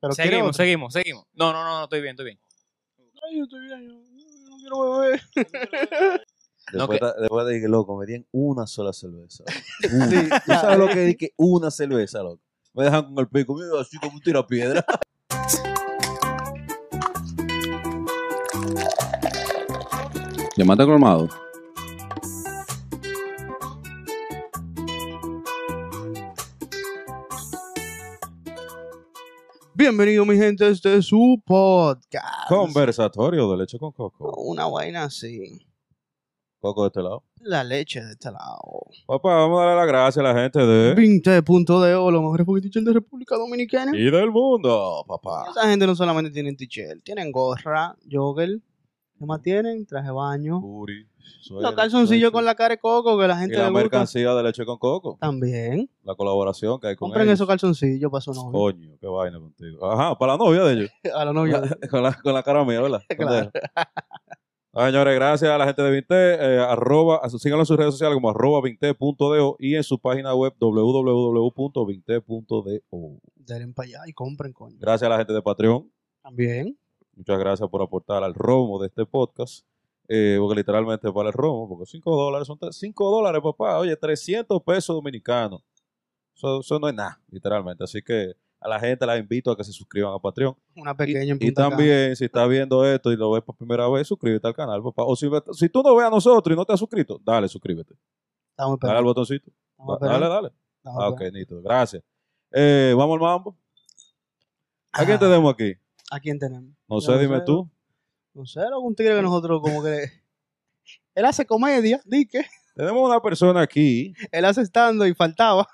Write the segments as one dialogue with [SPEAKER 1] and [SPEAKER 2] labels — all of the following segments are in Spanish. [SPEAKER 1] Pero quiere
[SPEAKER 2] seguimos,
[SPEAKER 1] otro.
[SPEAKER 2] seguimos, seguimos. No, no, no, no, estoy bien, estoy bien.
[SPEAKER 1] Ay, yo estoy bien, yo no quiero beber.
[SPEAKER 2] No,
[SPEAKER 3] Después, ta- después de que loco, me dieron una sola cerveza. Una.
[SPEAKER 1] Sí,
[SPEAKER 3] ¿Tú sabes lo que es que una cerveza, loco? Me dejan con el pico, mira, así como un tirapiedra.
[SPEAKER 4] Llamate colmado.
[SPEAKER 1] Bienvenido, mi gente, este es su podcast.
[SPEAKER 3] Conversatorio de leche con coco.
[SPEAKER 1] Una vaina así.
[SPEAKER 3] Coco de este lado.
[SPEAKER 1] La leche de este lado.
[SPEAKER 3] Papá, vamos a darle las gracias a la gente de...
[SPEAKER 1] 20.deo, los mejores poquitichos de República Dominicana.
[SPEAKER 3] Y del mundo, papá.
[SPEAKER 1] Esa gente no solamente tiene t-shirt, tienen gorra, jogger. ¿Qué más tienen? Traje de baño.
[SPEAKER 3] Booty, suéter,
[SPEAKER 1] Los calzoncillos
[SPEAKER 3] leche.
[SPEAKER 1] con la cara de coco que la
[SPEAKER 3] Y
[SPEAKER 1] gente
[SPEAKER 3] la
[SPEAKER 1] le gusta.
[SPEAKER 3] mercancía de leche con coco.
[SPEAKER 1] También.
[SPEAKER 3] La colaboración que hay con
[SPEAKER 1] Compren
[SPEAKER 3] ellos. Oh.
[SPEAKER 1] esos calzoncillos para su novia.
[SPEAKER 3] Coño, qué vaina contigo. Ajá, para la novia de ellos.
[SPEAKER 1] A la novia.
[SPEAKER 3] con, la, con la cara mía, ¿verdad?
[SPEAKER 1] Claro.
[SPEAKER 3] Pendejo. Ah, señores, gracias a la gente de Vinte. eh, arroba, a su- síganlo en sus redes sociales como arroba vinte.do y en su página web www.vinte.do.
[SPEAKER 1] Denle para allá y compren, coño.
[SPEAKER 3] Gracias a la gente de Patreon.
[SPEAKER 1] También.
[SPEAKER 3] Muchas gracias por aportar al romo de este podcast. eh, porque literalmente para el romo, porque 5 dólares son 5 dólares, papá. Oye, 300 pesos dominicanos. Eso, eso no es nada, literalmente. Así que a la gente la invito a que se suscriban a Patreon.
[SPEAKER 1] Una
[SPEAKER 3] Y-
[SPEAKER 1] pequeña en
[SPEAKER 3] Y,
[SPEAKER 1] Punta Cana.
[SPEAKER 3] también, si estás viendo esto y lo ves por primera vez, suscríbete al canal, papá. O si, si tú no ves a nosotros y no te has suscrito, dale, suscríbete.
[SPEAKER 1] Estamos
[SPEAKER 3] Dale al
[SPEAKER 1] esperando.
[SPEAKER 3] botoncito.
[SPEAKER 1] Estamos
[SPEAKER 3] Dale,
[SPEAKER 1] esperando,
[SPEAKER 3] dale.
[SPEAKER 1] estamos
[SPEAKER 3] Ah, ok,
[SPEAKER 1] esperando.
[SPEAKER 3] Nito. Gracias. Eh, Vamos al mambo. ¿A quién tenemos aquí?
[SPEAKER 1] Ah, ¿A quién tenemos?
[SPEAKER 3] No
[SPEAKER 1] yo
[SPEAKER 3] sé,
[SPEAKER 1] no
[SPEAKER 3] dime
[SPEAKER 1] sé.
[SPEAKER 3] tú.
[SPEAKER 1] No sé, algún tigre que nosotros como que... Él hace comedia, di que.
[SPEAKER 3] Tenemos una persona aquí.
[SPEAKER 1] Él hace estando y faltaba,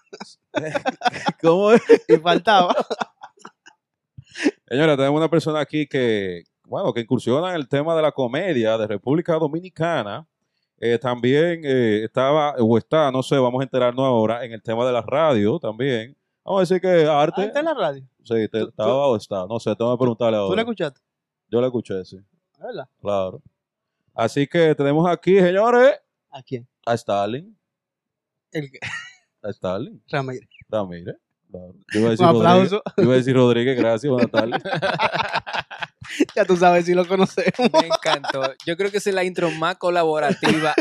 [SPEAKER 3] ¿Cómo es?
[SPEAKER 1] y faltaba.
[SPEAKER 3] Señora, tenemos una persona aquí que, bueno, que incursiona en el tema de la comedia de República Dominicana. Eh, también eh, estaba, o está, no sé, vamos a enterarnos ahora, en el tema de la radio también. Vamos a decir que arte.
[SPEAKER 1] Ah, está en la radio.
[SPEAKER 3] Sí, te-
[SPEAKER 1] Tú-
[SPEAKER 3] estaba
[SPEAKER 1] tú-
[SPEAKER 3] o está. No sé, tengo que preguntarle
[SPEAKER 1] ¿Tú la
[SPEAKER 3] ahora.
[SPEAKER 1] escuchaste?
[SPEAKER 3] Yo la escuché, sí,
[SPEAKER 1] ¿Verdad?
[SPEAKER 3] claro. Así que tenemos aquí, señores,
[SPEAKER 1] ¿A quién?
[SPEAKER 3] a Stalin.
[SPEAKER 1] El que-
[SPEAKER 3] A Stalin.
[SPEAKER 1] Ramírez.
[SPEAKER 3] Ramírez. Claro. Yo iba
[SPEAKER 1] Un
[SPEAKER 3] a decir Rodríguez.
[SPEAKER 1] aplauso.
[SPEAKER 3] Yo iba a decir Rodríguez, gracias, buenas tardes.
[SPEAKER 1] Ya tú sabes si lo conocemos.
[SPEAKER 2] Me encantó. Yo creo que esa es la intro más colaborativa.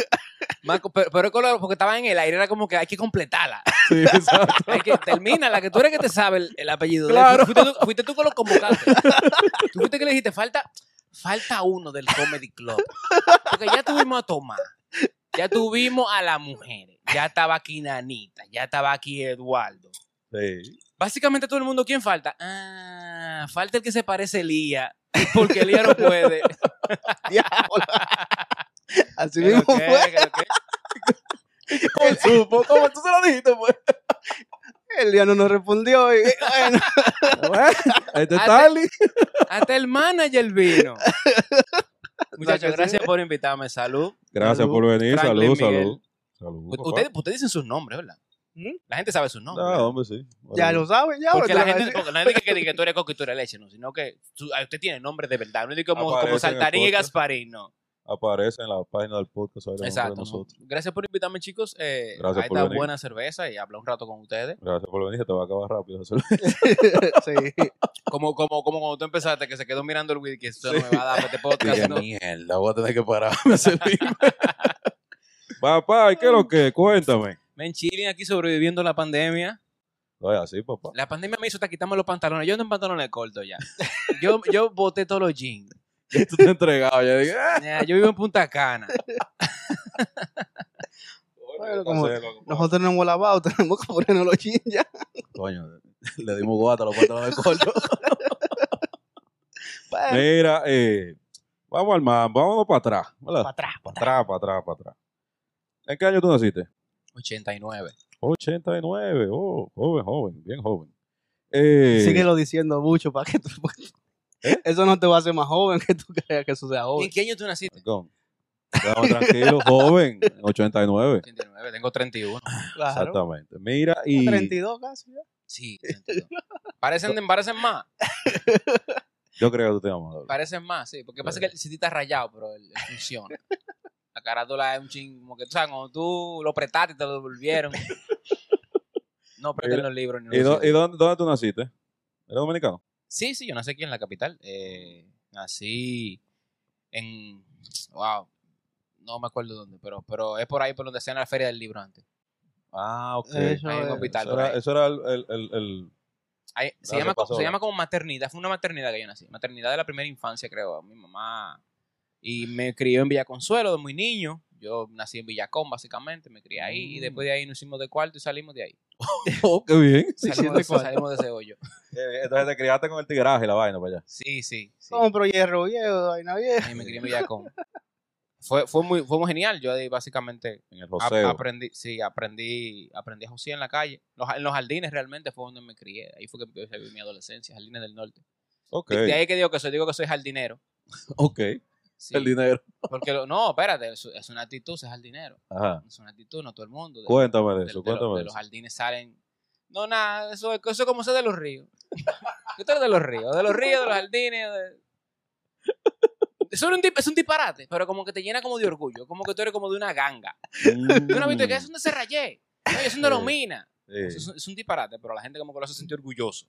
[SPEAKER 2] Más co- pero, pero es colabor- porque estaba en el aire, era como que hay que completarla.
[SPEAKER 3] Sí, exacto.
[SPEAKER 2] Hay que termina la que tú eres que te sabe el, el apellido. de él.
[SPEAKER 3] Claro.
[SPEAKER 2] Fuiste, tú, fuiste tú que lo convocaste. Tú fuiste que le dijiste, falta, falta uno del Comedy Club. Porque ya tuvimos a Tomás, ya tuvimos a las mujeres, ya estaba aquí Nanita, ya estaba aquí Eduardo.
[SPEAKER 3] Sí.
[SPEAKER 2] Básicamente todo el mundo, ¿quién falta? Ah, falta el que se parece a Elías, porque Elías no puede.
[SPEAKER 1] Diablo. Así
[SPEAKER 2] Pero
[SPEAKER 1] mismo
[SPEAKER 2] qué,
[SPEAKER 1] fue.
[SPEAKER 2] pero qué.
[SPEAKER 3] ¿Cómo supo? ¿Cómo tú se lo dijiste, pues?
[SPEAKER 1] Él ya no nos respondió. Y, bueno,
[SPEAKER 3] Este es
[SPEAKER 2] Ah,
[SPEAKER 3] Stalin.
[SPEAKER 2] Hasta el manager vino.
[SPEAKER 1] Exacto,
[SPEAKER 2] Muchachos,
[SPEAKER 1] sí.
[SPEAKER 2] gracias por invitarme. Salud.
[SPEAKER 3] Gracias
[SPEAKER 1] Salud.
[SPEAKER 3] por venir,
[SPEAKER 2] Franklin
[SPEAKER 3] salud, salud.
[SPEAKER 2] Miguel. Pues
[SPEAKER 3] Salud. papá.
[SPEAKER 2] Ustedes, ustedes dicen sus nombres, ¿verdad?
[SPEAKER 1] ¿Mm?
[SPEAKER 2] La gente sabe sus nombres.
[SPEAKER 3] No, hombre, sí.
[SPEAKER 1] ya
[SPEAKER 3] Bueno,
[SPEAKER 1] lo saben, ya.
[SPEAKER 2] porque
[SPEAKER 1] ahora
[SPEAKER 2] la
[SPEAKER 1] te lo voy a
[SPEAKER 2] gente,
[SPEAKER 1] decir.
[SPEAKER 2] porque no es de que, que, que tú eres coco y tú eres leche, no, sino que tú- ah, usted tiene nombre de verdad. No es de como,
[SPEAKER 3] Aparece en
[SPEAKER 2] como
[SPEAKER 3] el
[SPEAKER 2] Saltarín y
[SPEAKER 3] podcast.
[SPEAKER 2] Gasparín, no.
[SPEAKER 3] Aparece en la página del podcast. ahí lo vamos a ver
[SPEAKER 2] Exacto. ¿no?
[SPEAKER 3] Nosotros.
[SPEAKER 2] Gracias por invitarme, chicos. Eh,
[SPEAKER 3] Gracias
[SPEAKER 2] a
[SPEAKER 3] por
[SPEAKER 2] esta
[SPEAKER 3] venir.
[SPEAKER 2] buena cerveza y hablar un rato con ustedes.
[SPEAKER 3] Gracias por venir, se te va a acabar rápido. esa cerveza.
[SPEAKER 1] sí.
[SPEAKER 2] Como, como, como cuando tú empezaste, que se quedó mirando el wiki, que eso no me va a dar para este podcast. ¿no?
[SPEAKER 3] mierda, voy a tener que pararme a servirme. Papá, ¿y qué es lo que? Cuéntame.
[SPEAKER 2] Ven, chilling aquí sobreviviendo la pandemia.
[SPEAKER 3] No es así, papá.
[SPEAKER 2] La pandemia me hizo hasta quitarme los pantalones. Yo ando en pantalones cortos ya. Yo, yo boté todos los jeans.
[SPEAKER 3] Tú te has entregado. Ya dije, "Ah".
[SPEAKER 2] Ya, Yo vivo en Punta Cana.
[SPEAKER 1] Bueno, como
[SPEAKER 3] Entonces, lo que pasa-
[SPEAKER 1] Nosotros no hemos lavado, tenemos que ponernos los jeans ya.
[SPEAKER 3] Coño, le dimos guata a los pantalones cortos.
[SPEAKER 1] Bueno,
[SPEAKER 3] Mira, eh, vamos al man, vámonos para atrás.
[SPEAKER 1] para
[SPEAKER 3] ¿verdad?
[SPEAKER 1] atrás.
[SPEAKER 3] Para atrás, para atrás, para atrás. ¿En qué año tú naciste?
[SPEAKER 2] 89.
[SPEAKER 3] 89, oh, joven, joven, bien joven. Eh,
[SPEAKER 1] Síguelo diciendo mucho para que tú... Eso no te va a hacer más joven que tú creas que eso sea
[SPEAKER 2] ¿Y
[SPEAKER 1] joven.
[SPEAKER 2] ¿En qué año tú naciste?
[SPEAKER 3] perdón. Estamos tranquilos, joven, 89.
[SPEAKER 2] 89. Tengo 31.
[SPEAKER 1] Claro.
[SPEAKER 3] Exactamente. Mira, y
[SPEAKER 1] 32 casi. ¿eh? ya.
[SPEAKER 2] Sí, 32. Parecen, parecen más.
[SPEAKER 3] yo creo que tú te llamas. Adolfo.
[SPEAKER 2] Parecen más, sí. Porque pasa que el CD está rayado, pero él, él funciona. La carátula es un ching, como que tú sabes, cuando tú lo prestaste te lo devolvieron. No preten los libros ni
[SPEAKER 3] ¿Y,
[SPEAKER 2] los
[SPEAKER 3] dó- y
[SPEAKER 2] CDs.
[SPEAKER 3] dónde, dónde tú naciste? ¿Eres dominicano?
[SPEAKER 2] Sí, sí, yo nací aquí en la capital. Eh, nací en. Wow. No me acuerdo dónde, pero, pero es por ahí por donde hacían la feria del libro antes.
[SPEAKER 3] Ah, ok.
[SPEAKER 1] Eso
[SPEAKER 2] Ahí en
[SPEAKER 1] es.
[SPEAKER 2] el hospital.
[SPEAKER 3] Eso
[SPEAKER 2] por
[SPEAKER 3] era,
[SPEAKER 2] ahí.
[SPEAKER 3] eso era el, el- el- el-
[SPEAKER 2] Ahí- se,
[SPEAKER 3] Gracias,
[SPEAKER 2] llama, como-
[SPEAKER 3] pasó.
[SPEAKER 2] se llama como maternidad. Fue una maternidad que yo nací. Maternidad de la primera infancia, creo. Mi mamá. Y me crió en Villa Consuelo de muy niño. Yo nací en Villacón, básicamente. Me crié ahí. Y
[SPEAKER 3] Mm.
[SPEAKER 2] después de ahí nos hicimos de cuarto y salimos de ahí.
[SPEAKER 3] Oh, qué bien.
[SPEAKER 2] Salimos, de, salimos de ese hoyo.
[SPEAKER 3] Eh, Entonces te criaste con el tigraje y la vaina para allá.
[SPEAKER 2] Sí, sí. sí.
[SPEAKER 3] Oh,
[SPEAKER 1] No, pero hierro viejo, vaina vieja.
[SPEAKER 2] Ahí me crié en Villacón. Fue, fue, muy, fue muy genial. Yo ahí básicamente
[SPEAKER 3] En el
[SPEAKER 2] a-
[SPEAKER 3] joseo.
[SPEAKER 2] aprendí, sí, aprendí, aprendí a josear en la calle. Los- en los jardines realmente fue donde me crié. Ahí fue que empecé a vivir mi adolescencia, jardines del norte.
[SPEAKER 3] Ok.
[SPEAKER 2] De ahí que digo que soy, digo que soy jardinero.
[SPEAKER 3] Ok.
[SPEAKER 2] Sí,
[SPEAKER 3] El dinero.
[SPEAKER 2] porque lo- no, espérate, es, es una actitud, es jardinero.
[SPEAKER 3] Ajá.
[SPEAKER 2] Es una actitud, no todo el mundo. De-
[SPEAKER 3] Cuéntame de
[SPEAKER 2] de-
[SPEAKER 3] eso,
[SPEAKER 2] de lo-
[SPEAKER 3] cuéntame
[SPEAKER 2] de
[SPEAKER 3] de
[SPEAKER 2] los
[SPEAKER 3] eso.
[SPEAKER 2] jardines salen. No, nada, eso, es- eso es como ser de los ríos. Yo estoy de los ríos, de los ríos, de los jardines. de- Eso era un dip- es un disparate, pero como que te llena como de orgullo, como que tú eres como de una ganga. Yo no he visto que es un de Serrayé, no, es un de los
[SPEAKER 3] Sí.
[SPEAKER 2] minas.
[SPEAKER 3] Mm, Sí.
[SPEAKER 2] Eso Es, un- es un disparate, pero la gente como que lo hace sentir orgulloso.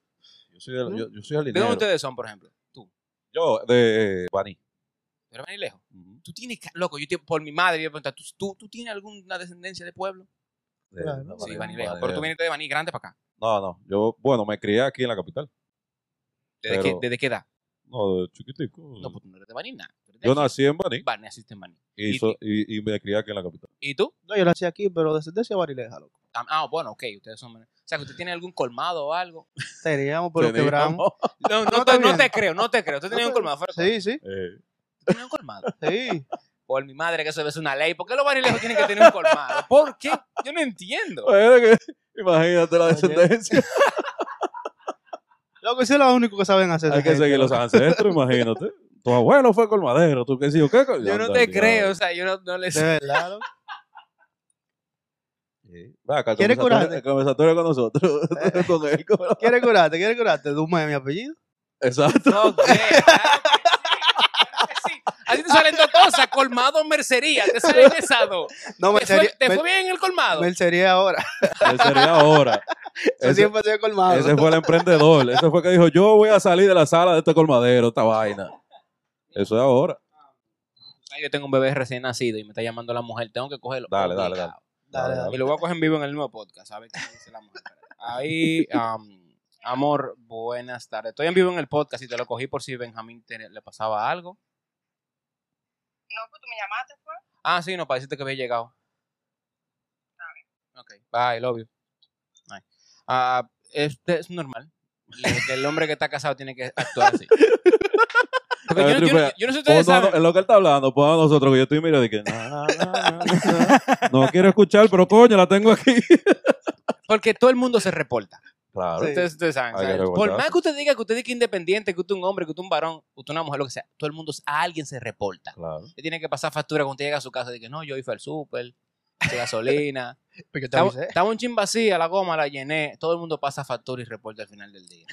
[SPEAKER 3] Yo soy, del-
[SPEAKER 1] ¿Mm?
[SPEAKER 3] yo, yo
[SPEAKER 2] ¿De
[SPEAKER 3] soy jardinero.
[SPEAKER 2] dónde ustedes son, por ejemplo? Tú,
[SPEAKER 3] Yo, de eh, Baní.
[SPEAKER 2] pero ven lejos. Tú tienes, ca- loco, yo te- por mi madre, yo le pregunto, ¿tú, tú, tú tienes alguna descendencia de pueblo?
[SPEAKER 3] De-
[SPEAKER 1] Claro.
[SPEAKER 3] de
[SPEAKER 2] Sí,
[SPEAKER 3] Baní,
[SPEAKER 2] Baní lejos.
[SPEAKER 3] Baní
[SPEAKER 2] Pero tú
[SPEAKER 3] lejos.
[SPEAKER 2] viniste de Baní grande para acá.
[SPEAKER 3] No, no. Yo, bueno, me crié aquí en la capital.
[SPEAKER 2] ¿Desde,
[SPEAKER 3] Pero-
[SPEAKER 2] qué, desde qué edad?
[SPEAKER 3] No, de chiquitico.
[SPEAKER 2] No, pues tú no eres de Baní, nada. Tú eres de
[SPEAKER 3] yo
[SPEAKER 2] aquí.
[SPEAKER 3] nací en Baní
[SPEAKER 2] Baní, asiste en Baní.
[SPEAKER 3] y,
[SPEAKER 2] y-
[SPEAKER 3] so- y, y me crié aquí en la capital.
[SPEAKER 2] ¿Y tú?
[SPEAKER 1] No, yo lo hacía aquí, pero descendencia barileja, loco.
[SPEAKER 2] Ah, Ah, bueno, ok, ustedes son... O sea, que usted tiene algún colmado o algo.
[SPEAKER 1] Teníamos, pero
[SPEAKER 3] Teníamos.
[SPEAKER 1] quebramos.
[SPEAKER 2] No, no,
[SPEAKER 1] No,
[SPEAKER 2] te,
[SPEAKER 1] está
[SPEAKER 2] no
[SPEAKER 1] bien.
[SPEAKER 2] te creo, no te creo. Tú tenías un colmado. Fuera,
[SPEAKER 1] Sí, sí,
[SPEAKER 3] Eh,
[SPEAKER 2] ¿Tú tenías un colmado?
[SPEAKER 1] sí.
[SPEAKER 2] Por mi madre, que eso es una ley. ¿Por qué los barilejos tienen que tener un colmado? ¿Por qué? Yo no entiendo.
[SPEAKER 3] bueno, que- imagínate la
[SPEAKER 1] Oye.
[SPEAKER 3] descendencia.
[SPEAKER 1] Loco, eso es lo único que saben hacer.
[SPEAKER 3] Hay
[SPEAKER 1] esa
[SPEAKER 3] que
[SPEAKER 1] gente,
[SPEAKER 3] seguir los
[SPEAKER 1] loco.
[SPEAKER 3] ancestros, imagínate. Tu abuelo fue colmadero, tú qué sé yo, qué co-
[SPEAKER 2] Yo no
[SPEAKER 3] Anda,
[SPEAKER 2] te
[SPEAKER 3] diablo.
[SPEAKER 2] creo, o sea, yo no, no le
[SPEAKER 1] De verdad, loco.
[SPEAKER 3] Sí. Va, acá,
[SPEAKER 1] ¿Quieres
[SPEAKER 3] conversatorio-
[SPEAKER 1] curarte?
[SPEAKER 3] conversatorio con nosotros. con él, con-
[SPEAKER 1] ¿Quieres curarte? ¿Quieres curarte? Duma es mi apellido.
[SPEAKER 3] Exacto.
[SPEAKER 2] No, ¿qué? Claro que sí. Sí. Así te salen dos cosas, colmado o mercería, te salen esas dos.
[SPEAKER 1] No,
[SPEAKER 2] ¿Te fue,
[SPEAKER 1] mercería.
[SPEAKER 2] te fue
[SPEAKER 1] mer-
[SPEAKER 2] bien en el colmado?
[SPEAKER 1] mercería ahora.
[SPEAKER 3] Ese sería ahora.
[SPEAKER 1] Eso
[SPEAKER 3] Ese-
[SPEAKER 1] siempre ha sido colmado.
[SPEAKER 3] Ese fue el emprendedor. Ese fue el que dijo, yo voy a salir de la sala de este colmadero, esta vaina. Eso es ahora.
[SPEAKER 2] Ay, yo tengo un bebé recién nacido y me está llamando la mujer, tengo que cogerlo.
[SPEAKER 3] Dale, dale,
[SPEAKER 2] obligado.
[SPEAKER 1] Dale,
[SPEAKER 2] Y lo voy a coger en vivo en el nuevo podcast, ¿sabes? qué dice la mujer. Ahí, am, amor, buenas tardes. Estoy en vivo en el podcast y te lo cogí por si Benjamín te- le pasaba algo.
[SPEAKER 5] No, pues tú me llamaste, fue.
[SPEAKER 2] Ah, sí, no, pareciste que había llegado. Ok, bye, love you. Bye. Ah, este es normal. Le- que El hombre que está casado tiene que actuar así. Porque yo, no- yo no- yo no sé si ustedes
[SPEAKER 3] Ponlo a-
[SPEAKER 2] saben.
[SPEAKER 3] en lo que él está hablando, ponlo a nosotros, que yo estoy mirando y que "No, no, no, no, no quiero escuchar, pero coño, la tengo aquí.
[SPEAKER 2] Porque todo el mundo se reporta.
[SPEAKER 3] Claro.
[SPEAKER 1] Sí.
[SPEAKER 2] Ustedes, ustedes saben.
[SPEAKER 3] Hay que
[SPEAKER 2] ¿saben? Por
[SPEAKER 3] reportarse.
[SPEAKER 2] más que usted diga que usted diga independiente, que usted es un hombre, que usted es un varón, usted es una mujer, lo que sea, todo el mundo, a alguien se reporta.
[SPEAKER 3] Claro.
[SPEAKER 2] Usted tiene que pasar factura cuando usted llega a su casa. de que no, yo hice el súper, hice gasolina.
[SPEAKER 1] Porque Pues te
[SPEAKER 2] Estaba,
[SPEAKER 1] avisé.
[SPEAKER 2] estaba un chin vacía, la goma la llené. Todo el mundo pasa factura y reporta al final del día.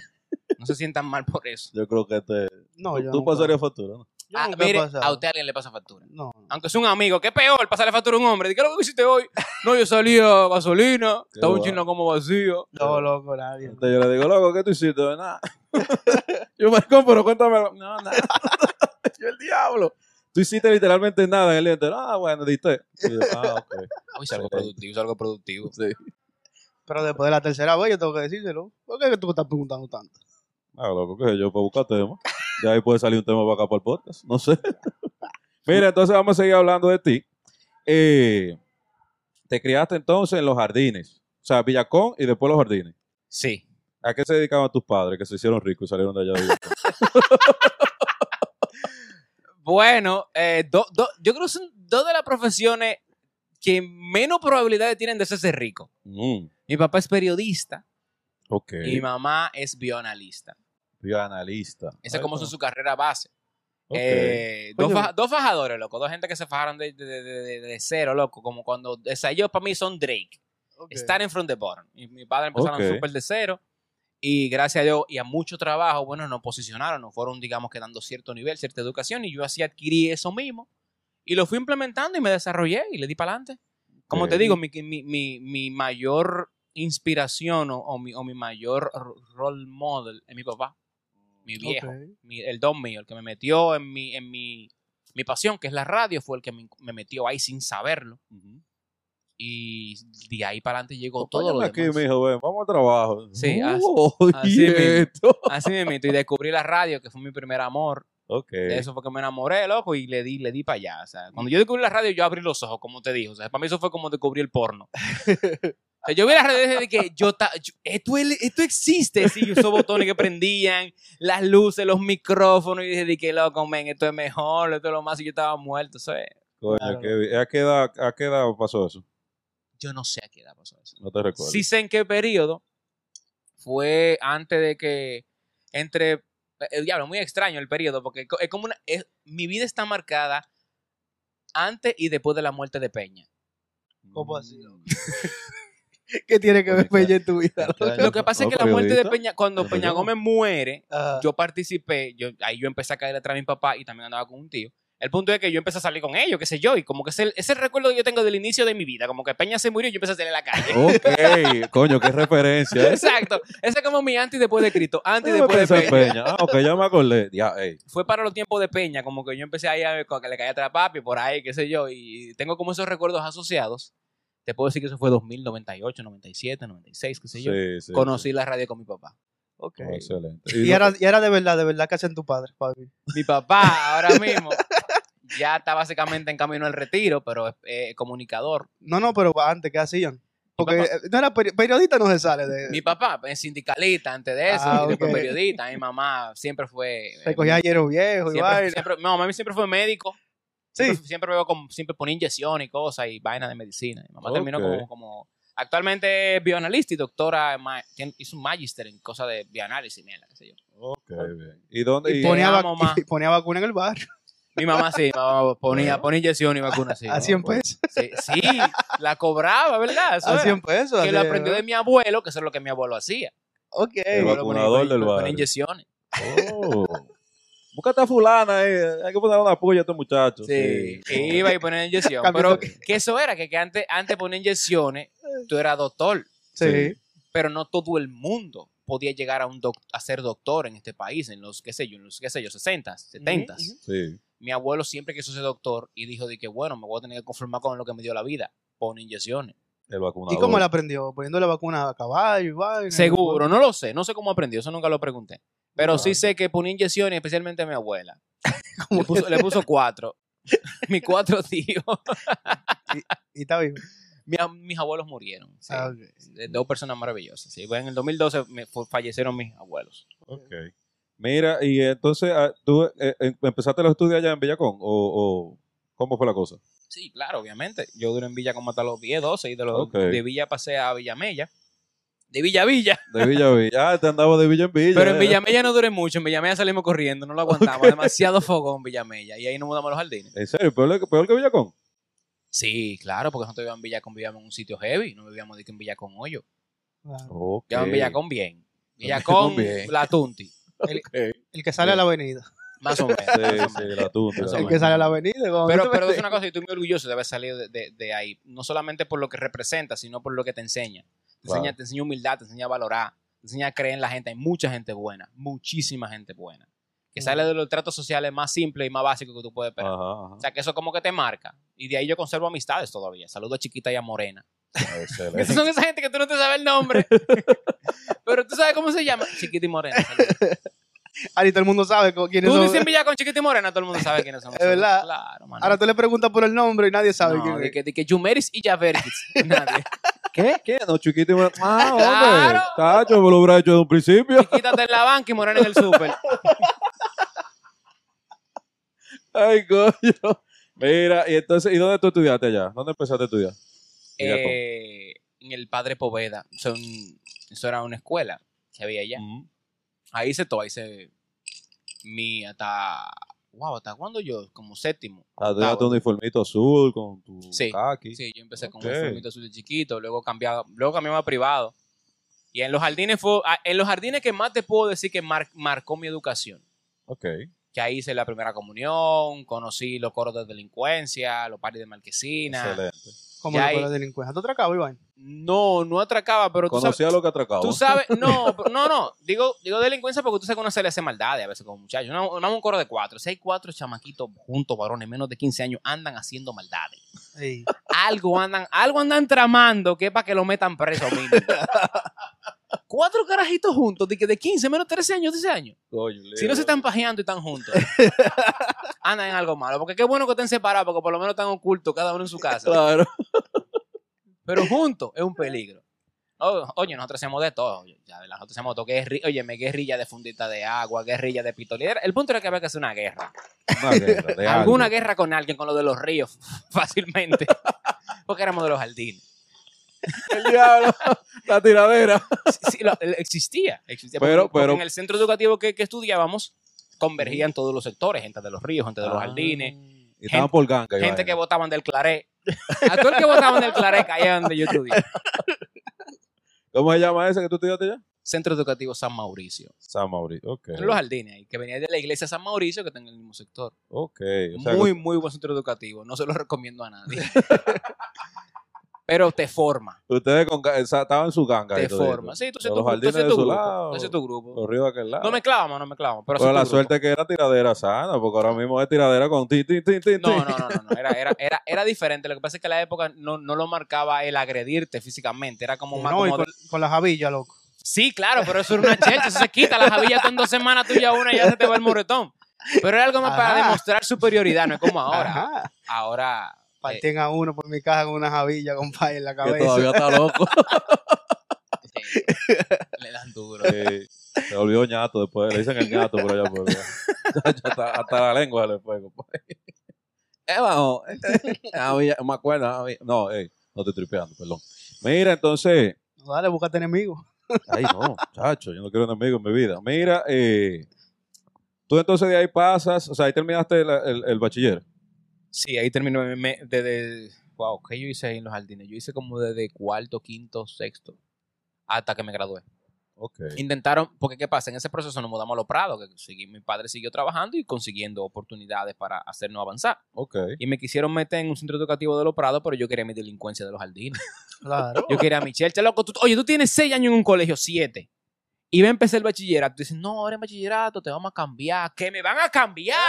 [SPEAKER 2] No se sientan mal por eso.
[SPEAKER 3] Yo creo que te,
[SPEAKER 1] No, yo
[SPEAKER 3] tú
[SPEAKER 1] nunca-
[SPEAKER 3] pasarías factura. ¿no?
[SPEAKER 1] yo
[SPEAKER 2] Ah,
[SPEAKER 1] nunca he
[SPEAKER 2] mire,
[SPEAKER 1] pasado.
[SPEAKER 2] a usted alguien le pasa factura.
[SPEAKER 1] No.
[SPEAKER 2] Aunque es un amigo, que peor pasarle factura a un hombre. ¿Qué es lo que hiciste hoy? No, yo salí a gasolina.
[SPEAKER 3] Qué
[SPEAKER 2] Estaba un
[SPEAKER 3] va.
[SPEAKER 2] chin la goma vacío.
[SPEAKER 1] No, loco, nadie.
[SPEAKER 3] Entonces yo le digo, loco, ¿qué tú hiciste? Nada. yo, maricón, pero cuéntame. No, nada. yo, el diablo. Tú hiciste literalmente nada en el lente. Ah, bueno, diste. Y yo, ah, ok.
[SPEAKER 2] Hoy es algo
[SPEAKER 3] Sí.
[SPEAKER 2] productivo, es algo productivo.
[SPEAKER 3] Sí.
[SPEAKER 1] Pero después de la tercera vez yo tengo que decírselo. ¿Por qué es que tú me estás preguntando tanto?
[SPEAKER 3] Ah, loco, qué sé yo, para buscar temas. De ahí puede salir un tema para acá para el podcast. No sé. Mira, entonces vamos a seguir hablando de ti. Eh, te criaste entonces en los jardines. O sea, Villacón y después los jardines.
[SPEAKER 2] Sí.
[SPEAKER 3] ¿A qué se dedicaban tus padres que se hicieron ricos y salieron de allá de Villacón?
[SPEAKER 2] Bueno, eh, do- do- yo creo que son dos de las profesiones que menos probabilidades tienen de hacerse rico.
[SPEAKER 3] Mm,
[SPEAKER 2] Mi papá es periodista
[SPEAKER 3] ok.
[SPEAKER 2] y mi mamá es bioanalista.
[SPEAKER 3] Bioanalista.
[SPEAKER 2] Esa es
[SPEAKER 3] Ay,
[SPEAKER 2] como
[SPEAKER 3] no.
[SPEAKER 2] su carrera base.
[SPEAKER 3] Ok.
[SPEAKER 2] Eh, dos,
[SPEAKER 1] Coño.
[SPEAKER 2] faja- dos fajadores, loco. Dos gente que se fajaron de, de- de- de- de cero, loco. Como cuando. O sea, ellos para mí son Drake. Estar en front the bottom. Y mi padre empezaron
[SPEAKER 3] Ok.
[SPEAKER 2] súper de cero. Y gracias a Dios y a mucho trabajo, bueno, nos posicionaron, nos fueron, digamos, que dando cierto nivel, cierta educación. Y yo así adquirí eso mismo. Y lo fui implementando y me desarrollé y le di para adelante. Como
[SPEAKER 3] Ok.
[SPEAKER 2] te digo, mi, mi- mi- mi mayor inspiración o, o mi, o mi mayor r- role model es mi papá. mi viejo,
[SPEAKER 1] Ok.
[SPEAKER 2] mi- el don mío, el que me metió en mi, en mi, mi pasión, que es la radio, fue el que me, me metió ahí sin saberlo. Y de ahí para adelante llegó todo lo
[SPEAKER 3] Acompáñame aquí,
[SPEAKER 2] demás.
[SPEAKER 3] mijo, ven, vamos al trabajo.
[SPEAKER 2] Sí, así-
[SPEAKER 3] Oh,
[SPEAKER 2] así
[SPEAKER 3] y
[SPEAKER 2] mismo.
[SPEAKER 3] esto.
[SPEAKER 2] Así me Y descubrí la radio, que fue mi primer amor.
[SPEAKER 3] Ok.
[SPEAKER 2] De eso fue que me enamoré, loco, y le di, le di para allá. O sea, cuando yo descubrí la radio, yo abrí los ojos, como te dije. O sea, para mí eso fue como descubrir el porno. O sea, yo vi la radio y dije que yo, ta- yo- esto, es- esto existe. Sí, esos botones que prendían, las luces, los micrófonos, y dije de que loco, men, esto es mejor, esto es lo más. Y yo estaba muerto. Eso es-
[SPEAKER 3] Coño,
[SPEAKER 1] Claro.
[SPEAKER 3] qué bien. ¿A qué, edad, ¿A qué edad pasó eso?
[SPEAKER 2] yo no sé a qué edad pasó eso.
[SPEAKER 3] No te recuerdo.
[SPEAKER 2] Sí sé en qué periodo. Fue antes de que. Entre. El diablo, muy extraño el periodo, porque co- es como una. es- mi vida está marcada antes y después de la muerte de Peña. Mm.
[SPEAKER 1] ¿Cómo así, loco? ¿Qué tiene que ver
[SPEAKER 3] Porque-
[SPEAKER 1] Peña en tu vida? loco?
[SPEAKER 2] Lo que pasa es
[SPEAKER 3] Oh,
[SPEAKER 2] que la muerte de
[SPEAKER 3] periodista.
[SPEAKER 2] Peña, cuando
[SPEAKER 3] Pero
[SPEAKER 2] Peña
[SPEAKER 3] yo-
[SPEAKER 2] Gómez muere,
[SPEAKER 1] Ajá.
[SPEAKER 2] yo participé, yo, ahí yo empecé a caer detrás de mi papá y también andaba con un tío. El punto es que yo empecé a salir con ellos, qué sé yo, y como que ese es el- ese es el recuerdo que yo tengo del inicio de mi vida, como que Peña se murió y yo empecé a salir a la calle.
[SPEAKER 3] Ok, coño, qué referencia. ¿eh?
[SPEAKER 2] Exacto, ese es como mi antes y después de Cristo, antes y
[SPEAKER 3] Yo
[SPEAKER 2] después de
[SPEAKER 3] pensé en
[SPEAKER 2] Peña.
[SPEAKER 3] Peña. Ah, ok, ya me acordé. Ya, ey.
[SPEAKER 2] fue para los tiempos de Peña, como que yo empecé ahí a ver con que le caía atrás a papi, por ahí, qué sé yo, y tengo como esos recuerdos asociados. Te puedo decir que eso fue 2098, 97, 96, qué sé yo.
[SPEAKER 3] Sí, sí.
[SPEAKER 2] Conocí la radio con mi papá.
[SPEAKER 1] Ok.
[SPEAKER 3] Oh, Excelente.
[SPEAKER 1] Y era, y era de verdad, de verdad que hacen tu padre, papi.
[SPEAKER 2] Mi papá ahora mismo ya está básicamente en camino al retiro, pero es eh, comunicador.
[SPEAKER 1] No, no, pero antes, ¿qué hacían? Porque
[SPEAKER 2] papá.
[SPEAKER 1] eh, no era peri- periodista, no se sale de.
[SPEAKER 2] Mi papá es sindicalista antes de eso,
[SPEAKER 1] Ah,
[SPEAKER 2] y después
[SPEAKER 1] ok.
[SPEAKER 2] periodista. Mi mamá siempre fue... eh,
[SPEAKER 1] Recogía hierro viejo y
[SPEAKER 2] siempre,
[SPEAKER 1] vaina.
[SPEAKER 2] siempre, no, mami siempre fue médico.
[SPEAKER 1] Sí.
[SPEAKER 2] Siempre, siempre veo como- siempre ponía inyección y cosas y vainas de medicina. Mi mamá terminó
[SPEAKER 3] Ok.
[SPEAKER 2] como, como- Actualmente es bioanalista y doctora. en ma- tiene- hizo un magister en cosas de bioanálisis, mierda, qué sé yo.
[SPEAKER 3] Ok, bien. ¿Y dónde?
[SPEAKER 1] Y
[SPEAKER 3] y-
[SPEAKER 1] ponía,
[SPEAKER 2] amo,
[SPEAKER 1] vacu-
[SPEAKER 2] ma.
[SPEAKER 1] y ponía vacuna en el barrio.
[SPEAKER 2] Mi mamá sí, mi mamá ponía,
[SPEAKER 3] Bueno. em-
[SPEAKER 2] ponía inyección y vacuna sí.
[SPEAKER 1] a 100 pesos.
[SPEAKER 2] Sí, sí, la cobraba, ¿verdad? Eso
[SPEAKER 1] A
[SPEAKER 2] era.
[SPEAKER 1] 100 pesos.
[SPEAKER 2] que lo
[SPEAKER 1] así,
[SPEAKER 2] aprendió
[SPEAKER 1] ¿no?
[SPEAKER 2] de mi abuelo, que eso es lo que mi abuelo hacía.
[SPEAKER 1] Ok.
[SPEAKER 3] El
[SPEAKER 2] Abuelo
[SPEAKER 3] vacunador
[SPEAKER 2] ponía-
[SPEAKER 3] del
[SPEAKER 2] ponía
[SPEAKER 3] barrio.
[SPEAKER 2] inyecciones.
[SPEAKER 3] Oh. Búscate a fulana, eh. hay que poner una puya a este muchacho.
[SPEAKER 2] Sí,
[SPEAKER 3] Sí.
[SPEAKER 2] iba y ponía inyección.
[SPEAKER 1] Cambió
[SPEAKER 2] pero
[SPEAKER 1] todo.
[SPEAKER 2] que eso era, que, que antes, antes ponía inyecciones, tú eras doctor.
[SPEAKER 1] Sí.
[SPEAKER 2] pero no todo el mundo podía llegar a, un doc- a ser doctor en este país, en los, qué sé yo, en los, qué sé yo, 60, 70.
[SPEAKER 3] Sí.
[SPEAKER 2] Mi abuelo siempre quiso ser doctor y dijo de que, bueno, me voy a tener que conformar con lo que me dio la vida, pon inyecciones.
[SPEAKER 3] El vacunador.
[SPEAKER 1] ¿Y cómo la aprendió? Poniendo la vacuna a caballo y vaina.
[SPEAKER 2] Seguro, no lo sé, no sé cómo aprendió, eso nunca lo pregunté. Pero sí
[SPEAKER 1] Claro.
[SPEAKER 2] sé que ponía inyecciones, especialmente a mi abuela.
[SPEAKER 1] ¿Cómo
[SPEAKER 2] Le puso, le puso cuatro. Mis cuatro tíos.
[SPEAKER 1] Y está vivo.
[SPEAKER 2] Mi ab- mis abuelos murieron. sí.
[SPEAKER 1] Ah, ok.
[SPEAKER 2] De- Dos personas maravillosas. sí. pues En el 2012 me fu- fallecieron mis abuelos.
[SPEAKER 3] Ok. Mira, y entonces, ah, ¿tú eh, em- empezaste los estudios allá en Villacón? ¿O, o cómo fue la cosa?
[SPEAKER 2] Sí, claro, obviamente. Yo duré en Villa como hasta los 10, 12 y de, los,
[SPEAKER 3] Ok.
[SPEAKER 2] de Villa pasé a Villamella. De Villa a Villa.
[SPEAKER 3] De Villa a Villa. Ah, te andaba de Villa en Villa.
[SPEAKER 2] Pero en
[SPEAKER 3] eh.
[SPEAKER 2] Villamella no duré mucho. En Villamella salimos corriendo, no lo aguantamos. Demasiado fogón en Villamella. Y ahí nos mudamos a los jardines.
[SPEAKER 3] ¿En serio? ¿Peor, que- peor que Villacón?
[SPEAKER 2] Sí, claro, porque nosotros vivíamos en Villacón, vivíamos en un sitio heavy. No vivíamos de que en Villacón hoyo.
[SPEAKER 1] Claro.
[SPEAKER 3] Ok.
[SPEAKER 2] Vivíamos en Villacón bien.
[SPEAKER 3] Villacón
[SPEAKER 2] Villacón,
[SPEAKER 3] bien.
[SPEAKER 2] la Tunti.
[SPEAKER 1] El que sale a la avenida.
[SPEAKER 2] Más o menos.
[SPEAKER 3] Sí,
[SPEAKER 2] más o
[SPEAKER 3] sí,
[SPEAKER 2] menos.
[SPEAKER 3] la tunda.
[SPEAKER 2] Más o
[SPEAKER 1] El
[SPEAKER 3] la
[SPEAKER 2] menos.
[SPEAKER 1] que sale a la avenida. como
[SPEAKER 2] Pero,
[SPEAKER 1] tú
[SPEAKER 2] pero
[SPEAKER 1] ves.
[SPEAKER 2] es una cosa, y estoy muy orgulloso de haber salido de, de- de ahí. No solamente por lo que representa, sino por lo que te enseña. Te,
[SPEAKER 3] Claro.
[SPEAKER 2] enseña, te enseña humildad, te enseña a valorar, te enseña a creer en la gente. Hay mucha gente buena, muchísima gente buena.
[SPEAKER 1] Mm.
[SPEAKER 2] Que sale de los tratos sociales más simples y más básicos que tú puedes esperar.
[SPEAKER 3] Ajá,
[SPEAKER 1] Ah.
[SPEAKER 2] O sea, que eso como que te marca. Y de ahí yo conservo amistades todavía. Saludo a Chiquita y a Morena.
[SPEAKER 3] ajá. Excelente.
[SPEAKER 2] Esas son esa gente que tú no te sabes el nombre. pero tú sabes cómo se llama. Chiquita y Morena. saludos.
[SPEAKER 1] Ahí todo el mundo sabe co- quiénes
[SPEAKER 2] Tú
[SPEAKER 1] son.
[SPEAKER 2] dices Villa con Chiquita y Morena, todo el mundo sabe quiénes son.
[SPEAKER 1] Es verdad.
[SPEAKER 2] Claro, mano.
[SPEAKER 1] Ahora tú le preguntas por el nombre y nadie sabe
[SPEAKER 2] no,
[SPEAKER 1] quién
[SPEAKER 2] de
[SPEAKER 1] es.
[SPEAKER 2] que, de que Yumeris y Yaverkis. Nadie.
[SPEAKER 3] ¿Qué? ¿Qué? No, chiquito. y bueno. Ah,
[SPEAKER 2] Claro.
[SPEAKER 3] hombre. Tacho, me lo hubiera hecho desde un principio.
[SPEAKER 2] Quítate en la banca y Morena en el súper.
[SPEAKER 3] Ay, coño. Mira, y entonces, ¿y dónde tú estudiaste allá? ¿Dónde empezaste a estudiar? Villacón.
[SPEAKER 2] Eh, en el Padre Poveda. Eso, era un- eso era una escuela que había allá.
[SPEAKER 3] Ujú.
[SPEAKER 2] Ahí hice todo. Ahí hice mi hasta... Wow, ¿hasta cuándo yo? Como séptimo.
[SPEAKER 3] Ah, tú
[SPEAKER 2] octavo.
[SPEAKER 3] llevaste un uniformito azul con tu
[SPEAKER 2] Sí,
[SPEAKER 3] khaki.
[SPEAKER 2] Sí, yo empecé con
[SPEAKER 3] Ok.
[SPEAKER 2] un formito azul de chiquito. Luego cambiaba, luego cambiaba a privado. Y en los jardines fue... ah, En los jardines que más te puedo decir que mar- marcó mi educación.
[SPEAKER 3] Ok.
[SPEAKER 2] Que ahí hice la primera comunión, conocí los coros de delincuencia, los paris de marquesina.
[SPEAKER 3] Excelente.
[SPEAKER 1] Como
[SPEAKER 2] Ya
[SPEAKER 1] la
[SPEAKER 2] ahí-
[SPEAKER 1] escuela delincuencia. ¿Tú atracabas, Iván?
[SPEAKER 2] No, no atracaba, pero tú sabes,
[SPEAKER 3] Conocía lo que atracaba.
[SPEAKER 2] tú sabes- no, pero- no, no, digo, digo delincuencia porque tú sabes que uno se le hace maldades a veces con muchachos. No, no un coro de cuatro, si hay cuatro chamaquitos juntos, varones, menos de 15 años, andan haciendo maldades.
[SPEAKER 1] Sí.
[SPEAKER 2] Algo andan, algo andan tramando que es para que lo metan preso mínimo. cuatro carajitos juntos, de, que de 15, menos 13 años, 13 años.
[SPEAKER 3] Coño,
[SPEAKER 2] Si no se están pajeando y están juntos, andan en algo malo. Porque qué bueno que estén separados, porque por lo menos están ocultos, cada uno en su casa.
[SPEAKER 3] Claro.
[SPEAKER 2] Pero juntos es un peligro. O- Oh, oye, nosotros hacemos de todo. Ya, nosotros hacemos todo. Guerri óyeme, guerrilla de fundita de agua, guerrilla de pistolera. El punto era que había que hacer una guerra.
[SPEAKER 3] Una guerra de
[SPEAKER 2] Alguna
[SPEAKER 3] algo.
[SPEAKER 2] guerra con alguien, con lo de los ríos, fácilmente. Porque éramos de los jardines.
[SPEAKER 3] El diablo. La tiradera.
[SPEAKER 2] Sí, sí, lo- existía. existía
[SPEAKER 3] Pero-
[SPEAKER 2] porque- porque
[SPEAKER 3] pero-
[SPEAKER 2] en el centro educativo que, que estudiábamos, convergían todos los sectores: gente de los ríos, gente de los jardines,
[SPEAKER 3] Y estaban por ganga. y
[SPEAKER 2] gente
[SPEAKER 3] Ah. vaina.
[SPEAKER 2] que votaban del claret. A todo el que votaban del claret caía donde yo estudié.
[SPEAKER 3] ¿Cómo se llama ese que tú estudiaste ya?
[SPEAKER 2] Centro Educativo San Mauricio.
[SPEAKER 3] San Mauricio. Ok.
[SPEAKER 2] En los jardines ahí, que venía de la iglesia San Mauricio, que está en el mismo sector.
[SPEAKER 3] Ok. O sea,
[SPEAKER 2] muy, muy buen centro educativo. No se lo recomiendo a nadie. Pero te forma.
[SPEAKER 3] Ustedes con, ga- esa- estaban en su ganga. ahí
[SPEAKER 2] Te
[SPEAKER 3] todito.
[SPEAKER 2] forma. Sí, tú haces
[SPEAKER 3] Los
[SPEAKER 2] tu, grupo, tú
[SPEAKER 3] jardines
[SPEAKER 2] haces
[SPEAKER 3] de
[SPEAKER 2] tu
[SPEAKER 3] su
[SPEAKER 2] grupo.
[SPEAKER 3] lado.
[SPEAKER 2] tú haces tu grupo.
[SPEAKER 3] Corrido de aquel lado.
[SPEAKER 2] No me clavamos, no me clavamos. Pero,
[SPEAKER 3] Pero
[SPEAKER 2] haces
[SPEAKER 3] la
[SPEAKER 2] tu grupo.
[SPEAKER 3] suerte que era tiradera sana, porque ahora mismo es tiradera con ti, ti, ti, ti,
[SPEAKER 2] No,
[SPEAKER 3] ti.
[SPEAKER 2] no, no, no, no. Era, era, era, era diferente. Lo que pasa es que la época no, no lo marcaba el agredirte físicamente. Era como más
[SPEAKER 1] No, y
[SPEAKER 2] como
[SPEAKER 1] con,
[SPEAKER 2] de-
[SPEAKER 1] con la javilla, loco.
[SPEAKER 2] Sí, claro, pero eso era una chelcha. Eso se quita. La javilla tú en dos semanas tuya una y ya se te va el moretón. Pero era algo más para
[SPEAKER 1] Ajá.
[SPEAKER 2] demostrar superioridad, no es como ahora.
[SPEAKER 1] Ajá.
[SPEAKER 2] Ahora. eh,
[SPEAKER 1] Partían a uno por mi caja con una javilla, compadre, en la
[SPEAKER 4] Que
[SPEAKER 1] cabeza.
[SPEAKER 4] todavía está loco.
[SPEAKER 2] Sí, le dan duro.
[SPEAKER 3] Sí, Eh, se volvió ñato después, le dicen el ñato por allá por allá. Ya- ya hasta, hasta la lengua se le fue, compadre.
[SPEAKER 4] Eh, vamos.
[SPEAKER 2] Ah,
[SPEAKER 3] Había- me acuerdo, había- no, ey, no estoy tripeando, perdón. Mira, entonces,
[SPEAKER 1] No, Dale, búscate enemigos.
[SPEAKER 3] ay no, chacho, yo no quiero enemigos en mi vida. Mira, eh, tú entonces de ahí pasas, o sea, ahí terminaste la- el, el bachiller.
[SPEAKER 2] Sí, ahí terminó. me- me- desde. Wow, ¿qué yo hice ahí en los jardines? Yo hice como desde cuarto, quinto, sexto. Hasta que me gradué.
[SPEAKER 3] Ok.
[SPEAKER 2] Intentaron, porque ¿qué pasa? En ese proceso nos mudamos a Los Prados, que seguí- mi padre siguió trabajando y consiguiendo oportunidades para hacernos avanzar.
[SPEAKER 3] Ok.
[SPEAKER 2] Y me quisieron meter en un centro educativo de Los Prados, pero yo quería mi delincuencia de los jardines.
[SPEAKER 1] Claro.
[SPEAKER 2] Yo quería mi chelcha, loco. tú- oye, tú tienes seis años en un colegio, siete. Y va a empezar el bachillerato. Tú dices, no, ahora en bachillerato te vamos a cambiar. que me van a cambiar?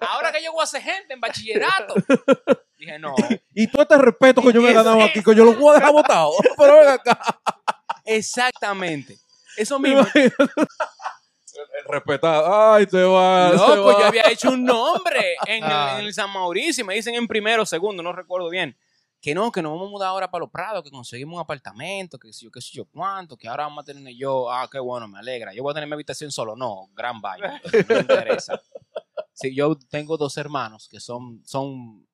[SPEAKER 2] Ahora que yo voy a ser gente en bachillerato. Dije, no.
[SPEAKER 3] Y todo este respeto que yo me he
[SPEAKER 2] Eso
[SPEAKER 3] ganado
[SPEAKER 2] es.
[SPEAKER 3] aquí, que yo lo voy a dejar botado. Pero ven acá.
[SPEAKER 2] Exactamente. Eso mismo.
[SPEAKER 3] El respetado. Ay, se va. se
[SPEAKER 2] Loco,
[SPEAKER 3] va.
[SPEAKER 2] yo había hecho un nombre en, el,
[SPEAKER 1] Ah.
[SPEAKER 2] en el San Mauricio. y Me dicen en primero, segundo, no recuerdo bien. Que no, que nos vamos a mudar ahora para los Prados, que conseguimos un apartamento, que si yo, qué sé yo cuánto, que ahora vamos a tener yo, ah, qué bueno, me alegra. Yo voy a tener mi habitación solo. No, gran vaina. No me interesa. Sí, yo tengo dos hermanos que son, son,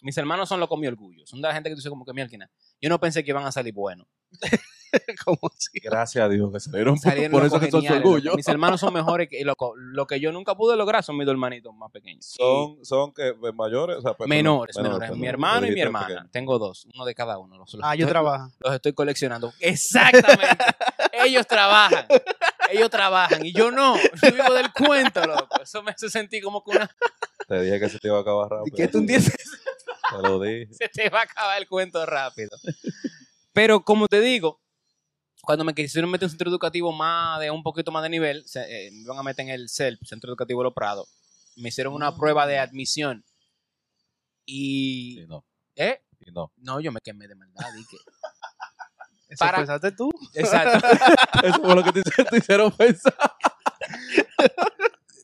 [SPEAKER 2] mis hermanos son locos mi orgullo. Son de la gente que dice como que mi Yo no pensé que iban a salir buenos.
[SPEAKER 1] Como si.
[SPEAKER 3] Gracias a Dios que salieron. por-
[SPEAKER 2] Salieron
[SPEAKER 3] por
[SPEAKER 2] locos
[SPEAKER 3] eso que son su
[SPEAKER 2] geniales, loco.
[SPEAKER 3] orgullo.
[SPEAKER 2] Mis hermanos son mejores que loco, lo que yo nunca pude lograr son mis dos hermanitos más pequeños.
[SPEAKER 3] Son, son que mayores, o sea,
[SPEAKER 2] Y
[SPEAKER 3] pues,
[SPEAKER 2] menores, menores,
[SPEAKER 3] perdón,
[SPEAKER 2] Mi hermano y mi
[SPEAKER 3] dijiste
[SPEAKER 2] hermana.
[SPEAKER 3] pequeño.
[SPEAKER 2] Tengo dos, uno de cada uno. Los, los
[SPEAKER 1] Ah, yo
[SPEAKER 2] estoy-
[SPEAKER 1] trabajo.
[SPEAKER 2] Los estoy coleccionando. Exactamente. Ellos trabajan. Ellos trabajan. Y yo no. Yo vivo del cuento, loco. Eso me hace sentir como que una,
[SPEAKER 3] Te dije que se te iba a acabar rápido.
[SPEAKER 1] Que tú un día
[SPEAKER 3] Te lo dije.
[SPEAKER 2] se te va a acabar el cuento rápido. Pero como te digo, cuando me quisieron meter en un centro educativo más de un poquito más de nivel, se- eh, me iban a meter en el CELP, Centro Educativo de Los Prados. Me hicieron una prueba de admisión.
[SPEAKER 3] Y
[SPEAKER 2] Y.
[SPEAKER 3] no,
[SPEAKER 2] ¿Eh?
[SPEAKER 3] y no.
[SPEAKER 2] No, yo me quemé de maldad. y que-
[SPEAKER 1] Eso
[SPEAKER 2] Para-
[SPEAKER 1] pensaste tú.
[SPEAKER 2] Exacto.
[SPEAKER 3] Eso fue lo que te, te hicieron pensar.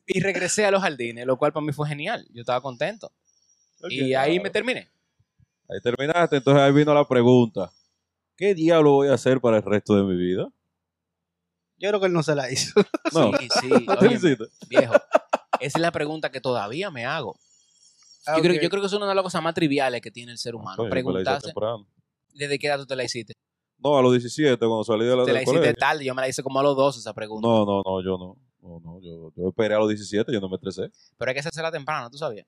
[SPEAKER 2] Y regresé a los jardines, lo cual para mí fue genial. Yo estaba contento. y ahí me terminé.
[SPEAKER 3] Ahí terminaste, entonces ahí vino la pregunta. ¿Qué diablo voy a hacer para el resto de mi vida?
[SPEAKER 1] Yo creo que él no se la hizo.
[SPEAKER 3] No.
[SPEAKER 2] Sí, sí.
[SPEAKER 3] ¿No te lo
[SPEAKER 2] óyeme,
[SPEAKER 3] hiciste?
[SPEAKER 2] viejo. Esa es la pregunta que todavía me hago. Yo,
[SPEAKER 1] Ah,
[SPEAKER 2] creo,
[SPEAKER 1] ok.
[SPEAKER 2] yo creo que es una de las cosas más triviales que tiene el ser humano.
[SPEAKER 3] Coño, Ah, pues, yo me la hice
[SPEAKER 2] Preguntarse
[SPEAKER 3] temprano.
[SPEAKER 2] desde qué edad tú te la hiciste.
[SPEAKER 3] No, a los 17, cuando salí
[SPEAKER 2] Te
[SPEAKER 3] de la,
[SPEAKER 2] la
[SPEAKER 3] del
[SPEAKER 2] hiciste
[SPEAKER 3] colegio.
[SPEAKER 2] tarde, yo me la hice como a los 12 esa pregunta.
[SPEAKER 3] No, no, no, yo no. No, no, yo, yo esperé a los 17, yo no me estresé.
[SPEAKER 2] Pero hay que hacerla temprano, ¿tú sabías?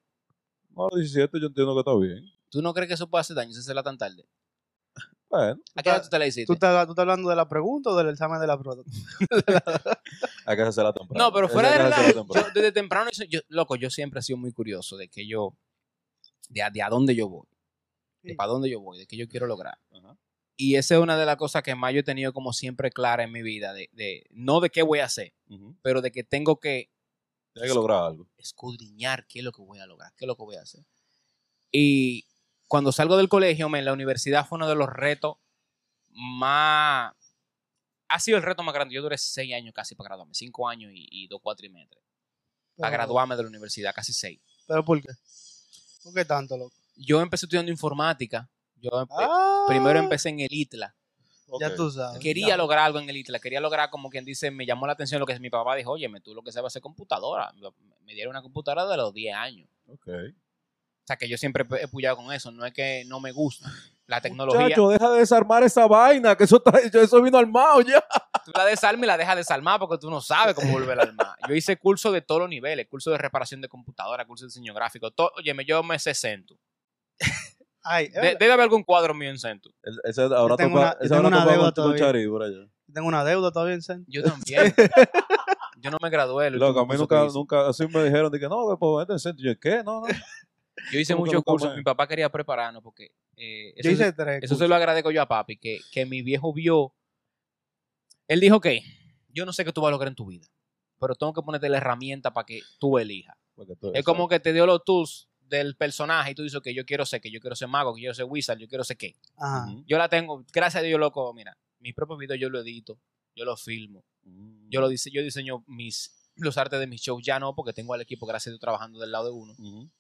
[SPEAKER 3] No, a los 17 yo entiendo que está bien.
[SPEAKER 2] ¿Tú no crees que eso puede hacer daño, hacerla tan tarde?
[SPEAKER 3] Bueno,
[SPEAKER 2] ¿A qué edad tú te la hiciste?
[SPEAKER 1] ¿Tú estás, ¿Tú estás hablando de la pregunta o del examen de la pregunta?
[SPEAKER 3] hay que hacerla temprano.
[SPEAKER 2] No, pero
[SPEAKER 3] Hay
[SPEAKER 2] fuera de
[SPEAKER 3] que hacerla
[SPEAKER 2] relajo,
[SPEAKER 3] temprano.
[SPEAKER 2] yo desde temprano, yo- yo- loco, yo siempre he sido muy curioso de que yo, de a, de a dónde yo voy.
[SPEAKER 1] Sí.
[SPEAKER 2] de para dónde yo voy, de qué yo quiero lograr.
[SPEAKER 3] Ajá.
[SPEAKER 2] Y esa es una de las cosas que más yo he tenido como siempre clara en mi vida, de, de- no de qué voy a hacer,
[SPEAKER 3] Ujú.
[SPEAKER 2] pero de que tengo que
[SPEAKER 3] Tiene que lograr algo.
[SPEAKER 2] escudriñar qué es lo que voy a lograr, qué es lo que voy a hacer. Y cuando salgo del colegio, men, la universidad fue uno de los retos más... Ha sido el reto más grande. Yo duré seis años casi para graduarme, cinco años y, y dos cuatrimestres, para graduarme de la universidad, casi seis.
[SPEAKER 1] ¿Pero por qué? ¿Por qué tanto, loco?
[SPEAKER 2] Yo empecé estudiando informática. Yo empe-
[SPEAKER 1] Ah,
[SPEAKER 2] primero empecé en el ITLA.
[SPEAKER 1] Ya
[SPEAKER 3] Ok.
[SPEAKER 1] tú sabes.
[SPEAKER 2] Quería
[SPEAKER 1] ya.
[SPEAKER 2] lograr algo en el ITLA. Quería lograr, como quien dice, me llamó la atención lo que mi papá dijo, oye, tú lo que sabes es hacer computadora. Me dieron una computadora de los 10 años.
[SPEAKER 3] Ok.
[SPEAKER 2] O sea, que yo siempre he puyado con eso. No es que no me gusta la tecnología.
[SPEAKER 3] Muchacho, deja de desarmar esa vaina, que eso, está- eso vino armado ya.
[SPEAKER 2] Tú la desarmas y la dejas desarmar porque tú no sabes cómo volver a armar. Yo hice curso de todos los niveles. Curso de reparación de computadora, curso de diseño gráfico. Todo, oye, yo me sé Centu.
[SPEAKER 1] Ay, es
[SPEAKER 2] De-
[SPEAKER 1] verdad,
[SPEAKER 2] debe haber algún cuadro mío en Centu.
[SPEAKER 3] El- Ese ahora
[SPEAKER 1] Yo tengo
[SPEAKER 3] toca,
[SPEAKER 1] una- yo
[SPEAKER 3] ese
[SPEAKER 1] tengo
[SPEAKER 3] ahora
[SPEAKER 1] una
[SPEAKER 3] toca
[SPEAKER 1] deuda
[SPEAKER 3] un
[SPEAKER 1] todavía.
[SPEAKER 3] lucharí por allá.
[SPEAKER 1] tengo una deuda todavía en Sen.
[SPEAKER 2] Yo también. Yo no me gradué. el
[SPEAKER 3] Loco, a
[SPEAKER 2] último
[SPEAKER 3] mí
[SPEAKER 2] curso que
[SPEAKER 3] nunca,
[SPEAKER 2] hice.
[SPEAKER 3] nunca, así me dijeron, de que no, pues vente en centro. Yo, ¿qué? No, no.
[SPEAKER 2] Yo hice
[SPEAKER 3] Como que
[SPEAKER 2] muchos
[SPEAKER 3] nunca
[SPEAKER 2] cursos.
[SPEAKER 3] más.
[SPEAKER 2] Mi papá quería prepararnos porque eh, eso,
[SPEAKER 1] Yo
[SPEAKER 2] se-
[SPEAKER 1] hice tres.
[SPEAKER 2] eso
[SPEAKER 1] cursos.
[SPEAKER 2] se lo agradezco yo a papi, que, que mi viejo vio. Él dijo, ok, yo no sé qué tú vas a lograr en tu vida, pero tengo que ponerte la herramienta para que tú elijas.
[SPEAKER 3] Porque tú-
[SPEAKER 2] Es como que te dio los tools del personaje y tú dices, que yo quiero ser, que yo quiero ser mago, que yo quiero ser wizard, yo quiero ser qué.
[SPEAKER 1] Ajá.
[SPEAKER 3] Ujú.
[SPEAKER 2] Yo la tengo, gracias a Dios, loco, mira, mis propios videos yo lo edito, yo lo filmo,
[SPEAKER 3] Mm.
[SPEAKER 2] yo lo dise- yo diseño mis los artes de mis shows, ya no, porque tengo al equipo, gracias a Dios, trabajando del lado de uno
[SPEAKER 3] Ujú.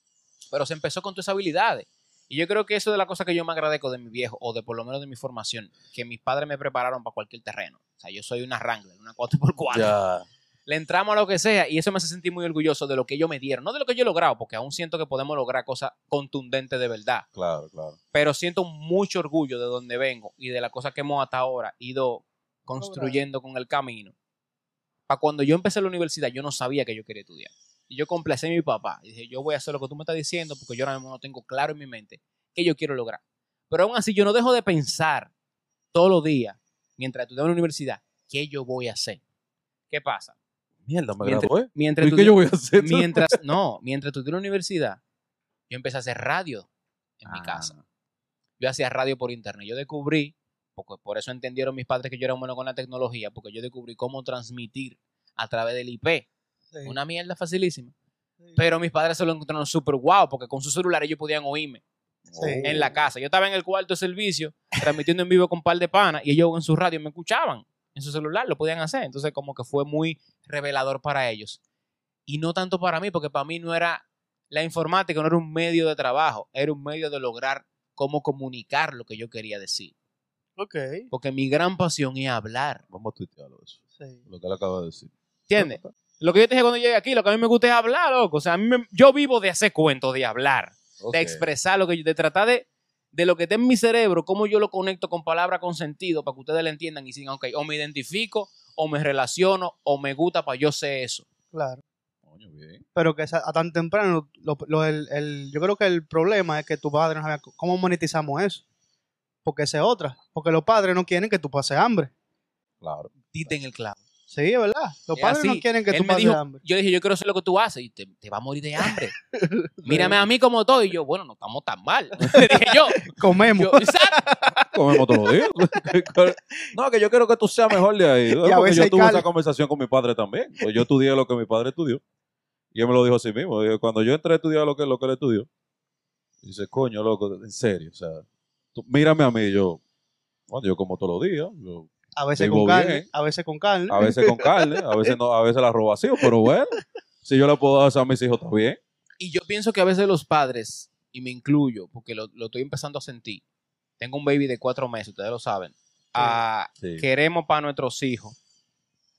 [SPEAKER 2] pero se empezó con todas esas habilidades. Y yo creo que eso es de la cosa que yo me agradezco de mi viejo, o de por lo menos de mi formación, que mis padres me prepararon para cualquier terreno. O sea, yo soy una Wrangler, una 4x4.
[SPEAKER 3] Ya.
[SPEAKER 2] Le entramos a lo que sea y eso me hace sentir muy orgulloso de lo que ellos me dieron. No de lo que yo he logrado, porque aún siento que podemos lograr cosas contundentes de verdad.
[SPEAKER 3] Claro, claro.
[SPEAKER 2] Pero siento mucho orgullo de donde vengo y de las cosas que hemos hasta ahora ido construyendo con el camino. Para cuando yo empecé la universidad, yo no sabía que yo quería estudiar. Y yo complací a mi papá. Y dije, yo voy a hacer lo que tú me estás diciendo porque yo ahora mismo no tengo claro en mi mente que yo quiero lograr. Pero aún así, yo no dejo de pensar todos los días, mientras estudiaba en la universidad, qué yo voy a hacer. ¿Qué pasa?
[SPEAKER 3] Mierda, me
[SPEAKER 2] Mientras-
[SPEAKER 3] gradué.
[SPEAKER 2] Mientras
[SPEAKER 3] ¿Y qué
[SPEAKER 2] estudié-
[SPEAKER 3] yo voy a hacer?
[SPEAKER 2] mientras, no, mientras estudié en la universidad, yo empecé a hacer radio en mi
[SPEAKER 3] Ah.
[SPEAKER 2] casa. Yo hacía radio por internet. Yo descubrí, porque por eso entendieron mis padres que yo era bueno con la tecnología, porque yo descubrí cómo transmitir a través del IP.
[SPEAKER 1] Sí,
[SPEAKER 2] Una mierda facilísima.
[SPEAKER 1] sí.
[SPEAKER 2] Pero mis padres se lo encontraron súper guau, porque con sus celulares ellos podían oírme
[SPEAKER 1] Sí.
[SPEAKER 2] en la casa. Yo estaba en el cuarto de servicio, transmitiendo en vivo con un par de panas, y ellos en su radio me escuchaban. En su celular lo podían hacer. Entonces, como que fue muy revelador para ellos. Y no tanto para mí, porque para mí no era la informática, no era un medio de trabajo, era un medio de lograr cómo comunicar lo que yo quería decir.
[SPEAKER 1] Ok.
[SPEAKER 2] Porque mi gran pasión es hablar.
[SPEAKER 3] Vamos a tuitearlo eso.
[SPEAKER 1] Sí.
[SPEAKER 3] Lo que él acaba de decir.
[SPEAKER 2] ¿Entiendes? Lo que yo te dije cuando llegué aquí, lo que a mí me gusta es hablar, loco. O sea, a mí me- yo vivo de hacer cuentos, de hablar.
[SPEAKER 3] Ok.
[SPEAKER 2] de expresar lo que yo, de tratar de, de lo que está en mi cerebro, cómo yo lo conecto con palabras con sentido para que ustedes lo entiendan y digan, ok, o me identifico, o me relaciono, o me gusta para yo sé eso.
[SPEAKER 1] Claro.
[SPEAKER 3] Coño, bien.
[SPEAKER 1] Pero que esa- a tan temprano, lo- lo- el- el- yo creo que el problema es que tus padres no sabían c- cómo monetizamos eso. Porque esa es otra. Porque los padres no quieren que tú pases hambre.
[SPEAKER 3] Claro.
[SPEAKER 2] Dite en el clavo.
[SPEAKER 1] Sí, es verdad. Los
[SPEAKER 2] Es
[SPEAKER 1] padres no
[SPEAKER 2] así.
[SPEAKER 1] quieren que
[SPEAKER 2] Él
[SPEAKER 1] tú
[SPEAKER 2] me
[SPEAKER 1] pases
[SPEAKER 2] dijo-
[SPEAKER 1] hambre.
[SPEAKER 2] Yo le dije, yo quiero hacer lo que tú haces y te, te va a morir de hambre. Mírame a mí como todo. Y yo, bueno, no estamos tan mal. Le dije yo,
[SPEAKER 1] Comemos.
[SPEAKER 2] yo, exacto.
[SPEAKER 3] Comemos todos los días. no, que yo quiero que tú seas mejor de ahí.
[SPEAKER 1] a
[SPEAKER 3] Porque
[SPEAKER 1] veces
[SPEAKER 3] yo
[SPEAKER 1] hay
[SPEAKER 3] tuve
[SPEAKER 1] cal-
[SPEAKER 3] esa conversación con mi padre también. Pues yo estudié lo que mi padre estudió. Y él me lo dijo así mismo. Dijo, Cuando yo entré a estudiar lo que, lo que él estudió, dice, coño, loco, en serio. O sea, tú- mírame a mí. Yo, bueno, yo como todos los días. Yo
[SPEAKER 1] A veces
[SPEAKER 3] Vivo
[SPEAKER 1] con carne.
[SPEAKER 3] bien. ¿eh?
[SPEAKER 1] A veces con carne.
[SPEAKER 2] Ah,
[SPEAKER 3] A veces con carne, a veces no, a veces la robo vacío, pero bueno, si yo le puedo dar eso a mis hijos, está bien.
[SPEAKER 2] Y yo pienso que a veces los padres, y me incluyo, porque lo, lo estoy empezando a sentir. Tengo un baby de cuatro meses, ustedes lo saben. Ah,
[SPEAKER 3] Sí.
[SPEAKER 2] queremos para nuestros hijos.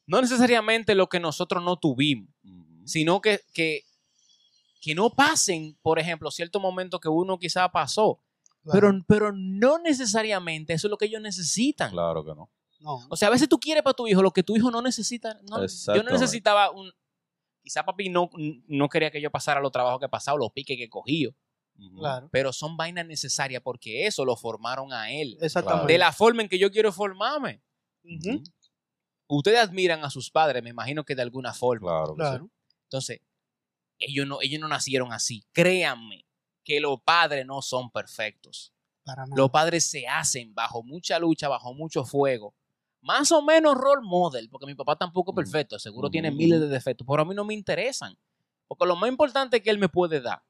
[SPEAKER 2] No necesariamente lo que nosotros no tuvimos,
[SPEAKER 3] Ujú.
[SPEAKER 2] sino que, que, que no pasen, por ejemplo, ciertos momentos que uno quizá pasó,
[SPEAKER 1] Claro.
[SPEAKER 2] pero, pero no necesariamente eso es lo que ellos necesitan.
[SPEAKER 3] Claro que no.
[SPEAKER 1] No.
[SPEAKER 2] O sea, a veces tú quieres para tu hijo lo que tu hijo no necesita. No, yo no
[SPEAKER 3] Exactamente.
[SPEAKER 2] necesitaba un... Quizá papi no, no quería que yo pasara los trabajos que he pasado, los piques que he cogido,
[SPEAKER 3] Ujú.
[SPEAKER 1] Claro.
[SPEAKER 2] pero son vainas necesarias porque eso lo formaron a él.
[SPEAKER 1] Exactamente.
[SPEAKER 2] De la forma en que yo quiero formarme.
[SPEAKER 3] Mm,
[SPEAKER 1] Ujú.
[SPEAKER 2] ustedes admiran a sus padres, me imagino que de alguna forma.
[SPEAKER 3] Claro. que
[SPEAKER 1] Claro.
[SPEAKER 2] Entonces, ellos no, ellos no nacieron así. Créanme que los padres no son perfectos.
[SPEAKER 1] Para nada.
[SPEAKER 2] Los padres se hacen bajo mucha lucha, bajo mucho fuego. Más o menos role model, porque mi papá tampoco es
[SPEAKER 3] Ujú.
[SPEAKER 2] perfecto, seguro tiene
[SPEAKER 3] Ujú.
[SPEAKER 2] miles de defectos, pero a mí no me interesan. Porque lo más importante que él me puede dar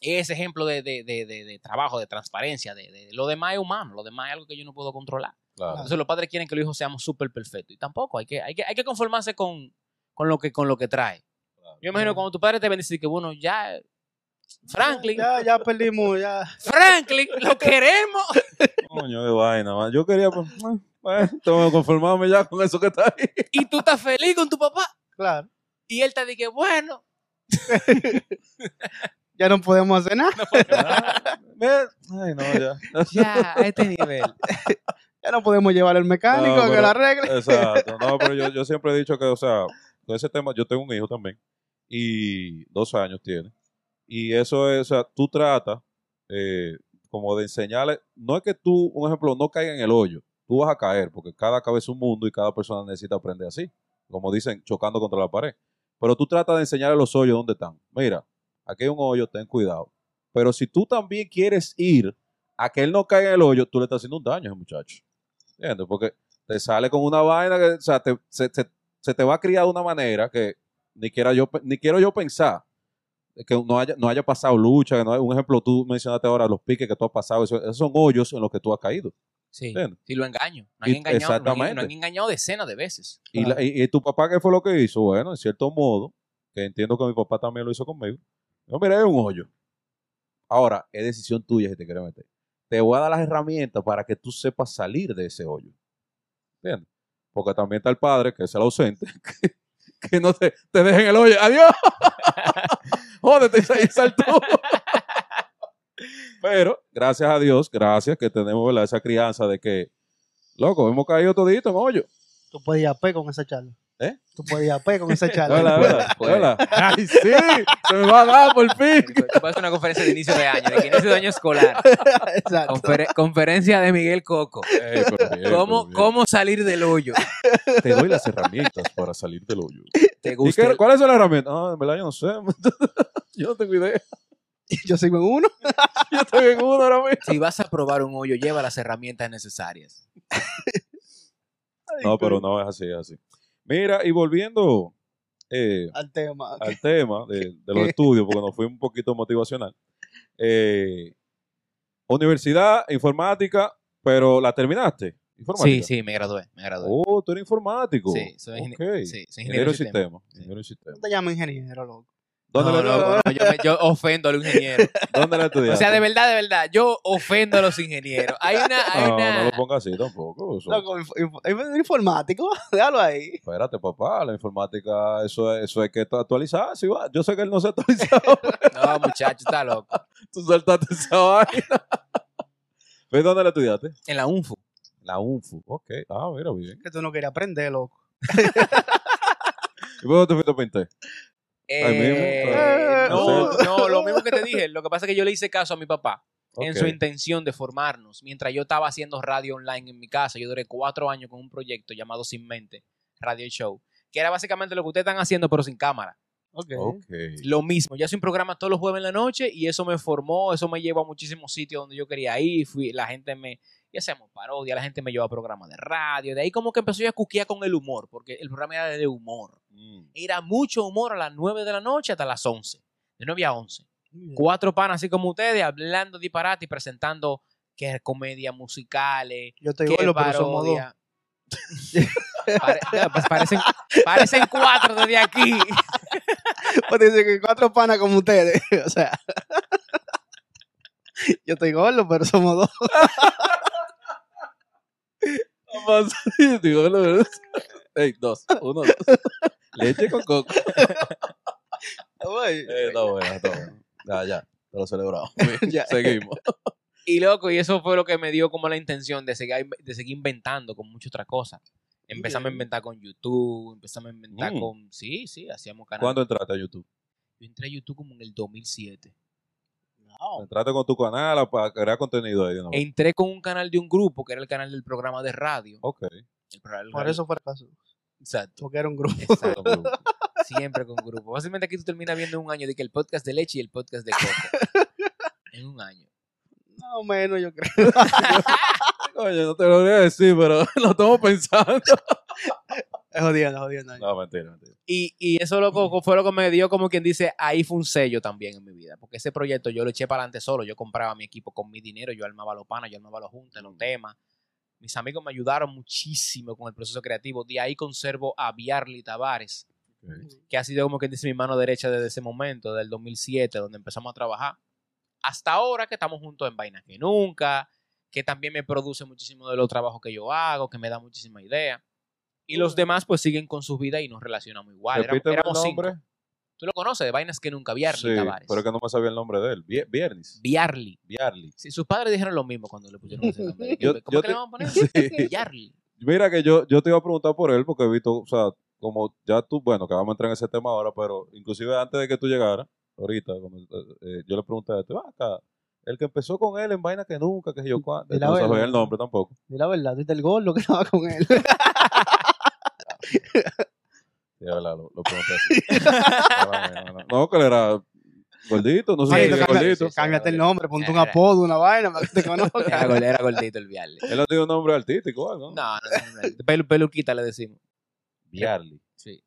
[SPEAKER 2] es ese ejemplo de, de- de- de- de trabajo, de transparencia, de, de- lo demás es humano, lo demás es algo que yo no puedo controlar.
[SPEAKER 3] Claro.
[SPEAKER 2] Entonces los padres quieren que los hijos seamos súper perfectos. Y tampoco, hay que, hay que, hay que conformarse con, con, lo que, con lo que trae. Yo imagino cuando tu padre te bendice, que bueno, ya, eh, Franklin,
[SPEAKER 1] Ya, ya perdimos, ya.
[SPEAKER 2] Franklin, lo queremos.
[SPEAKER 3] Coño, qué vaina, man. Yo quería, pues, bueno, tengo que conformarme ya con eso que está ahí.
[SPEAKER 2] Y tú estás feliz con tu papá.
[SPEAKER 1] Claro.
[SPEAKER 2] Y él te dice, bueno,
[SPEAKER 1] Ya no podemos hacer nada.
[SPEAKER 3] Ve- Ay, no, ya.
[SPEAKER 2] ya, a este nivel.
[SPEAKER 1] Ya no podemos llevar al mecánico
[SPEAKER 3] No,
[SPEAKER 1] a que
[SPEAKER 3] pero-
[SPEAKER 1] la arregle.
[SPEAKER 3] Exacto. No, pero yo, yo siempre he dicho que, o sea, con ese tema, yo tengo un hijo también y dos años tiene. Y eso es, o sea, tú tratas eh, como de enseñarle, no es que tú, un ejemplo, no caiga en el hoyo, tú vas a caer, porque cada cabeza es un mundo y cada persona necesita aprender así, como dicen, chocando contra la pared. Pero tú tratas de enseñarle los hoyos donde están. Mira, aquí hay un hoyo, ten cuidado. Pero si tú también quieres ir a que él no caiga en el hoyo, tú le estás haciendo un daño a ese muchacho. ¿Entiendes? Porque te sale con una vaina que, o sea, te- se, se- se te va a criar de una manera que ni, quiera yo, pe- ni quiero yo pensar que no haya, no haya pasado lucha, que no haya- un ejemplo, tú mencionaste ahora los piques que tú has pasado, eso- esos son hoyos en los que tú has caído.
[SPEAKER 2] Sí,
[SPEAKER 3] Entiendo.
[SPEAKER 2] sí lo engaño. No han
[SPEAKER 3] Y-
[SPEAKER 2] engañado, no han,
[SPEAKER 3] exactamente.
[SPEAKER 2] no han engañado decenas de veces.
[SPEAKER 3] Y, la- y- y tu papá, ¿qué fue lo que hizo? Bueno, en cierto modo, que entiendo que mi papá también lo hizo conmigo. Yo, mira, es un hoyo. Ahora, es decisión tuya si te quieres meter. Te voy a dar las herramientas para que tú sepas salir de ese hoyo. ¿Entiendes? Porque también está el padre, que es el ausente, que, que no te, te dejen el hoyo. ¡Adiós! Jódete, y sal- y saltó. Pero, gracias a Dios, gracias que tenemos ¿verdad? esa crianza de que, loco, hemos caído todito en hoyo.
[SPEAKER 1] Tú puedes ir a pe con esa charla.
[SPEAKER 3] ¿Eh?
[SPEAKER 1] Tú puedes ir a pe con esa charla.
[SPEAKER 3] Hola,
[SPEAKER 4] Puede,
[SPEAKER 3] hola,
[SPEAKER 4] puede.
[SPEAKER 3] hola. Ay, sí, se me va a dar por fin.
[SPEAKER 2] Tú vas a una conferencia de inicio de año, de inicio de año escolar.
[SPEAKER 1] Exacto.
[SPEAKER 2] Confere- conferencia de Miguel Coco.
[SPEAKER 3] Eh, pero bien, pero
[SPEAKER 2] ¿Cómo,
[SPEAKER 3] bien.
[SPEAKER 2] ¿Cómo salir del hoyo?
[SPEAKER 3] Te doy las herramientas para salir del hoyo.
[SPEAKER 2] ¿Te
[SPEAKER 3] ¿Y
[SPEAKER 2] gusta?
[SPEAKER 3] qué,
[SPEAKER 2] el-
[SPEAKER 3] ¿Cuáles son las herramientas? Ah, en verdad yo no sé. yo no tengo idea.
[SPEAKER 1] Yo sigo en uno.
[SPEAKER 3] Yo estoy en uno ahora mismo.
[SPEAKER 2] Si vas a probar un hoyo, lleva las herramientas necesarias.
[SPEAKER 3] No, pero no es así, es así. Mira, y volviendo eh,
[SPEAKER 1] Al tema.
[SPEAKER 3] al tema de, de los estudios, porque nos fue un poquito motivacional. Eh, universidad, informática, pero la terminaste. Informática.
[SPEAKER 2] Sí, sí, me gradué, me gradué.
[SPEAKER 3] Oh, tú eres informático.
[SPEAKER 2] Sí, soy ingeniero.
[SPEAKER 3] Ok.
[SPEAKER 2] Sí, soy
[SPEAKER 3] Ingeniero
[SPEAKER 2] ingeniero
[SPEAKER 3] de
[SPEAKER 2] de sistema.
[SPEAKER 3] sistema.
[SPEAKER 2] Sí.
[SPEAKER 3] Ingeniero de sistema.
[SPEAKER 1] No te llamas ingeniero, loco.
[SPEAKER 3] ¿Dónde,
[SPEAKER 2] No,
[SPEAKER 3] la,
[SPEAKER 2] loco, no, yo, me- yo ofendo a los ingenieros.
[SPEAKER 3] ¿Dónde la estudiaste?
[SPEAKER 2] O sea, de verdad, de verdad, yo ofendo a los ingenieros. Hay una, hay
[SPEAKER 3] No, no
[SPEAKER 2] una,
[SPEAKER 3] lo pongas así tampoco. eso-
[SPEAKER 1] Loco, inf- inf- inf- informático. Déjalo ahí.
[SPEAKER 3] Espérate, papá, la informática, eso es, eso es que está actualizada. sí va. Yo sé que él no se ha actualizado, pero
[SPEAKER 2] No, muchacho, está loco.
[SPEAKER 3] tú saltaste esa vaina. ¿Ves dónde la estudiaste?
[SPEAKER 2] En la UNFU.
[SPEAKER 3] La UNFU. Ok, ah, mira, bien.
[SPEAKER 1] Que tú no querías aprender, loco.
[SPEAKER 3] ¿Y por qué te fuiste a pintar? Ahí mismo,
[SPEAKER 2] Eh,
[SPEAKER 3] claro.
[SPEAKER 2] no,
[SPEAKER 1] No sé.
[SPEAKER 2] no, lo mismo que te dije. Lo que pasa es que yo le hice caso a mi papá en
[SPEAKER 3] Ok.
[SPEAKER 2] su intención de formarnos. Mientras yo estaba haciendo radio online en mi casa, yo duré cuatro años con un proyecto llamado Sin Mente, Radio Show, que era básicamente lo que ustedes están haciendo, pero sin cámara.
[SPEAKER 1] Ok.
[SPEAKER 3] Ok.
[SPEAKER 2] Lo mismo, yo hacía un programa todos los jueves en la noche y eso me formó, eso me llevó a muchísimos sitios donde yo quería ir, fui, la gente me, ya hacíamos parodia, la gente me llevó a programas de radio, de ahí como que empezó yo a cuquear con el humor, porque el programa era de humor
[SPEAKER 3] Mm.
[SPEAKER 2] era mucho humor a las 9 de la noche hasta las 11. De 9 a 11.
[SPEAKER 1] Bien.
[SPEAKER 2] Cuatro panas así como ustedes, hablando disparate y presentando que comedias musicales,
[SPEAKER 1] Yo estoy
[SPEAKER 2] que
[SPEAKER 1] bueno, pero somos dos.
[SPEAKER 2] eh, parodia. Pare- ya, pues parecen, parecen cuatro desde aquí.
[SPEAKER 1] Pues dice que cuatro panas como ustedes. O sea. Yo estoy gordo, pero somos dos.
[SPEAKER 4] Vamos, digo, la verdad. Ey, dos, uno, dos. Leche con coco.
[SPEAKER 1] Oye,
[SPEAKER 3] Eh, está bueno, está bueno. Ya, ya, te lo celebramos.
[SPEAKER 1] ya.
[SPEAKER 3] Seguimos.
[SPEAKER 2] Y loco, y eso fue lo que me dio como la intención de seguir, de seguir inventando con muchas otras cosas. Empezamos a
[SPEAKER 1] Bien.
[SPEAKER 2] inventar con YouTube, empezamos a inventar
[SPEAKER 3] Mm.
[SPEAKER 2] con... Sí, sí, hacíamos canales.
[SPEAKER 3] ¿Cuándo entraste a YouTube?
[SPEAKER 2] Yo entré a YouTube como en el 2007.
[SPEAKER 3] Entraste con tu canal a- para crear contenido ahí. de una vez.
[SPEAKER 2] entré con un canal de un grupo que era el canal del programa de radio.
[SPEAKER 3] Ok.
[SPEAKER 2] El programa del
[SPEAKER 1] Por
[SPEAKER 2] radio.
[SPEAKER 1] eso fue el caso.
[SPEAKER 2] Exacto.
[SPEAKER 1] Porque era un grupo.
[SPEAKER 2] Exacto. Siempre con grupo. Básicamente aquí tú terminas viendo en un año de que el podcast de leche y el podcast de coco. En un año.
[SPEAKER 1] Más o menos, yo creo.
[SPEAKER 4] Oye, no te lo voy a decir, pero lo estamos pensando.
[SPEAKER 1] Es jodiendo, es jodiendo.
[SPEAKER 3] No, mentira, mentira.
[SPEAKER 2] Y, y eso loco co- fue lo que me dio como quien dice, ahí fue un sello también en mi vida, porque ese proyecto yo lo eché para adelante solo, yo compraba mi equipo con mi dinero, yo armaba los panas, yo armaba los juntas, los temas. Mis amigos me ayudaron muchísimo con el proceso creativo, de ahí conservo a Biarly Tavares, que ha sido como quien dice mi mano derecha desde ese momento, del 2007, donde empezamos a trabajar, hasta ahora que estamos juntos en Vainas que Nunca, que también me produce muchísimo de los trabajos que yo hago, que me da muchísima idea. Y los demás pues siguen con sus vidas y nos relacionamos igual. Éramos,
[SPEAKER 3] Repíteme el
[SPEAKER 2] éramos cinco.
[SPEAKER 3] nombre.
[SPEAKER 2] Tú lo conoces, de Vainas que Nunca, Biarly
[SPEAKER 3] Sí,
[SPEAKER 2] Tavares.
[SPEAKER 3] pero que no me sabía el nombre de él. Vie- Viernes.
[SPEAKER 2] Biarly.
[SPEAKER 3] Biarly.
[SPEAKER 2] Sí, sus padres dijeron lo mismo cuando le pusieron ese nombre.
[SPEAKER 3] Yo-
[SPEAKER 2] ¿Cómo
[SPEAKER 3] yo
[SPEAKER 2] que
[SPEAKER 3] te-
[SPEAKER 2] le vamos a poner?
[SPEAKER 3] Sí.
[SPEAKER 2] Biarly.
[SPEAKER 3] Mira que yo, yo te iba a preguntar por él porque he visto, o sea, como ya tú, bueno, que vamos a entrar en ese tema ahora, pero inclusive antes de que tú llegaras, ahorita, cuando, eh, yo le pregunté a este, "Va acá, el que empezó con él en vaina que nunca, que sé yo cuánto,
[SPEAKER 1] De la
[SPEAKER 3] no
[SPEAKER 1] vela.
[SPEAKER 3] sabía el nombre tampoco.
[SPEAKER 1] Di la verdad, viste el gol, lo que estaba con él.
[SPEAKER 3] Sí, es verdad, lo, lo pregunté así. Ah, no, no, no. No, que él era gordito, no sé
[SPEAKER 1] Manito,
[SPEAKER 3] si era
[SPEAKER 1] cámbiate-
[SPEAKER 3] gordito.
[SPEAKER 2] sí, sí.
[SPEAKER 1] Cámbiate el nombre, ponte un
[SPEAKER 2] Era-
[SPEAKER 1] apodo, una vaina para que te conozcan.
[SPEAKER 2] Era, gol- era gordito el Biarly.
[SPEAKER 3] Él no tiene un nombre artístico o
[SPEAKER 2] No,
[SPEAKER 3] algo.
[SPEAKER 2] no, no. no. Pelu- peluquita le decimos.
[SPEAKER 3] Biarly.
[SPEAKER 2] Sí.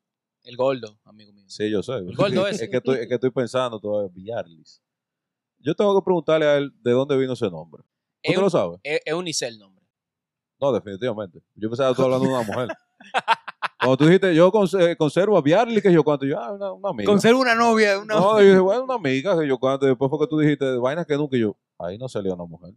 [SPEAKER 2] El gordo, amigo mío.
[SPEAKER 3] Sí, yo sé.
[SPEAKER 2] gordo
[SPEAKER 3] es,
[SPEAKER 2] ese.
[SPEAKER 3] que estoy, es que estoy pensando todavía, Biarlis. Yo tengo que preguntarle a él de dónde vino ese nombre. ¿Tú
[SPEAKER 2] Es
[SPEAKER 3] te
[SPEAKER 2] un-
[SPEAKER 3] lo sabes?
[SPEAKER 2] Es, es unicel el nombre.
[SPEAKER 3] No, definitivamente. Yo pensaba que tú hablando de una mujer. Cuando tú dijiste, yo cons- eh, conservo a Biarly, que yo cuánto, yo, ah, una, una amiga.
[SPEAKER 1] Conserva una novia, una
[SPEAKER 3] no, yo dije, bueno, una amiga, que yo cuánto. Después fue que tú dijiste, de vainas que nunca, y yo, ahí no salió una mujer.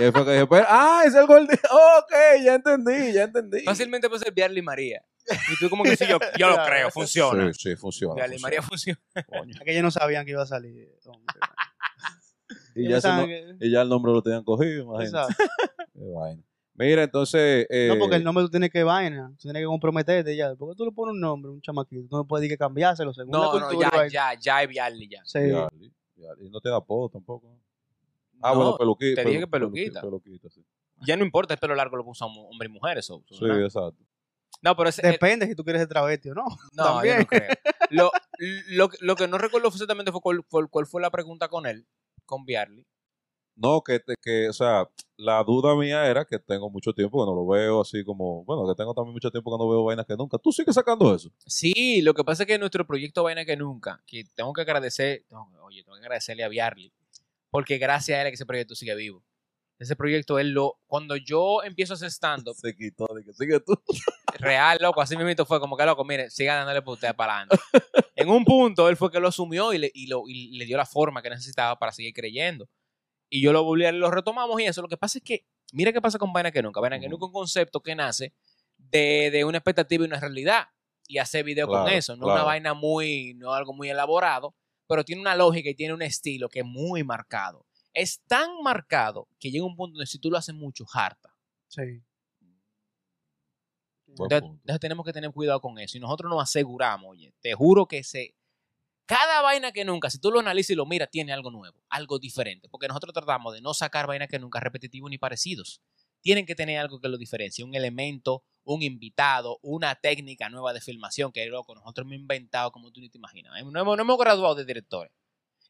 [SPEAKER 3] y ahí fue que dije, pero, ah, es el gordito. Ok, ya entendí, ya entendí.
[SPEAKER 2] Fácilmente puede ser Biarly María. Y tú como que sí, yo, yo lo creo, funciona.
[SPEAKER 3] Sí, sí, funciona.
[SPEAKER 2] Biarly María
[SPEAKER 3] funciona.
[SPEAKER 2] funciona.
[SPEAKER 3] Coño.
[SPEAKER 1] Aquellos no sabían que iba a salir. hombre.
[SPEAKER 3] Y,
[SPEAKER 1] Ellos
[SPEAKER 3] ya ese
[SPEAKER 1] pensaban
[SPEAKER 3] no-
[SPEAKER 1] que-
[SPEAKER 3] y ya el nombre lo tenían cogido, imagínate.
[SPEAKER 1] Exacto.
[SPEAKER 3] Qué vaina. Mira, entonces. eh,
[SPEAKER 1] No, porque el nombre tú tienes que vaina, tú tienes que comprometerte ya. Porque tú le pones un nombre, un chamaquito, tú no puedes decir que cambiárselo según la
[SPEAKER 2] No, no,
[SPEAKER 1] cultura.
[SPEAKER 2] ya,
[SPEAKER 1] vaina.
[SPEAKER 2] ya, ya es Biarly ya.
[SPEAKER 1] Sí.
[SPEAKER 3] Biarly, Biarly. no tiene apodo tampoco. Ah,
[SPEAKER 2] No,
[SPEAKER 3] bueno, peluquita.
[SPEAKER 2] te dije que peluquita.
[SPEAKER 3] Peluquita, sí.
[SPEAKER 2] pues, Ya no importa, el pelo largo lo usan hombres y mujeres. so- so,
[SPEAKER 3] Sí,
[SPEAKER 2] ¿verdad?
[SPEAKER 3] exacto.
[SPEAKER 2] No, pero ese, eh,
[SPEAKER 1] Depende si tú quieres ser travesti o no.
[SPEAKER 2] no,
[SPEAKER 1] también.
[SPEAKER 2] yo no creo. Lo, lo, lo que no recuerdo exactamente fue cuál, cuál- cuál fue la pregunta con él, con Biarly.
[SPEAKER 3] No, que, te- que, o sea, la duda mía era que tengo mucho tiempo que no lo veo así como. Bueno, que tengo también mucho tiempo que no veo vainas que nunca. Tú sigues sacando eso.
[SPEAKER 2] Sí, lo que pasa es que nuestro proyecto Vaina que Nunca, que tengo que agradecer, no, oye, tengo que agradecerle a Biarly, porque gracias a él es que ese proyecto sigue vivo. Ese proyecto, él lo, cuando yo empiezo a hacer stand-up,
[SPEAKER 4] Se quitó, de que sigue tú.
[SPEAKER 2] real, loco, así mismo fue como que loco, mire, siga dándole por usted para adelante. En un punto, él fue que lo asumió y le, y lo- y le dio la forma que necesitaba para seguir creyendo. Y yo lo volví a lo retomamos y eso. Lo que pasa es que, mira qué pasa con Vaina que nunca. Vaina que
[SPEAKER 3] Ujú.
[SPEAKER 2] nunca es un concepto que nace de, de una expectativa y una realidad. Y hacer video con
[SPEAKER 3] Claro,
[SPEAKER 2] eso. No una
[SPEAKER 3] claro.
[SPEAKER 2] vaina muy, no algo muy elaborado, pero tiene una lógica y tiene un estilo que es muy marcado. Es tan marcado que llega un punto donde si tú lo haces mucho, harta.
[SPEAKER 1] Sí.
[SPEAKER 3] Buen
[SPEAKER 2] Entonces,
[SPEAKER 3] punto.
[SPEAKER 2] entonces tenemos que tener cuidado con eso. Y nosotros nos aseguramos, oye, te juro que se, cada vaina que nunca, si tú lo analizas y lo miras, tiene algo nuevo, algo diferente. Porque nosotros tratamos de no sacar vainas que nunca repetitivos ni parecidos. Tienen que tener algo que lo diferencie, un elemento, un invitado, una técnica nueva de filmación que, loco, nosotros hemos inventado como tú ni te imaginas. Eh, No hemos, no hemos graduado de directores.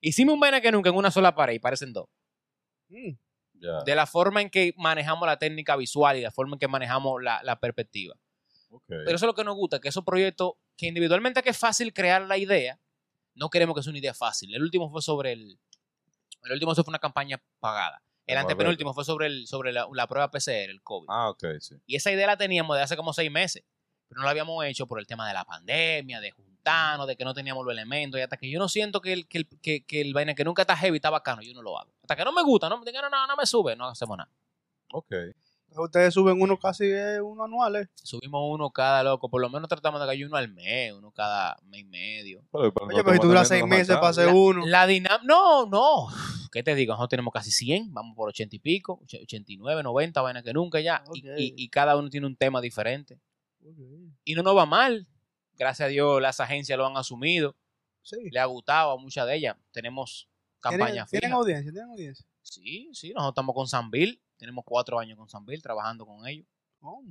[SPEAKER 2] Hicimos un vaina que nunca en una sola pared y parecen dos
[SPEAKER 1] Mm.
[SPEAKER 3] Ya.
[SPEAKER 2] de la forma en que manejamos la técnica visual y la forma en que manejamos la, la perspectiva.
[SPEAKER 3] ok.
[SPEAKER 2] Pero eso es lo que nos gusta, que esos proyectos, que individualmente que es fácil crear la idea, no queremos que sea una idea fácil. El último fue sobre el... El último fue una campaña pagada. El
[SPEAKER 3] Ah,
[SPEAKER 2] antepenúltimo fue sobre, el, sobre la, la prueba PCR, el COVID.
[SPEAKER 3] Ah, ok, sí.
[SPEAKER 2] Y esa idea la teníamos de hace como seis meses, pero no la habíamos hecho por el tema de la pandemia, de juntarnos, de que no teníamos los elementos, y hasta que yo no siento que el, que el, que, que el vaina que nunca está heavy está bacano, yo no lo hago. Hasta que no me gusta, no, me digan, no, no, no me sube, no hacemos nada.
[SPEAKER 3] Ok.
[SPEAKER 1] Ustedes suben uno casi eh, uno anual, ¿eh?
[SPEAKER 2] Subimos uno cada loco, por lo menos tratamos de que haya uno al mes, uno cada mes y medio.
[SPEAKER 3] Pero, pero
[SPEAKER 1] Oye,
[SPEAKER 3] no
[SPEAKER 1] pero si
[SPEAKER 3] te
[SPEAKER 1] tú duras
[SPEAKER 3] mandas
[SPEAKER 1] seis
[SPEAKER 3] viendo los
[SPEAKER 1] meses para
[SPEAKER 3] mandados.
[SPEAKER 1] hacer uno.
[SPEAKER 2] La dinámica, no, no, ¿qué te digo? Nosotros tenemos casi 100, vamos por 80 y pico, 89, 90, vaina que nunca ya, y-
[SPEAKER 1] Ok.
[SPEAKER 2] y- y cada uno tiene un tema diferente.
[SPEAKER 1] Ok.
[SPEAKER 2] Y no nos va mal, gracias a Dios las agencias lo han asumido.
[SPEAKER 1] Sí.
[SPEAKER 2] le ha gustado a muchas de ellas. Tenemos
[SPEAKER 1] ¿Tienen,
[SPEAKER 2] campañas
[SPEAKER 1] tienen
[SPEAKER 2] fijas.
[SPEAKER 1] audiencia, tienen audiencia.
[SPEAKER 2] Sí, sí, nosotros estamos con Sanville. Tenemos cuatro años con Sanville trabajando con ellos.
[SPEAKER 1] Oh.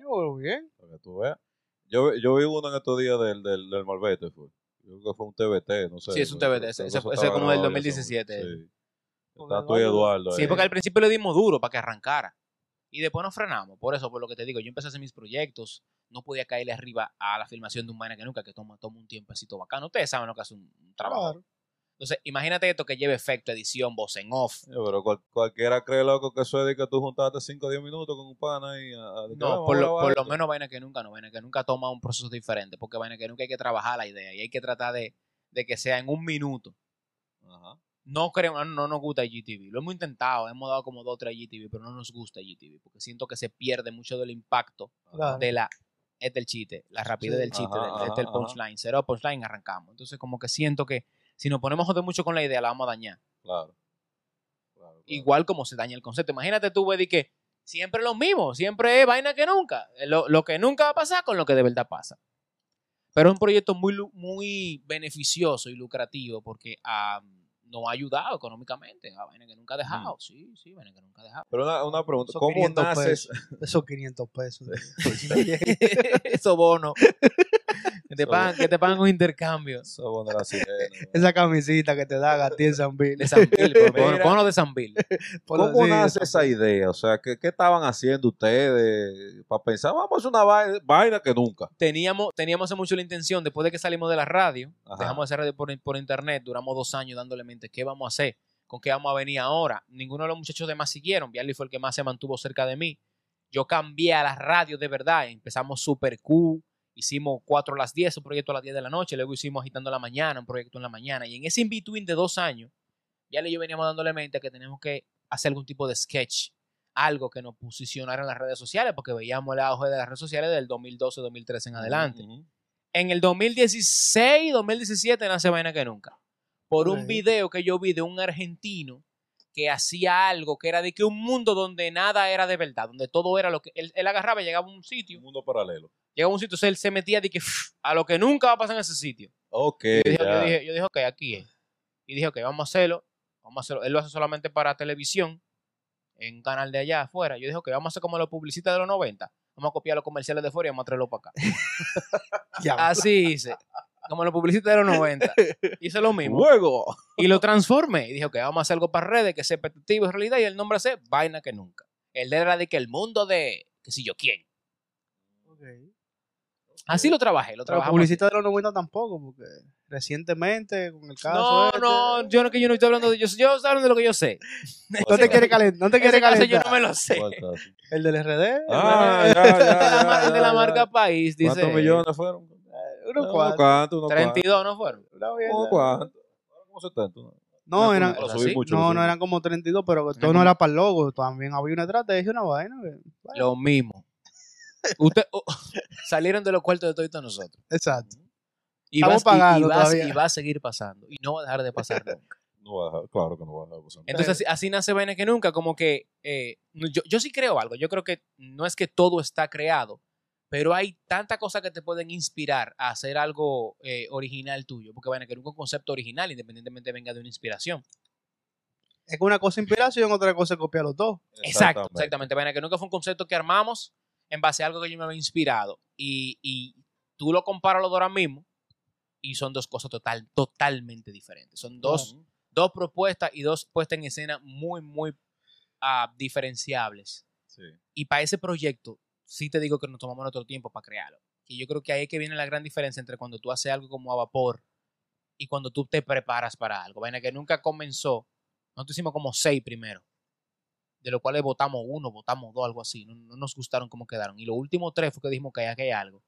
[SPEAKER 1] Yo, bien.
[SPEAKER 3] Para que tú veas. Yo, yo vi uno en estos días del, del, del Malvete, fue. Yo creo que fue un TBT, no sé.
[SPEAKER 2] Sí, es un
[SPEAKER 3] creo-
[SPEAKER 2] TBT,
[SPEAKER 3] creo
[SPEAKER 2] ese-
[SPEAKER 3] que
[SPEAKER 2] ese
[SPEAKER 3] eso
[SPEAKER 2] fue-
[SPEAKER 3] estaba
[SPEAKER 2] ese como del
[SPEAKER 3] grabado ya hace mucho.
[SPEAKER 2] 2017.
[SPEAKER 3] Sí.
[SPEAKER 1] Porque
[SPEAKER 3] Está tú y Eduardo.
[SPEAKER 2] Sí,
[SPEAKER 3] ahí.
[SPEAKER 2] porque al principio le dimos duro para que arrancara. Y después nos frenamos. Por eso, por lo que te digo, yo empecé a hacer mis proyectos. No podía caerle arriba a la filmación de un vaina que nunca, que toma, toma un tiempecito bacano. Ustedes saben lo que hace un, un trabajo.
[SPEAKER 1] Claro.
[SPEAKER 2] Entonces, imagínate esto que lleve efecto, edición, voz en off.
[SPEAKER 3] Sí, Eh, Pero cual- cualquiera cree, loco, que eso es de que tú juntaste 5 o 10 minutos con un pana y... a- a- de que
[SPEAKER 2] No,
[SPEAKER 3] vamos
[SPEAKER 2] por
[SPEAKER 3] a
[SPEAKER 2] lo,
[SPEAKER 3] grabar
[SPEAKER 2] por lo
[SPEAKER 3] esto.
[SPEAKER 2] menos vaina que nunca, no, vaina que nunca toma un proceso diferente, porque vaina que nunca hay que trabajar la idea y hay que tratar de, de que sea en un minuto.
[SPEAKER 3] Ajá.
[SPEAKER 2] No creo, no nos gusta GTV. Lo hemos intentado, hemos dado como dos o tres GTV, pero no nos gusta GTV, porque siento que se pierde mucho del impacto
[SPEAKER 1] Claro.
[SPEAKER 2] de la es del chiste, la rapidez
[SPEAKER 1] Sí.
[SPEAKER 2] del chiste,
[SPEAKER 3] Ajá,
[SPEAKER 2] del,
[SPEAKER 3] ajá,
[SPEAKER 2] del
[SPEAKER 3] ajá.
[SPEAKER 2] punchline, cero punchline, arrancamos. Entonces como que siento que si nos ponemos a joder mucho con la idea, la vamos a dañar.
[SPEAKER 3] Claro. Claro, claro.
[SPEAKER 2] Igual como se daña el concepto. Imagínate tú, Buddy, que siempre lo mismo, siempre es vaina que nunca. eh, Lo, lo que nunca va a pasar con lo que de verdad pasa. Pero es un proyecto muy, lu- muy beneficioso y lucrativo porque ah, nos ha ayudado económicamente. A vaina que nunca ha dejado. Sí, sí, vaina que nunca ha dejado.
[SPEAKER 3] Pero una, una pregunta,
[SPEAKER 1] Son
[SPEAKER 3] ¿cómo
[SPEAKER 1] 500
[SPEAKER 2] pues.
[SPEAKER 3] naces?
[SPEAKER 1] Esos 500 pesos.
[SPEAKER 2] Eso bono. que, te pagan, que te pagan un intercambio.
[SPEAKER 3] Eso es bueno, la sirena, ¿no?
[SPEAKER 1] Esa camisita que te da Gatti en San Bill.
[SPEAKER 2] De San Bill, por favor,
[SPEAKER 3] Mira.
[SPEAKER 2] bono de San Bill.
[SPEAKER 1] Ponlo
[SPEAKER 3] ¿Cómo
[SPEAKER 1] así,
[SPEAKER 3] nace esa idea? O sea, ¿qué, qué estaban haciendo ustedes para pensar, vamos a hacer una vaina, vaina que nunca?
[SPEAKER 2] teníamos, teníamos hace mucho la intención, después de que salimos de la radio,
[SPEAKER 3] Ajá.
[SPEAKER 2] dejamos de hacer radio por, por internet, duramos dos años dándole mente, ¿qué vamos a hacer? ¿Con qué vamos a venir ahora? Ninguno de los muchachos demás siguieron. Bialy fue el que más se mantuvo cerca de mí. Yo cambié a las radios de verdad. Empezamos Super Q, hicimos 4 a las 10, un proyecto a las 10 de la noche, luego hicimos Agitando la Mañana, un proyecto en la mañana. Y en ese in-between de dos años, Bialy y yo veníamos dándole mente que tenemos que hacer algún tipo de sketch, algo que nos posicionara en las redes sociales, porque veíamos el auge de las redes sociales del 2012-2013 en adelante.
[SPEAKER 3] Ujú.
[SPEAKER 2] En el 2016, 2017 nace Vaina que Nunca. Por un
[SPEAKER 1] Ok.
[SPEAKER 2] video que yo vi de un argentino que hacía algo que era de que un mundo donde nada era de verdad, donde todo era lo que él, él agarraba, y llegaba a un sitio,
[SPEAKER 3] Un mundo paralelo.
[SPEAKER 2] llegaba a un sitio, entonces él se metía de que "Uf, a lo que nunca va a pasar en ese sitio.
[SPEAKER 3] Ok,
[SPEAKER 2] Yo dije,
[SPEAKER 3] ya.
[SPEAKER 2] yo dije, yo dije, ok, aquí es. Y dije, ok, vamos a hacerlo. Vamos a hacerlo. Él lo hace solamente para televisión, en un canal de allá afuera. Yo dije, ok, vamos a hacer como los publicistas de los 90. Vamos a copiar los comerciales de fuera y vamos a traerlo para acá.
[SPEAKER 1] Ya.
[SPEAKER 2] Así hice. Como los publicistas de los 90. Hice lo mismo.
[SPEAKER 4] Luego.
[SPEAKER 2] Y lo transformé. Y dije, ok, vamos a hacer algo para redes que sea expectativa y realidad. Y el nombre es Vaina que Nunca. El de era de que el mundo de que si yo quién.
[SPEAKER 1] Ok.
[SPEAKER 2] Así lo trabajé, lo
[SPEAKER 1] Pero
[SPEAKER 2] trabajé.
[SPEAKER 1] publicista de los 90 tampoco, porque recientemente con el caso.
[SPEAKER 2] No,
[SPEAKER 1] este-
[SPEAKER 2] no, yo no, que yo no estoy hablando de yo, yo estoy hablando de lo que yo sé.
[SPEAKER 1] No te quieres calentar. No te quieres
[SPEAKER 2] Ese caso yo
[SPEAKER 1] calentar.
[SPEAKER 2] no me lo sé.
[SPEAKER 3] ¿Cuántas?
[SPEAKER 1] El del RD.
[SPEAKER 3] Ah, ya, ya,
[SPEAKER 2] El de la, mar-
[SPEAKER 3] ya,
[SPEAKER 2] el de la
[SPEAKER 3] ya,
[SPEAKER 2] marca
[SPEAKER 3] ya.
[SPEAKER 2] País dice
[SPEAKER 3] ¿Cuántos millones fueron? Eh,
[SPEAKER 1] Uno
[SPEAKER 3] Unos
[SPEAKER 1] cuatro.
[SPEAKER 3] cuantos, unos cuantos.
[SPEAKER 2] 32, ¿no fueron?
[SPEAKER 1] Una
[SPEAKER 3] Unos
[SPEAKER 1] mierda.
[SPEAKER 3] cuantos. Como 70. ¿no?
[SPEAKER 1] No, eran,
[SPEAKER 3] Lo
[SPEAKER 2] cosa
[SPEAKER 3] subí
[SPEAKER 2] Ah, así.
[SPEAKER 3] mucho. lo
[SPEAKER 1] no, no
[SPEAKER 3] subí mucho.
[SPEAKER 1] eran como 32, pero todo
[SPEAKER 2] como-
[SPEAKER 1] no era para el logo. También había una estrategia, una vaina. que-
[SPEAKER 2] Lo mismo. Usted, oh, salieron de los cuartos de todos nosotros.
[SPEAKER 1] Exacto.
[SPEAKER 2] Y va,
[SPEAKER 1] Estamos
[SPEAKER 2] y- y
[SPEAKER 1] pagando
[SPEAKER 2] vas-
[SPEAKER 1] todavía.
[SPEAKER 2] y va a seguir pasando. Y no va a dejar de pasar nunca.
[SPEAKER 3] No va a dejar- claro que no va a dejar pasar.
[SPEAKER 2] Entonces, así, así nace Vaina que nunca. Como que eh, no, yo, yo sí creo algo. Yo creo que no es que todo está creado, pero hay tanta cosa que te pueden inspirar a hacer algo eh, original tuyo. Porque Vaina que nunca es un concepto original, independientemente venga de una inspiración.
[SPEAKER 1] Es que una cosa inspiración, otra cosa es copiar los dos.
[SPEAKER 2] Exacto, exactamente. Vaina que nunca fue un concepto que armamos en base a algo que yo me había inspirado. Y, y tú lo comparas los dos ahora mismo y son dos cosas total, totalmente diferentes. Son dos.
[SPEAKER 3] Ujú.
[SPEAKER 2] dos propuestas y dos puestas en escena muy, muy ah, diferenciables.
[SPEAKER 3] Sí.
[SPEAKER 2] Y para ese proyecto, sí te digo que nos tomamos nuestro tiempo para crearlo. Y yo creo que ahí es que viene la gran diferencia entre cuando tú haces algo como a vapor y cuando tú te preparas para algo. Vaina que nunca comenzó. Nosotros hicimos como seis primero, de los cuales votamos uno, votamos dos, algo así. No, no nos gustaron cómo quedaron. Y los últimos tres fue que dijimos que hay, que hay algo.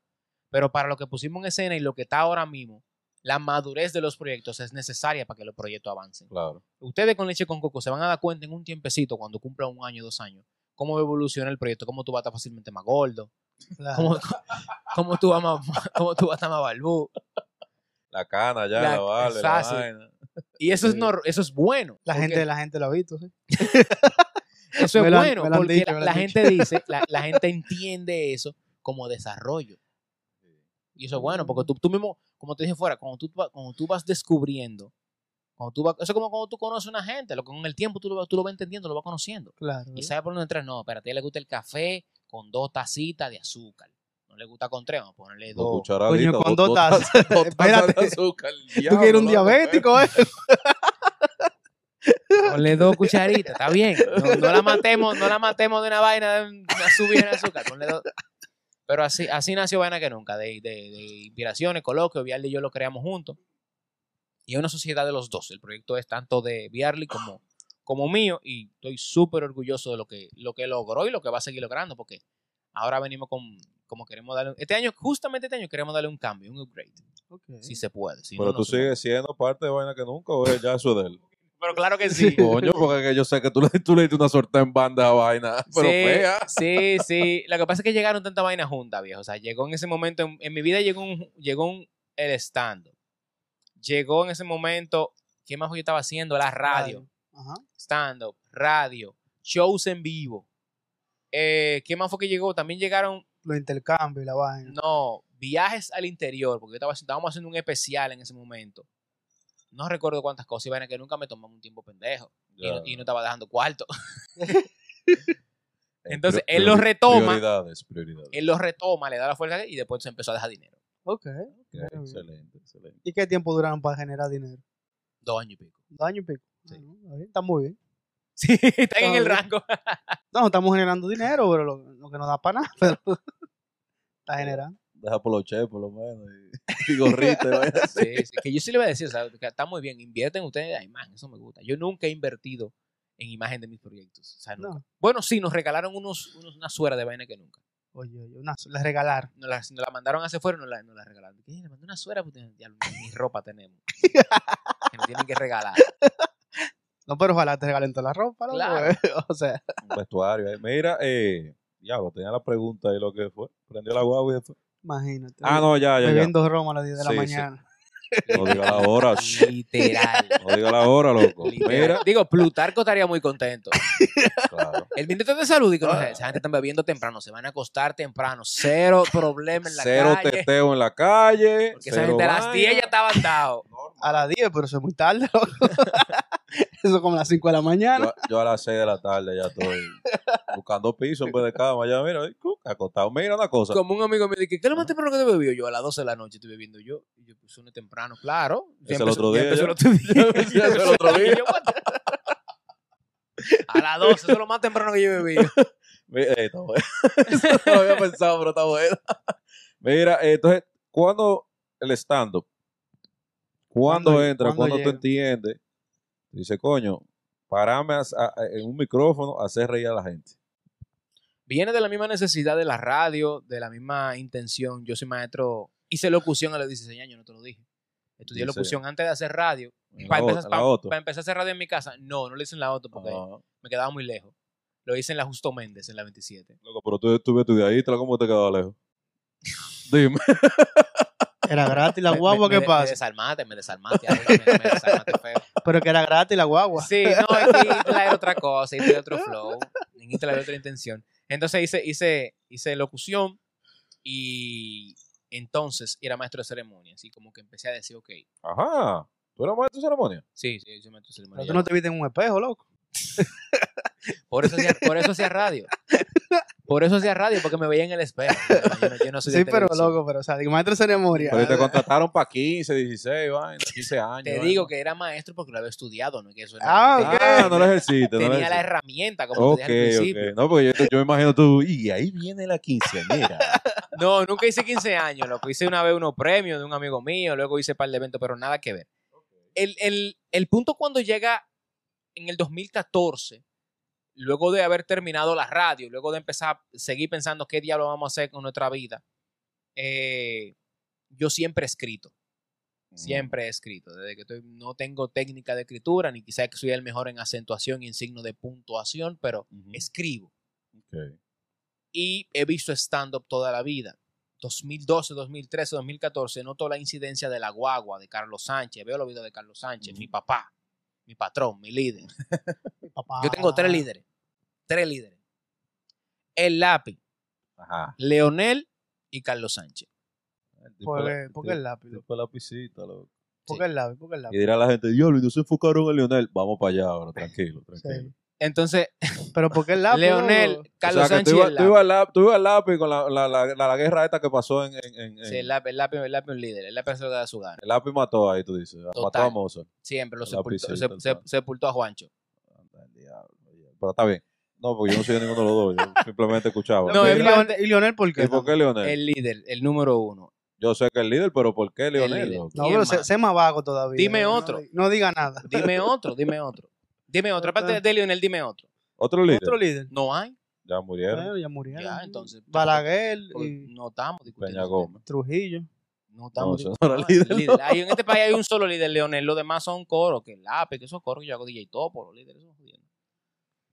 [SPEAKER 2] Pero para lo que pusimos en escena y lo que está ahora mismo, la madurez de los proyectos es necesaria para que los proyectos avancen
[SPEAKER 3] Claro.
[SPEAKER 2] ustedes con leche con coco se van a dar cuenta en un tiempecito, cuando cumpla un año, dos años, cómo evoluciona el proyecto, cómo tú vas a estar fácilmente más gordo, cómo, cómo tú, vas más- cómo tú vas a estar más barbú.
[SPEAKER 3] La cana ya,
[SPEAKER 2] La-
[SPEAKER 3] la, vale, la
[SPEAKER 2] exacto.
[SPEAKER 3] vaina.
[SPEAKER 2] Y eso es, nor- eso es bueno.
[SPEAKER 1] La
[SPEAKER 2] porque
[SPEAKER 1] gente, la gente lo ha visto, sí.
[SPEAKER 2] eso es
[SPEAKER 1] me lo han-
[SPEAKER 2] bueno,
[SPEAKER 1] me lo han
[SPEAKER 2] porque
[SPEAKER 1] dicho,
[SPEAKER 2] la,
[SPEAKER 1] me lo
[SPEAKER 2] la
[SPEAKER 1] han dicho.
[SPEAKER 2] gente dice, la, la gente entiende eso como desarrollo. Y eso es bueno, porque tú, tú mismo, como te dije fuera, cuando tú, va- cuando tú vas descubriendo, cuando tú vas, eso es como cuando tú conoces a una gente, lo, con el tiempo tú lo, vas- tú lo vas entendiendo, lo vas conociendo.
[SPEAKER 1] Claro.
[SPEAKER 2] ¿Y sabe por dónde entrar? No, espérate, a ella le gusta el café con dos tacitas de azúcar. No le gusta con tres, vamos a ponerle
[SPEAKER 3] Dos
[SPEAKER 2] dos.
[SPEAKER 3] cucharaditas.
[SPEAKER 1] Coño,
[SPEAKER 3] dos-
[SPEAKER 1] con
[SPEAKER 3] dos
[SPEAKER 1] dos tazas.
[SPEAKER 4] Espérate.
[SPEAKER 1] Espérate.
[SPEAKER 4] azúcar.
[SPEAKER 1] Tú quieres un diabético, ¿eh?
[SPEAKER 2] Ponle dos cucharitas, está bien. No, no la matemos, no la matemos de una vaina de una subida en azúcar. Ponle dos. Pero así, así nació Vaina que Nunca, de, de, de inspiraciones, coloquios. Viarly y yo lo creamos juntos. Y es una sociedad de los dos. El proyecto es tanto de Viarly como, como mío. Y estoy súper orgulloso de lo que, lo que logró y lo que va a seguir logrando. Porque ahora venimos con, como queremos darle... Este año, justamente este año, queremos darle un cambio, un upgrade. Si se puede. si no,
[SPEAKER 3] Pero
[SPEAKER 2] no
[SPEAKER 3] tú
[SPEAKER 2] se puede.
[SPEAKER 3] sigues siendo parte de vaina que nunca, o es ya eso de él.
[SPEAKER 2] Pero claro que sí.
[SPEAKER 4] Coño, porque que yo sé que tú le, tú le diste una sorteo en banda a vaina, pero ah.
[SPEAKER 2] sí,
[SPEAKER 4] fea.
[SPEAKER 2] Sí, sí. Lo que pasa es que llegaron tanta vaina junta, viejo. O sea, llegó en ese momento, en, en mi vida llegó, un, llegó un- el stand Llegó en ese momento, ¿qué más yo estaba haciendo? La radio,
[SPEAKER 1] Ajá.
[SPEAKER 2] stand-up, radio, shows en vivo. Eh, ¿Qué más fue que llegó? También llegaron,
[SPEAKER 1] Los intercambios y la vaina.
[SPEAKER 2] no, viajes al interior, porque yo estaba, haciendo- estábamos haciendo un especial en ese momento. No recuerdo cuántas cosas, y vaina que nunca me tomaba un tiempo pendejo. Y no, y no estaba dejando cuarto. Entonces, él lo
[SPEAKER 3] los
[SPEAKER 2] retoma.
[SPEAKER 3] Prioridades, prioridades.
[SPEAKER 2] Él los retoma, le da la fuerza y después se empezó a dejar dinero.
[SPEAKER 1] Ok.
[SPEAKER 2] Eh,
[SPEAKER 3] Ok, excelente, excelente.
[SPEAKER 1] ¿Y qué tiempo duraron para generar dinero?
[SPEAKER 2] Dos años y pico.
[SPEAKER 1] Dos años y pico.
[SPEAKER 2] Sí.
[SPEAKER 1] Ah, no, está bien, está muy bien.
[SPEAKER 2] Sí, están en el
[SPEAKER 1] bien.
[SPEAKER 2] rango.
[SPEAKER 1] No, estamos generando dinero, pero lo, lo que nos da para nada. Pero está generando.
[SPEAKER 3] Deja por los chefs, por lo menos. Y, y gorrita y vaina.
[SPEAKER 2] Sí, sí, que yo sí le voy a decir, o sea, que está muy bien, invierten ustedes en la imagen, eso me gusta. Yo nunca he invertido en imagen de mis proyectos. o sea, nunca.
[SPEAKER 1] No.
[SPEAKER 2] Bueno, sí, nos regalaron unos, unos- una suera de vaina que nunca.
[SPEAKER 1] Oye, oye, una, les regalaron.
[SPEAKER 2] Nos la, nos la mandaron hacia afuera y nos la, nos la regalaron. ¿Qué? Le mandé una suera, pues, ya ni ni ropa tenemos. que nos tienen que regalar.
[SPEAKER 1] No, pero ojalá te regalen toda la ropa, loco,
[SPEAKER 2] Claro.
[SPEAKER 1] eh. O sea,
[SPEAKER 3] Un vestuario. ahí. Mira, eh, diablo, tenía la pregunta y lo que fue. Prendió la guagua y se fue.
[SPEAKER 1] imagínate.
[SPEAKER 3] Ah, no, ya, ya, ya.
[SPEAKER 1] Bebiendo Roma a las 10 de la
[SPEAKER 3] Sí, sí.
[SPEAKER 1] mañana.
[SPEAKER 3] No diga la hora. shh.
[SPEAKER 2] Literal.
[SPEAKER 3] No diga la hora, loco.
[SPEAKER 2] literal.
[SPEAKER 3] Mira.
[SPEAKER 2] Digo, Plutarco estaría muy contento.
[SPEAKER 3] Claro.
[SPEAKER 2] El ministro de salud dijo, no,
[SPEAKER 3] Ah.
[SPEAKER 2] esa gente está bebiendo temprano, se van a acostar temprano, cero problema en la
[SPEAKER 3] Cero
[SPEAKER 2] calle.
[SPEAKER 3] teteo en la calle.
[SPEAKER 2] Porque esa
[SPEAKER 3] cero
[SPEAKER 2] gente a las
[SPEAKER 3] vaina.
[SPEAKER 2] 10 ya estaban dados.
[SPEAKER 1] A las 10, pero eso es muy tarde, loco. Eso es como las 5 de la mañana.
[SPEAKER 3] Yo, yo a las 6 de la tarde ya estoy buscando piso en vez de cama. Ya, mira, ahí, cuc, acostado. Mira una cosa.
[SPEAKER 2] Como un amigo me dice, ¿qué es lo más temprano que te bebió? Yo a las 12 de la noche estoy bebiendo yo. Y yo, pues suene temprano, claro.
[SPEAKER 3] Es el otro día,
[SPEAKER 2] ya
[SPEAKER 3] ya.
[SPEAKER 2] empezó el otro día.
[SPEAKER 4] Ya es el otro día.
[SPEAKER 2] Y yo, what the- a las 12, eso es lo más temprano que yo he bebido.
[SPEAKER 3] Mi- eh, está bueno.
[SPEAKER 4] No lo había pensado, pero está bueno.
[SPEAKER 3] Mira, eh, entonces, ¿cuándo el stand-up? ¿Cuándo,
[SPEAKER 1] ¿Cuándo-
[SPEAKER 3] entra?
[SPEAKER 1] cuándo
[SPEAKER 3] ¿Cuándo, tú
[SPEAKER 1] llega?
[SPEAKER 3] entiendes? Dice, coño, parame a- a- a- en un micrófono a hacer reír a la gente.
[SPEAKER 2] Viene de la misma necesidad de la radio, de la misma intención. Yo soy maestro, hice locución a los 16 años, no te lo dije. Estudié
[SPEAKER 3] Dice-
[SPEAKER 2] locución antes de hacer radio.
[SPEAKER 3] En
[SPEAKER 2] Para
[SPEAKER 3] la
[SPEAKER 2] empezar,
[SPEAKER 3] otra, en la
[SPEAKER 2] pa-
[SPEAKER 3] otra.
[SPEAKER 2] pa' empezar a hacer radio en mi casa, no, no lo hice en la Otto porque
[SPEAKER 3] Ah,
[SPEAKER 2] me quedaba muy lejos. Lo hice en la Justo Méndez, en la 27.
[SPEAKER 3] loco, pero tú estuviste de ahí, ¿cómo te quedaba lejos? Dime.
[SPEAKER 1] Era gratis la
[SPEAKER 2] Me- me-
[SPEAKER 1] guagua,
[SPEAKER 2] me
[SPEAKER 1] ¿qué
[SPEAKER 2] de- Me
[SPEAKER 1] pasa?
[SPEAKER 2] desarmaste, me desarmaste. ahí, me, me desarmaste feo.
[SPEAKER 1] Pero que era gratis la guagua.
[SPEAKER 2] Sí, no, es que Hitler era otra cosa, Hitler era otro flow, en Hitler era otra intención. Entonces hice, hice, hice locución y entonces era maestro de ceremonias y como que empecé a decir, ok,
[SPEAKER 3] Ajá. ¿Tú eras maestro de ceremonia?
[SPEAKER 2] sí, sí, soy maestro de
[SPEAKER 1] Pero
[SPEAKER 2] ceremonias.
[SPEAKER 1] tú no te viste en un espejo, loco.
[SPEAKER 2] Por eso, hacía, por eso hacía radio. Por eso hacía radio, porque me veía en el espejo. Yo no, yo no soy de
[SPEAKER 1] Sí, pero
[SPEAKER 2] televisión.
[SPEAKER 1] loco, pero o sea, digo, maestro de ceremonia.
[SPEAKER 3] Pero te contrataron para 15, 16, vaina, 15 años.
[SPEAKER 2] Te
[SPEAKER 3] vaina.
[SPEAKER 2] digo que era maestro porque lo había estudiado, ¿no? Que eso era-
[SPEAKER 1] Ah, ok.
[SPEAKER 3] Ah, no lo ejerciste. no
[SPEAKER 2] tenía
[SPEAKER 3] lo
[SPEAKER 2] la
[SPEAKER 3] ejerciste.
[SPEAKER 2] herramienta, como
[SPEAKER 3] Ok,
[SPEAKER 2] te dije al principio.
[SPEAKER 3] ok. No, porque yo, yo me imagino tú, y ahí viene la quinceañera.
[SPEAKER 2] No, nunca hice 15 años, loco. Hice una vez unos premios de un amigo mío, luego hice un par de eventos, pero nada que ver. El, el- el punto cuando llega en el 2014, luego de haber terminado la radio, luego de empezar a seguir pensando qué diablo vamos a hacer con nuestra vida, eh, yo siempre he escrito.
[SPEAKER 3] Mm.
[SPEAKER 2] Siempre he escrito. Desde que estoy- no tengo técnica de escritura, ni quizás que soy el mejor en acentuación y en signo de puntuación, pero
[SPEAKER 3] Ujú.
[SPEAKER 2] escribo
[SPEAKER 3] Ok.
[SPEAKER 2] y he visto stand-up toda la vida. 2012, 2013, 2014, noto la incidencia de la guagua de Carlos Sánchez. Veo los videos de Carlos Sánchez, mi papá, mi patrón, mi líder.
[SPEAKER 1] Papá.
[SPEAKER 2] Yo tengo
[SPEAKER 3] Ah.
[SPEAKER 2] tres líderes. Tres líderes. El lápiz,
[SPEAKER 3] Ajá.
[SPEAKER 2] Leonel y Carlos Sánchez.
[SPEAKER 1] ¿Por qué- por qué el lápiz? loco?
[SPEAKER 3] Tipo la pisita, loco.
[SPEAKER 1] ¿Por qué el lápiz? ¿Por qué el
[SPEAKER 3] Y
[SPEAKER 1] lápiz?
[SPEAKER 3] dirá la gente, yo, y no se enfocaron en Lionel. Vamos para allá ahora, tranquilo, tranquilo.
[SPEAKER 1] Sí.
[SPEAKER 2] Entonces,
[SPEAKER 1] Pero ¿por qué el lápiz?
[SPEAKER 2] Leonel,
[SPEAKER 1] loco?
[SPEAKER 2] Carlos
[SPEAKER 3] Ah, pues, o sea, que
[SPEAKER 2] Sánchez
[SPEAKER 3] tú
[SPEAKER 2] y
[SPEAKER 3] ibas
[SPEAKER 2] el
[SPEAKER 3] tú
[SPEAKER 2] lápiz.
[SPEAKER 3] ibas al lap- tú ibas al lápiz con la, la, la, la- la guerra esta que pasó en... en, en- en-
[SPEAKER 2] Sí, el lápiz, el lápiz, el lápiz es un líder. El lápiz se lo da a su gana.
[SPEAKER 3] el lápiz mató ahí, tú dices. Mató
[SPEAKER 2] Total.
[SPEAKER 3] a Mozart.
[SPEAKER 2] Siempre lo
[SPEAKER 3] La
[SPEAKER 2] sepultó,
[SPEAKER 3] piscina,
[SPEAKER 2] se-
[SPEAKER 3] tal
[SPEAKER 2] se-
[SPEAKER 3] cual.
[SPEAKER 2] sepultó a Juancho.
[SPEAKER 3] el diablo. oye. Pero está bien. No, porque yo no soy de ninguno de los dos. Yo simplemente escuchaba.
[SPEAKER 2] No,
[SPEAKER 1] ¿Y,
[SPEAKER 2] es Eh,
[SPEAKER 3] ¿Y
[SPEAKER 1] Leonel, ¿Y Leonel por qué?
[SPEAKER 3] por qué Leonel?
[SPEAKER 2] El líder, el número uno.
[SPEAKER 3] Yo sé que es líder, pero ¿por qué
[SPEAKER 2] líder.
[SPEAKER 3] Leonel? loco?
[SPEAKER 1] No,
[SPEAKER 2] ¿Quién
[SPEAKER 1] pero sé,
[SPEAKER 2] más?
[SPEAKER 1] sé más vago todavía.
[SPEAKER 2] Dime
[SPEAKER 1] No
[SPEAKER 2] otro.
[SPEAKER 1] di- No, diga nada.
[SPEAKER 2] Dime otro, dime otro. Dime otro. Aparte de Lionel, dime otro. Eh.
[SPEAKER 3] ¿Otro líder?
[SPEAKER 1] Otro líder.
[SPEAKER 2] No hay.
[SPEAKER 3] Ya murieron.
[SPEAKER 1] Bueno, ya murieron.
[SPEAKER 2] Ya, entonces.
[SPEAKER 1] Balaguer
[SPEAKER 2] Porque
[SPEAKER 1] y
[SPEAKER 2] No estamos discutiendo.
[SPEAKER 3] Peña
[SPEAKER 2] ese
[SPEAKER 3] Gómez.
[SPEAKER 2] tema.
[SPEAKER 1] Trujillo.
[SPEAKER 2] No
[SPEAKER 3] No,
[SPEAKER 2] estamos
[SPEAKER 3] eso
[SPEAKER 2] discutiendo. Ah, el líder. Hay- en este país hay un solo líder, Leonel. Los demás son coros, que el lápiz, que esos coros que yo hago DJ Topo, los líderes son jodiendo.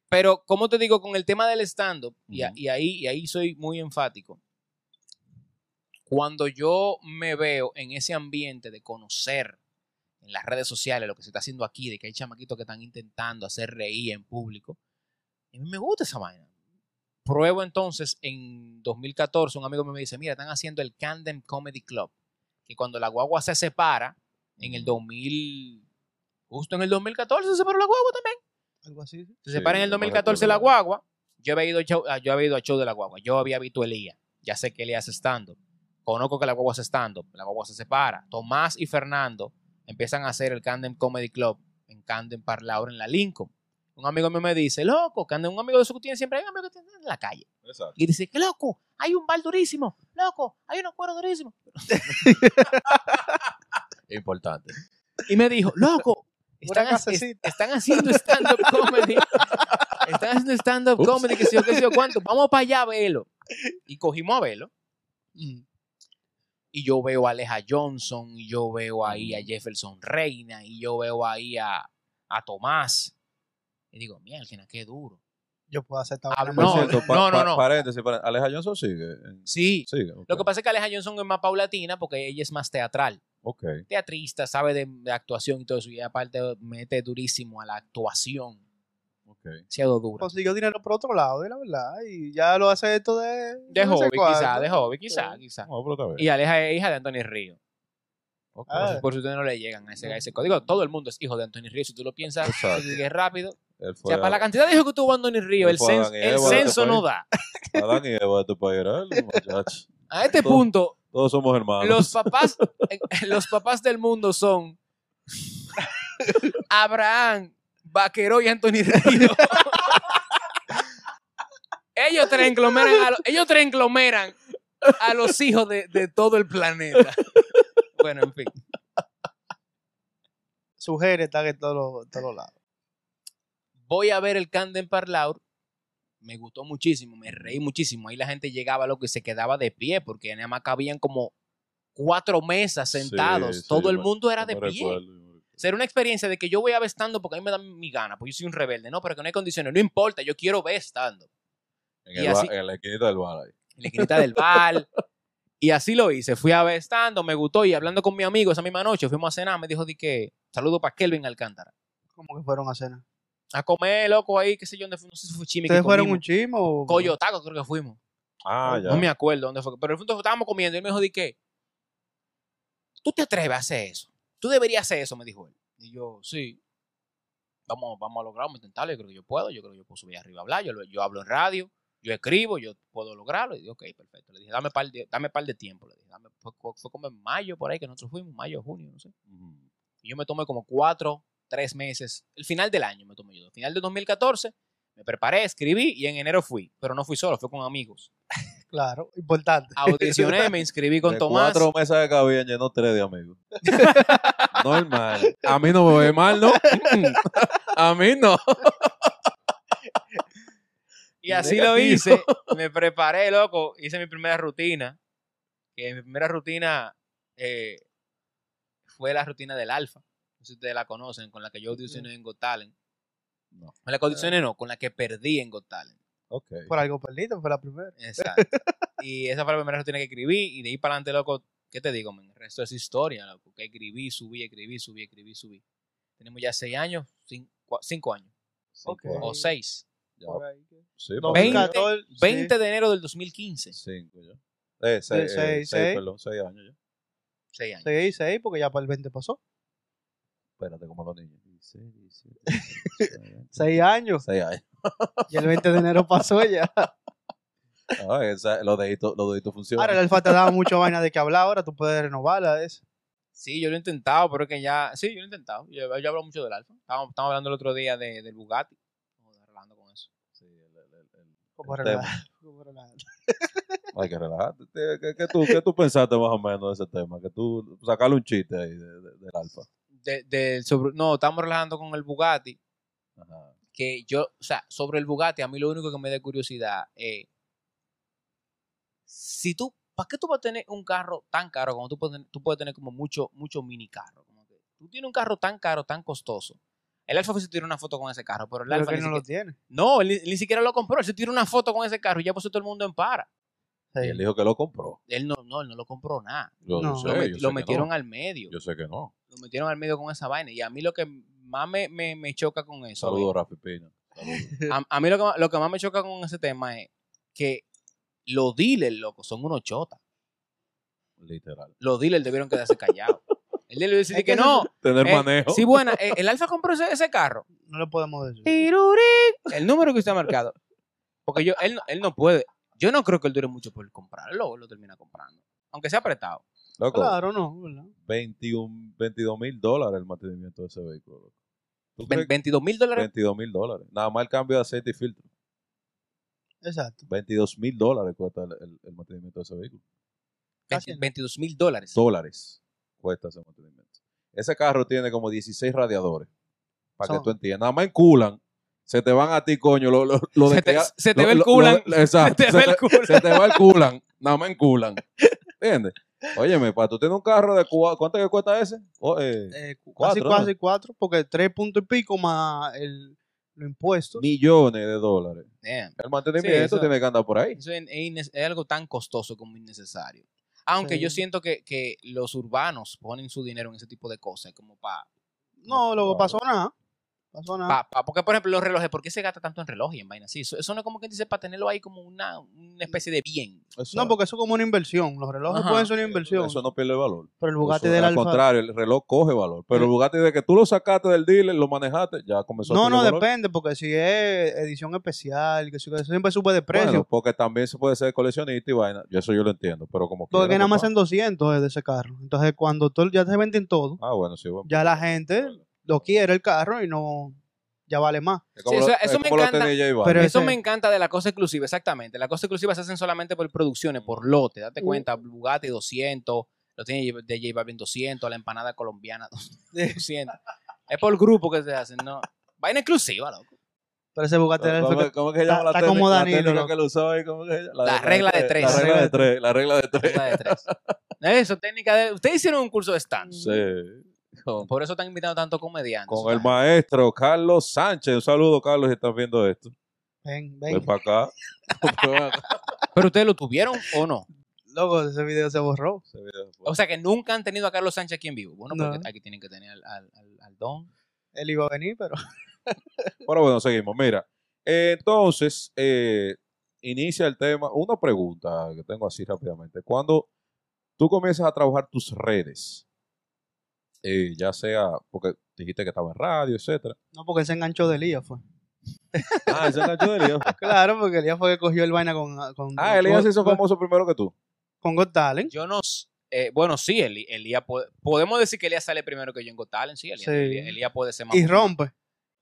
[SPEAKER 2] Pero, como te digo, con el tema del stand-up, y, a-
[SPEAKER 3] Ujú.
[SPEAKER 2] y ahí, y ahí soy muy enfático. Cuando yo me veo en ese ambiente de conocer en las redes sociales lo que se está haciendo aquí, de que hay chamaquitos que están intentando hacer reír en público, a mí me gusta esa vaina. Pruebo entonces en 2014, un amigo mío me dice, mira, están haciendo el Candem Comedy Club, que cuando la guagua se separa, en el 2000, justo en el 2014 se separó la guagua también.
[SPEAKER 1] Algo así. sí.
[SPEAKER 2] Se
[SPEAKER 3] Sí,
[SPEAKER 2] separa en el
[SPEAKER 3] yo me
[SPEAKER 2] 2014 la
[SPEAKER 3] recuerdo.
[SPEAKER 2] guagua. Yo había ido a show, ah, yo había ido a show de la guagua. Yo había visto a Elías. Ya sé que Elías hace stand-up. Conozco que la guagua hace stand-up. La guagua se separa. Tomás y Fernando empiezan a hacer el Candem Comedy Club en Candem Parlaura en la Lincoln. Un amigo mío me dice, loco, Candem, un amigo de su que tiene siempre, hay un amigo que tiene en la calle.
[SPEAKER 3] Exacto.
[SPEAKER 2] Y dice, qué loco, hay un bar durísimo, loco, hay unos cueros durísimos.
[SPEAKER 4] Importante.
[SPEAKER 2] Y me dijo, loco,
[SPEAKER 1] Una
[SPEAKER 2] están, ha- es-
[SPEAKER 1] clasecita.
[SPEAKER 2] están haciendo stand-up comedy. Están haciendo stand-up
[SPEAKER 4] Ups.
[SPEAKER 2] comedy, que sé yo, qué sé yo, cuánto. Vamos para allá a verlo. Y cogimos a verlo. Y yo veo a Aleja Johnson, y yo veo ahí a Jefferson Reina, y yo veo ahí a, a Tomás. Y digo, mierda, qué duro.
[SPEAKER 1] Yo puedo hacer esta
[SPEAKER 2] Ah,
[SPEAKER 1] vaina.
[SPEAKER 3] Por
[SPEAKER 2] No,
[SPEAKER 3] cierto, pa-
[SPEAKER 2] no, no,
[SPEAKER 3] pa-
[SPEAKER 2] no.
[SPEAKER 3] Paréntesis, para Aleja Johnson sigue.
[SPEAKER 2] Sí.
[SPEAKER 3] Sigue. ok.
[SPEAKER 2] Lo que pasa es que Aleja Johnson es más paulatina porque ella es más teatral.
[SPEAKER 3] Ok.
[SPEAKER 2] Teatrista, sabe de, de actuación y todo eso. Y aparte mete durísimo a la actuación.
[SPEAKER 3] ok.
[SPEAKER 2] Siendo dura.
[SPEAKER 1] Consiguió dinero por otro lado, y la verdad. Y ya lo hace esto de.
[SPEAKER 2] De
[SPEAKER 1] no sé
[SPEAKER 2] hobby,
[SPEAKER 1] cuánto.
[SPEAKER 2] quizá, de hobby, quizá, quizá.
[SPEAKER 3] No, pero está bien.
[SPEAKER 2] Y Aleja es eh, hija de Anthony Río.
[SPEAKER 3] Ok.
[SPEAKER 1] Ah.
[SPEAKER 2] Por si ustedes no le llegan a ese, a ese código. Todo el mundo es hijo de Anthony Río. Si tú lo piensas,
[SPEAKER 3] Exacto. Pues
[SPEAKER 2] si sigues rápido.
[SPEAKER 3] Él
[SPEAKER 2] O
[SPEAKER 3] fue
[SPEAKER 2] sea, para la
[SPEAKER 3] a-
[SPEAKER 2] cantidad de hijos que tuvo Anthony Río,
[SPEAKER 3] Él
[SPEAKER 2] el,
[SPEAKER 3] fue Adán
[SPEAKER 2] cens-
[SPEAKER 3] y
[SPEAKER 2] el
[SPEAKER 3] Eva de este
[SPEAKER 2] censo no
[SPEAKER 3] país.
[SPEAKER 2] da.
[SPEAKER 3] Adán y Eva de tu país era él, muchacho.
[SPEAKER 2] A este
[SPEAKER 3] Todo.
[SPEAKER 2] punto,
[SPEAKER 3] Todos somos hermanos.
[SPEAKER 2] los papás, eh, los papás del mundo son Abraham, Vaquero y Anthony Río. ellos tres englomeran a, lo- ellos tres englomeran a los hijos de, de todo el planeta. Bueno, en fin.
[SPEAKER 1] Sugiere está en todos los- todos los lados.
[SPEAKER 2] voy a ver el Candem Parlaur. Me gustó muchísimo, me reí muchísimo. Ahí la gente llegaba lo que se quedaba de pie, porque nada más cabían como cuatro mesas
[SPEAKER 3] Sí,
[SPEAKER 2] sentados.
[SPEAKER 3] sí,
[SPEAKER 2] Todo
[SPEAKER 3] yo
[SPEAKER 2] el
[SPEAKER 3] me-
[SPEAKER 2] mundo era
[SPEAKER 3] yo
[SPEAKER 2] de
[SPEAKER 3] me
[SPEAKER 2] pie.
[SPEAKER 3] recuerdo, yo me-
[SPEAKER 2] Será una experiencia de que yo voy a ver stand porque a mí me da mi gana, porque yo soy un rebelde, ¿no? Pero que no hay condiciones. No importa, yo quiero ver stand
[SPEAKER 3] En,
[SPEAKER 2] Y
[SPEAKER 3] el bar-
[SPEAKER 2] así-
[SPEAKER 3] en la esquinita del bar ahí.
[SPEAKER 2] en la esquinita del bar. Y así lo hice. Fui a ver stand me gustó. Y hablando con mi amigo esa misma noche, fuimos a cenar. Me dijo de que saludo para Kelvin Alcántara.
[SPEAKER 1] Como que fueron a cenar.
[SPEAKER 2] A comer, loco, ahí, qué sé yo, dónde fue, no sé si fue Chimi. que
[SPEAKER 1] ¿Ustedes fueron un
[SPEAKER 2] comimos.
[SPEAKER 1] chimo o.?
[SPEAKER 2] Coyotaco, creo que fuimos.
[SPEAKER 3] Ah, ya.
[SPEAKER 2] No me acuerdo dónde fue. Pero el punto fue, estábamos comiendo y él me dijo, ¿de qué? ¿Tú te atreves a hacer eso? Tú deberías hacer eso, me dijo él. Y yo, sí. Vamos, vamos a lograrlo, vamos a intentarlo. Yo creo que yo puedo. Yo creo que yo puedo subir arriba a hablar. Yo, lo- yo hablo en radio. Yo escribo. Yo puedo lograrlo. Y dije, ok, perfecto. Le dije, dame par de, dame par de tiempo. Le dije, dame, fue, fue- fue como en mayo por ahí que nosotros fuimos. Mayo, junio, no sé.
[SPEAKER 3] Ujú.
[SPEAKER 2] Y yo me tomé como cuatro, tres meses. El final del año me tomé yo. El final del 2014 me preparé, escribí y en enero fui. Pero no fui solo, fui con amigos.
[SPEAKER 1] Claro, importante.
[SPEAKER 2] Audicioné, me inscribí con
[SPEAKER 3] de
[SPEAKER 2] Tomás.
[SPEAKER 3] cuatro mesas que cabían llenó tres de amigos. Normal. A mí no me ve mal, ¿no?
[SPEAKER 4] A mí no.
[SPEAKER 2] Y así lo
[SPEAKER 4] Negativo.
[SPEAKER 2] hice. Me preparé, loco. Hice mi primera rutina. Que mi primera rutina eh, fue la rutina del Alfa. No sé si ustedes la conocen, con la que yo audicioné en Got Talent.
[SPEAKER 3] No.
[SPEAKER 2] Con la que audicioné no, con la que perdí en Got Talent.
[SPEAKER 3] Ok.
[SPEAKER 1] Por algo perdido, fue la primera.
[SPEAKER 2] Exacto. y esa fue la primera rutina que escribí. Y de ahí para adelante, loco, ¿qué te digo, man? El resto es historia, loco. Que escribí, subí, escribí, subí, escribí, subí. Tenemos ya seis años, cinco, cinco años.
[SPEAKER 1] Ok.
[SPEAKER 2] O seis.
[SPEAKER 3] Ya,
[SPEAKER 1] Por ahí.
[SPEAKER 3] sí,
[SPEAKER 1] No,
[SPEAKER 3] porque-
[SPEAKER 2] 20,
[SPEAKER 1] 14, sí.
[SPEAKER 2] 20 de enero del 2015.
[SPEAKER 3] Cinco ya. Eh, seis, eh,
[SPEAKER 1] seis,
[SPEAKER 3] seis,
[SPEAKER 1] seis.
[SPEAKER 3] perdón, seis años ya.
[SPEAKER 2] Seis años.
[SPEAKER 1] Seis, seis, porque ya para el 20 pasó.
[SPEAKER 3] Espérate, como los niños. Seis, seis,
[SPEAKER 1] Seis años.
[SPEAKER 3] seis años.
[SPEAKER 1] Y el 20 de enero pasó ya.
[SPEAKER 3] Ah, esa- los deditos, los
[SPEAKER 1] Ahora el
[SPEAKER 3] deditos funcionan.
[SPEAKER 1] alfa te daba mucho vaina de que hablar, ahora tú puedes renovarla. Es.
[SPEAKER 2] Sí, yo lo he intentado, pero es que ya. Sí, yo lo he intentado. Yo, yo hablo mucho del Alfa. Estábamos, estábamos hablando el otro día de- del Bugatti.
[SPEAKER 1] Como
[SPEAKER 3] el
[SPEAKER 1] relajado. como relajado.
[SPEAKER 3] Hay que relajarte. Te- ¿Qué, qué tú, qué tú pensaste más o menos de ese tema? Que tú sacarle un chiste ahí de- de- del alfa.
[SPEAKER 2] de- del sobre- no, estamos relajando con el Bugatti.
[SPEAKER 3] Ajá.
[SPEAKER 2] Que yo, o sea, sobre el Bugatti, a mí lo único que me da curiosidad es. Si tú, ¿para qué tú vas a tener un carro tan caro como tú puedes tener, tú puedes tener como mucho, mucho mini carro? Como que tú tienes un carro tan caro, tan costoso. El Alfa fue si tiró una foto con ese carro, pero el
[SPEAKER 1] Pero
[SPEAKER 2] Alfa
[SPEAKER 1] que
[SPEAKER 2] ni
[SPEAKER 1] él no
[SPEAKER 2] siquiera-
[SPEAKER 1] lo tiene.
[SPEAKER 2] no, él ni, ni siquiera lo compró. Él se tiró una foto con ese carro y ya puso todo el mundo en para.
[SPEAKER 3] Y él dijo que lo compró.
[SPEAKER 2] Él no, no, él no lo compró nada.
[SPEAKER 3] Yo
[SPEAKER 1] No.
[SPEAKER 3] sé,
[SPEAKER 2] Lo, met-
[SPEAKER 3] yo sé
[SPEAKER 2] lo
[SPEAKER 3] que
[SPEAKER 2] metieron
[SPEAKER 3] no.
[SPEAKER 2] al medio.
[SPEAKER 3] Yo sé que no.
[SPEAKER 2] Lo metieron al medio con esa vaina. Y a mí lo que más me, me- me choca con eso.
[SPEAKER 3] Saludos, Rafi Pina.
[SPEAKER 2] es- a, a mí lo que, más- lo que más me choca con ese tema es que los dealers, loco, son unos chotas.
[SPEAKER 3] Literal.
[SPEAKER 2] Los dealers debieron quedarse callados. El dealer decía
[SPEAKER 1] Es
[SPEAKER 2] que
[SPEAKER 1] que
[SPEAKER 2] no.
[SPEAKER 3] Tener
[SPEAKER 2] eh,
[SPEAKER 3] manejo.
[SPEAKER 2] sí, buena. eh, el Alfa compró ese, ese carro.
[SPEAKER 1] No lo podemos decir.
[SPEAKER 2] Tirurí, El número que usted ha marcado. Porque yo, él, no- él no puede. Yo no creo que él dure mucho por comprarlo. Lo termina comprando. Aunque sea apretado.
[SPEAKER 3] Loco,
[SPEAKER 1] Claro, no, ¿verdad?
[SPEAKER 3] 21, 22 mil dólares el mantenimiento de ese vehículo. loco. ¿Tú
[SPEAKER 2] Ve-
[SPEAKER 3] crees?
[SPEAKER 2] 22 mil dólares.
[SPEAKER 3] 22 mil dólares. Nada más el cambio de aceite y filtro.
[SPEAKER 1] Exacto.
[SPEAKER 3] 22 mil dólares cuesta el, el- el mantenimiento de ese vehículo.
[SPEAKER 1] casi
[SPEAKER 2] 20-
[SPEAKER 1] no.
[SPEAKER 2] 22 mil dólares.
[SPEAKER 3] Dólares cuesta ese mantenimiento. Ese carro tiene como 16 radiadores. Para que
[SPEAKER 1] Son-
[SPEAKER 3] tú entiendas. Nada más enculan. Se te van a ti, coño. Lo, lo, lo de
[SPEAKER 2] Se te-
[SPEAKER 3] que-
[SPEAKER 2] se te
[SPEAKER 3] lo-
[SPEAKER 2] ve el
[SPEAKER 3] lo-
[SPEAKER 2] culan.
[SPEAKER 3] lo- exacto.
[SPEAKER 2] Se te ve el culan.
[SPEAKER 3] se te va el culan. Nada más enculan. ¿Entiendes? Óyeme, pa, tú tienes un carro de cua- ¿Cuánto que cuesta ese? O- eh,
[SPEAKER 1] Eh, cu-
[SPEAKER 3] Cuatro,
[SPEAKER 1] casi, casi cuatro, porque tres puntos y pico más el, los impuestos.
[SPEAKER 3] millones de dólares.
[SPEAKER 2] Damn.
[SPEAKER 3] El mantenimiento
[SPEAKER 2] Sí, eso-
[SPEAKER 3] tiene que andar por ahí.
[SPEAKER 2] Eso es, es inne- es algo tan costoso como innecesario. Aunque yo
[SPEAKER 1] Sí.
[SPEAKER 2] siento que, que los urbanos ponen su dinero en ese tipo de cosas, como para...
[SPEAKER 1] No, luego
[SPEAKER 3] Claro.
[SPEAKER 1] pasó nada. Pasó
[SPEAKER 3] Ah.
[SPEAKER 1] nada.
[SPEAKER 2] porque, por ejemplo, los relojes, ¿por qué se gasta tanto en relojes y en vainas? así? eso, eso no es como que dice para tenerlo ahí como una, una especie de bien.
[SPEAKER 1] No, porque eso es como una inversión. Los relojes
[SPEAKER 2] Ajá.
[SPEAKER 1] pueden ser una inversión.
[SPEAKER 3] Eso no pierde valor.
[SPEAKER 1] pero el Bugatti
[SPEAKER 3] Eso,
[SPEAKER 1] del
[SPEAKER 3] al
[SPEAKER 1] Alfa.
[SPEAKER 3] contrario, el reloj coge valor. Pero el Bugatti, desde que tú lo sacaste del dealer, lo manejaste, ya comenzó a
[SPEAKER 1] No,
[SPEAKER 3] perder
[SPEAKER 1] no,
[SPEAKER 3] valor.
[SPEAKER 1] depende, porque si es edición especial, que si- eso siempre sube de
[SPEAKER 3] Bueno,
[SPEAKER 1] precio.
[SPEAKER 3] porque también se puede ser coleccionista y vaina. Yo eso yo lo entiendo, pero como
[SPEAKER 1] porque
[SPEAKER 3] quiera, pues,
[SPEAKER 1] nada más
[SPEAKER 3] papá.
[SPEAKER 1] en 200 es de ese carro. Entonces, cuando todo, ya se venden todo,
[SPEAKER 3] Ah, bueno, sí, bueno.
[SPEAKER 1] ya la gente lo quiere el carro y no. Ya vale más.
[SPEAKER 3] Es como
[SPEAKER 2] Sí, eso-
[SPEAKER 3] lo-
[SPEAKER 2] eso
[SPEAKER 3] es
[SPEAKER 2] me
[SPEAKER 3] como lo
[SPEAKER 2] encanta,
[SPEAKER 3] tenía J Balvin.
[SPEAKER 1] pero
[SPEAKER 2] Eso
[SPEAKER 1] ese-
[SPEAKER 2] me encanta de la cosa exclusiva, exactamente. Las cosas exclusivas se hacen solamente por producciones, por lote. Date cuenta, Bugatti 200, lo tiene J- de J Balvin 200, la empanada colombiana 200. es por grupo que se hacen, ¿no? Vaina exclusiva, loco.
[SPEAKER 1] Pero ese Bugatti del
[SPEAKER 3] ¿Cómo,
[SPEAKER 1] Alfa.
[SPEAKER 3] cómo,
[SPEAKER 1] que-
[SPEAKER 3] que se llama
[SPEAKER 1] Está-
[SPEAKER 3] la
[SPEAKER 1] está
[SPEAKER 3] técnica,
[SPEAKER 1] como
[SPEAKER 3] la
[SPEAKER 1] Danilo,
[SPEAKER 3] técnica
[SPEAKER 1] loco.
[SPEAKER 3] que lo usaba ahí? ¿Cómo que se llama?
[SPEAKER 2] La regla de tres.
[SPEAKER 3] La regla de tres. La regla de tres.
[SPEAKER 2] Regla de tres. Eso, técnica de... Ustedes hicieron un curso de stand.
[SPEAKER 3] Sí. Con,
[SPEAKER 2] Por eso están invitando tanto comediantes.
[SPEAKER 3] con el
[SPEAKER 2] Eso
[SPEAKER 3] maestro Carlos Sánchez. Un saludo, Carlos, si estás viendo esto.
[SPEAKER 1] Ven,
[SPEAKER 3] Ven
[SPEAKER 1] ven.
[SPEAKER 3] para acá.
[SPEAKER 2] está. Pero ustedes lo tuvieron o no.
[SPEAKER 1] Loco, ese video se borró.
[SPEAKER 3] Ese video después.
[SPEAKER 2] O sea que nunca han tenido a Carlos Sánchez aquí en vivo. Bueno,
[SPEAKER 1] No.
[SPEAKER 2] porque aquí tienen que tener al, al- al- al don.
[SPEAKER 1] Él iba a venir, pero.
[SPEAKER 3] Pero bueno, seguimos. Mira, eh, entonces, eh, inicia el tema. Una pregunta que tengo así rápidamente. Cuando tú comienzas a trabajar tus redes, eh, ya sea porque dijiste que estaba en radio, etcétera.
[SPEAKER 1] No, porque él se enganchó de Elías fue.
[SPEAKER 3] Ah, ese enganchó de Elías.
[SPEAKER 1] Claro, porque Elías fue que cogió el vaina con. con
[SPEAKER 3] Ah, Elías se hizo
[SPEAKER 1] con,
[SPEAKER 3] famoso primero que tú.
[SPEAKER 1] con Got Talent.
[SPEAKER 2] Yo no. s- eh, bueno, sí, Eli- Elías. puede- podemos decir que Elías sale primero que yo en Got Talent, Sí, Elías,
[SPEAKER 1] Sí.
[SPEAKER 2] Elías- Elías puede ser más.
[SPEAKER 1] Y rompe.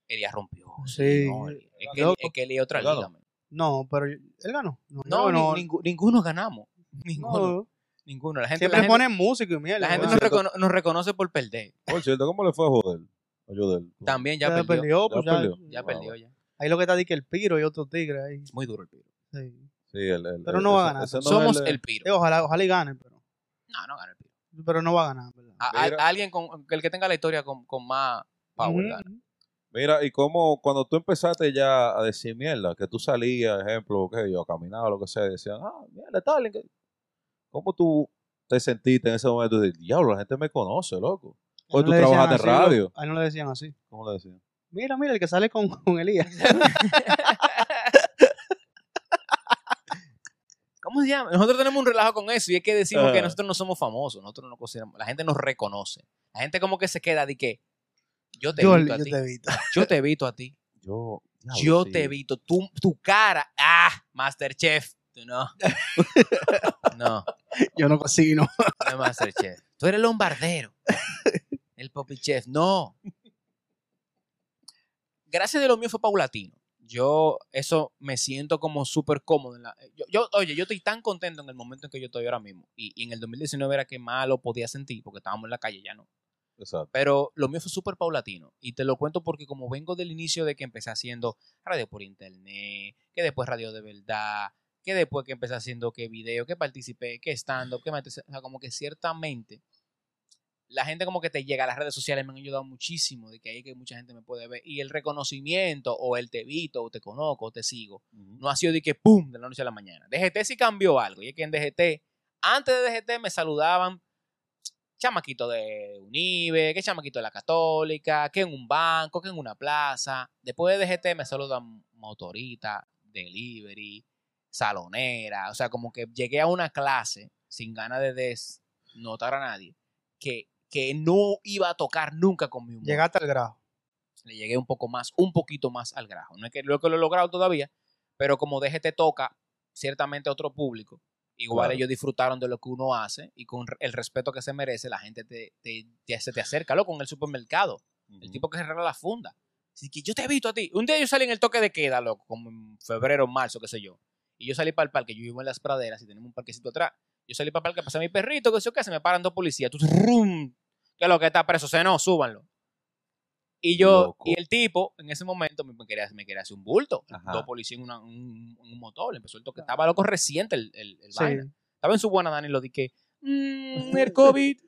[SPEAKER 2] Elías rompió.
[SPEAKER 1] Sí.
[SPEAKER 2] no, Elías. es, que,
[SPEAKER 1] Loco.
[SPEAKER 2] es que Elías es otra
[SPEAKER 3] Claro.
[SPEAKER 2] liga. man.
[SPEAKER 1] No, pero él ganó. No,
[SPEAKER 2] No,
[SPEAKER 1] yo no.
[SPEAKER 2] ni- ningú- ninguno ganamos. Ninguno.
[SPEAKER 1] no.
[SPEAKER 2] Ninguno. La gente, la
[SPEAKER 1] Siempre
[SPEAKER 2] gente,
[SPEAKER 1] ponen música y mierda. pues.
[SPEAKER 2] la gente
[SPEAKER 1] ¿verdad?
[SPEAKER 2] nos, recono- nos reconoce por perder.
[SPEAKER 3] Por cierto, ¿cómo le fue a joder? A Yodel.
[SPEAKER 2] También ya,
[SPEAKER 1] ya, perdió.
[SPEAKER 2] perdió.
[SPEAKER 1] pues
[SPEAKER 3] Ya
[SPEAKER 1] ya,
[SPEAKER 3] perdió.
[SPEAKER 2] Ya
[SPEAKER 3] Ah,
[SPEAKER 2] perdió
[SPEAKER 3] bueno.
[SPEAKER 2] ya.
[SPEAKER 1] Ahí lo que está di que el Piro y otro tigre ahí.
[SPEAKER 2] Es muy duro el piro.
[SPEAKER 1] sí.
[SPEAKER 3] Sí, el- el-
[SPEAKER 1] Pero
[SPEAKER 3] el-
[SPEAKER 1] no va a
[SPEAKER 3] ese-
[SPEAKER 1] ganar.
[SPEAKER 3] ese no es
[SPEAKER 2] Somos el piro.
[SPEAKER 1] Eh, ojalá, ojalá y gane, pero.
[SPEAKER 2] No, no gana el piro.
[SPEAKER 1] Pero no va a ganar, ¿verdad?
[SPEAKER 2] A- a-
[SPEAKER 3] Mira.
[SPEAKER 2] alguien con el que tenga la historia con, con más power.
[SPEAKER 1] Ujú.
[SPEAKER 2] gana.
[SPEAKER 3] Mira, y cómo cuando tú empezaste ya a decir mierda, que tú salías, ejemplo, qué sé yo, caminaba, lo que sea, y decían, ah, mierda, tal, ¿qué? ¿cómo tú te sentiste en ese momento? De, Diablo, la gente me conoce, loco.
[SPEAKER 1] A él
[SPEAKER 3] Pues
[SPEAKER 1] no
[SPEAKER 3] tú
[SPEAKER 1] le decían
[SPEAKER 3] trabajaste en
[SPEAKER 1] así, loco.
[SPEAKER 3] radio.
[SPEAKER 1] A él no le decían así.
[SPEAKER 3] ¿Cómo le decían?
[SPEAKER 1] Mira, mira, el que sale con, con Elías.
[SPEAKER 2] ¿Cómo se llama? Nosotros tenemos un relajo con eso y es que decimos que
[SPEAKER 3] Ah.
[SPEAKER 2] nosotros no somos famosos, nosotros no consideramos, la gente nos reconoce. La gente como que se queda de que yo te
[SPEAKER 1] Yo,
[SPEAKER 2] evito a
[SPEAKER 1] yo
[SPEAKER 2] ti,
[SPEAKER 1] te evito.
[SPEAKER 2] yo te evito a ti,
[SPEAKER 3] Yo, diablo,
[SPEAKER 2] yo
[SPEAKER 3] sí.
[SPEAKER 2] te evito, tu, tu cara, ah, Masterchef, tú no. no,
[SPEAKER 1] Yo no cocino.
[SPEAKER 2] no es Masterchef. Tú eres lombardero, el Poppy Chef, no. Gracias de lo mío fue paulatino. yo eso me siento como súper cómodo. en la- eh, yo, yo- oye, yo estoy tan contento en el momento en que yo estoy ahora mismo. Y, y en el 2019 era que más lo podía sentir porque estábamos en la calle, ya no.
[SPEAKER 3] Exacto.
[SPEAKER 2] Pero lo mío fue súper paulatino. Y te lo cuento porque como vengo del inicio de que empecé haciendo radio por internet, que después radio de verdad, que después que empecé haciendo que video, que participé, que stand-up, que... me- O sea, como que ciertamente la gente como que te llega a las redes sociales me han ayudado muchísimo de que ahí que mucha gente me puede ver y el reconocimiento o el te evito o te conozco o te sigo no ha sido de que pum de la noche a la mañana DGT sí cambió algo y es que en DGT antes de DGT me saludaban chamaquito de Unive que chamaquito de la Católica que en un banco que en una plaza después de DGT me saludan motorita delivery salonera o sea como que llegué a una clase sin ganas de desnotar a nadie que, que no iba a tocar nunca con mi humor.
[SPEAKER 1] Llegaste al grado.
[SPEAKER 2] Le llegué un poco más, un poquito más al grajo. No es que lo que lo he logrado todavía, pero como DGT toca ciertamente a otro público, igual
[SPEAKER 3] Claro.
[SPEAKER 2] ellos disfrutaron de lo que uno hace y con el respeto que se merece, la gente te, te, te- se te acerca, loco, en el supermercado. El tipo que se arregla la funda. Así que yo te he visto a ti. Un día yo salí en el toque de queda, loco, como en febrero, marzo, qué sé yo. Y yo salí para el parque, yo vivo en las praderas y tenemos un parquecito atrás. Yo salí para el parque, pasé a mi perrito, qué sé yo qué, se me paran dos policías. Tú, rum, que lo que está preso, se no, súbanlo. Y yo,
[SPEAKER 3] Loco.
[SPEAKER 2] y el tipo, en ese momento, me me quería, me quería hacer un bulto.
[SPEAKER 3] Ajá.
[SPEAKER 2] Dos policías en una- un, un motor, le empezó el toque. Estaba loco reciente el, el, el
[SPEAKER 1] Sí.
[SPEAKER 2] vaina. Estaba en su buena, Dani, lo dije. "Mm, el COVID.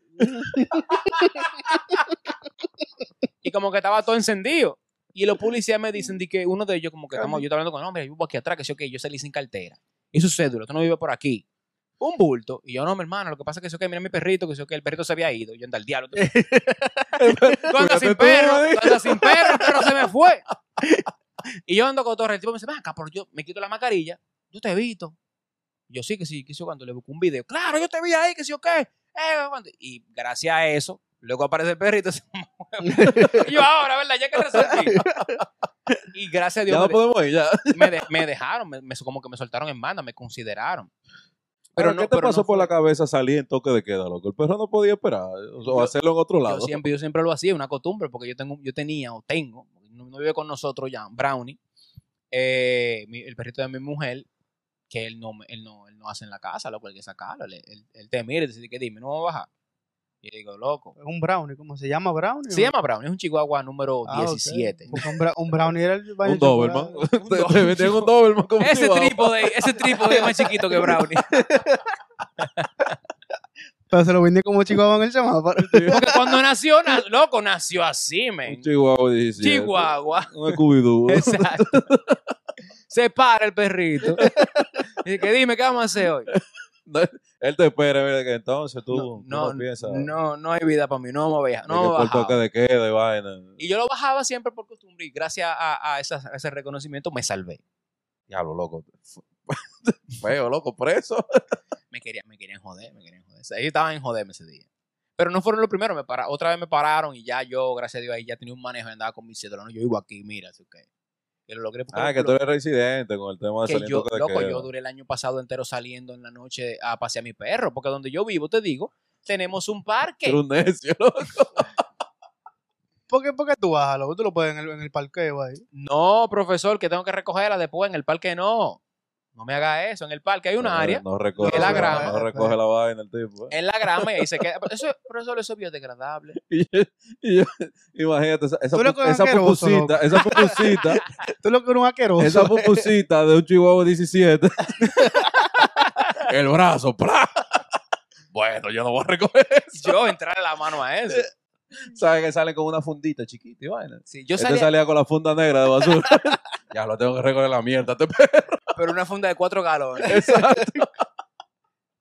[SPEAKER 2] y como que estaba todo encendido. Y los policías me dicen di que uno de ellos, como que estamos, yo estaba hablando con, no, mira, yo vivo aquí atrás, que yo, que yo salí sin cartera. Y su cédula, tú no vives por aquí. Un bulto. Y yo, no, mi hermano, lo que pasa es que yo, que mira mi perrito, que yo, que el perrito se había ido. Yo ando al diablo. Tú andas sin
[SPEAKER 4] tú,
[SPEAKER 2] perro,
[SPEAKER 4] Dani.
[SPEAKER 2] tú andas sin perro, el perro se me fue. Y yo ando con todo el tipo me dice, "Ven acá, pero yo me quito la mascarilla, yo te evito. Yo sí que sí, que sí, cuando le busco un video. Claro, yo te vi ahí, que sí o qué. Eh, cuando- Y gracias a eso, luego aparece el perrito. se mueve. Y yo ahora, ¿verdad? Ya que resolví. Y gracias a Dios
[SPEAKER 4] Ya no
[SPEAKER 2] me, de-
[SPEAKER 4] podemos ir, ya.
[SPEAKER 2] me de- me dejaron, me- me- como que me soltaron en banda, me consideraron.
[SPEAKER 3] Pero
[SPEAKER 2] Pero no,
[SPEAKER 3] ¿qué te
[SPEAKER 2] pero
[SPEAKER 3] pasó
[SPEAKER 2] no
[SPEAKER 3] por
[SPEAKER 2] fue-
[SPEAKER 3] la cabeza salir en toque de queda, loco? El perro no podía esperar o o
[SPEAKER 2] Yo-
[SPEAKER 3] hacerlo en otro lado.
[SPEAKER 2] Yo siempre, yo siempre lo hacía, una costumbre, porque yo tengo, yo tenía o tengo, no, no vive con nosotros ya, Brownie, eh, mi- el perrito de mi mujer, que él no, me- él no, él no hace en la casa, loco, hay que sacarlo. Él, él- él te mira y te dice que dime, no vamos a bajar. Y yo digo, loco.
[SPEAKER 1] Un brownie, ¿cómo se llama brownie?
[SPEAKER 2] Se llama Brownie, es un chihuahua número
[SPEAKER 1] Ah, ok.
[SPEAKER 2] 17.
[SPEAKER 1] Porque un, bra- un brownie era el
[SPEAKER 3] Un Doberman.
[SPEAKER 4] Te, te metían un Doberman como
[SPEAKER 2] Ese
[SPEAKER 4] chihuahua.
[SPEAKER 2] trípode, ese trípode es más chiquito que Brownie.
[SPEAKER 1] Pero se lo vendí como chihuahua en el chamapa.
[SPEAKER 2] Porque cuando nació, na- loco, nació así, men.
[SPEAKER 3] Un chihuahua 17.
[SPEAKER 2] Chihuahua.
[SPEAKER 3] Un Scooby-Doo.
[SPEAKER 2] Exacto. Se para el perrito. Dice que dime, ¿qué vamos a hacer hoy?
[SPEAKER 3] Él te espera, mira, que entonces tú
[SPEAKER 2] No,
[SPEAKER 3] tú
[SPEAKER 2] no,
[SPEAKER 3] no piensas.
[SPEAKER 2] no, no hay vida para mí, no me baja,
[SPEAKER 3] de
[SPEAKER 2] no
[SPEAKER 3] que
[SPEAKER 2] me
[SPEAKER 3] por toque
[SPEAKER 2] bajaba.
[SPEAKER 3] de queda y vaina.
[SPEAKER 2] Y yo lo bajaba siempre por costumbre y gracias a, a esas- a ese reconocimiento me salvé.
[SPEAKER 3] Diablo, loco.
[SPEAKER 4] Feo, loco, preso.
[SPEAKER 2] Me querían, me querían joder, me querían joder. O sea, ellos estaban en joderme ese día. Pero no fueron los primeros, me para, otra vez me pararon y ya yo, gracias a Dios, ahí ya tenía un manejo y andaba con mi cédula. No, yo vivo aquí, mira, así que. Yo lo logré porque
[SPEAKER 3] Ah,
[SPEAKER 2] lo-
[SPEAKER 3] que tú eres residente con el tema de
[SPEAKER 2] que
[SPEAKER 3] salir en
[SPEAKER 2] yo,
[SPEAKER 3] toque de
[SPEAKER 2] loco,
[SPEAKER 3] queda.
[SPEAKER 2] yo duré el año pasado entero saliendo en la noche a pasear a mi perro, porque donde yo vivo, te digo, tenemos un parque.
[SPEAKER 4] Era un necio, loco.
[SPEAKER 1] ¿Por qué, por qué tú bajas, loco? Tú lo puedes en el, en el parqueo ahí.
[SPEAKER 2] No, profesor, que tengo que recogerla después en el parque, no. No me haga eso, en el parque hay una
[SPEAKER 3] No,
[SPEAKER 2] área,
[SPEAKER 3] Eh, No recoge,
[SPEAKER 2] que la
[SPEAKER 3] la
[SPEAKER 2] grama.
[SPEAKER 3] no recoge la vaina el tipo. eh.
[SPEAKER 2] en la grama, y ahí se queda. Pero Eso, profesor, eso es biodegradable.
[SPEAKER 3] Y yo- y yo- imagínate esa, esa,
[SPEAKER 1] Tú eres
[SPEAKER 3] pu- esa
[SPEAKER 1] asqueroso,
[SPEAKER 3] pupusita, esa pupusita,
[SPEAKER 1] Tú lo que eres un asqueroso.
[SPEAKER 3] esa pupusita de un chihuahua 17.
[SPEAKER 4] El brazo, ¡pra! Bueno, yo no voy a recoger.
[SPEAKER 2] Yo entrarle la mano a eso.
[SPEAKER 3] ¿Sabes que sale con una fundita chiquita y vaina?
[SPEAKER 2] Sí, yo
[SPEAKER 3] este
[SPEAKER 2] salía,
[SPEAKER 3] salía con la funda negra de basura.
[SPEAKER 4] Ya lo tengo que recoger la mierda. Te pe-
[SPEAKER 2] pero una funda de cuatro galones.
[SPEAKER 4] Exacto.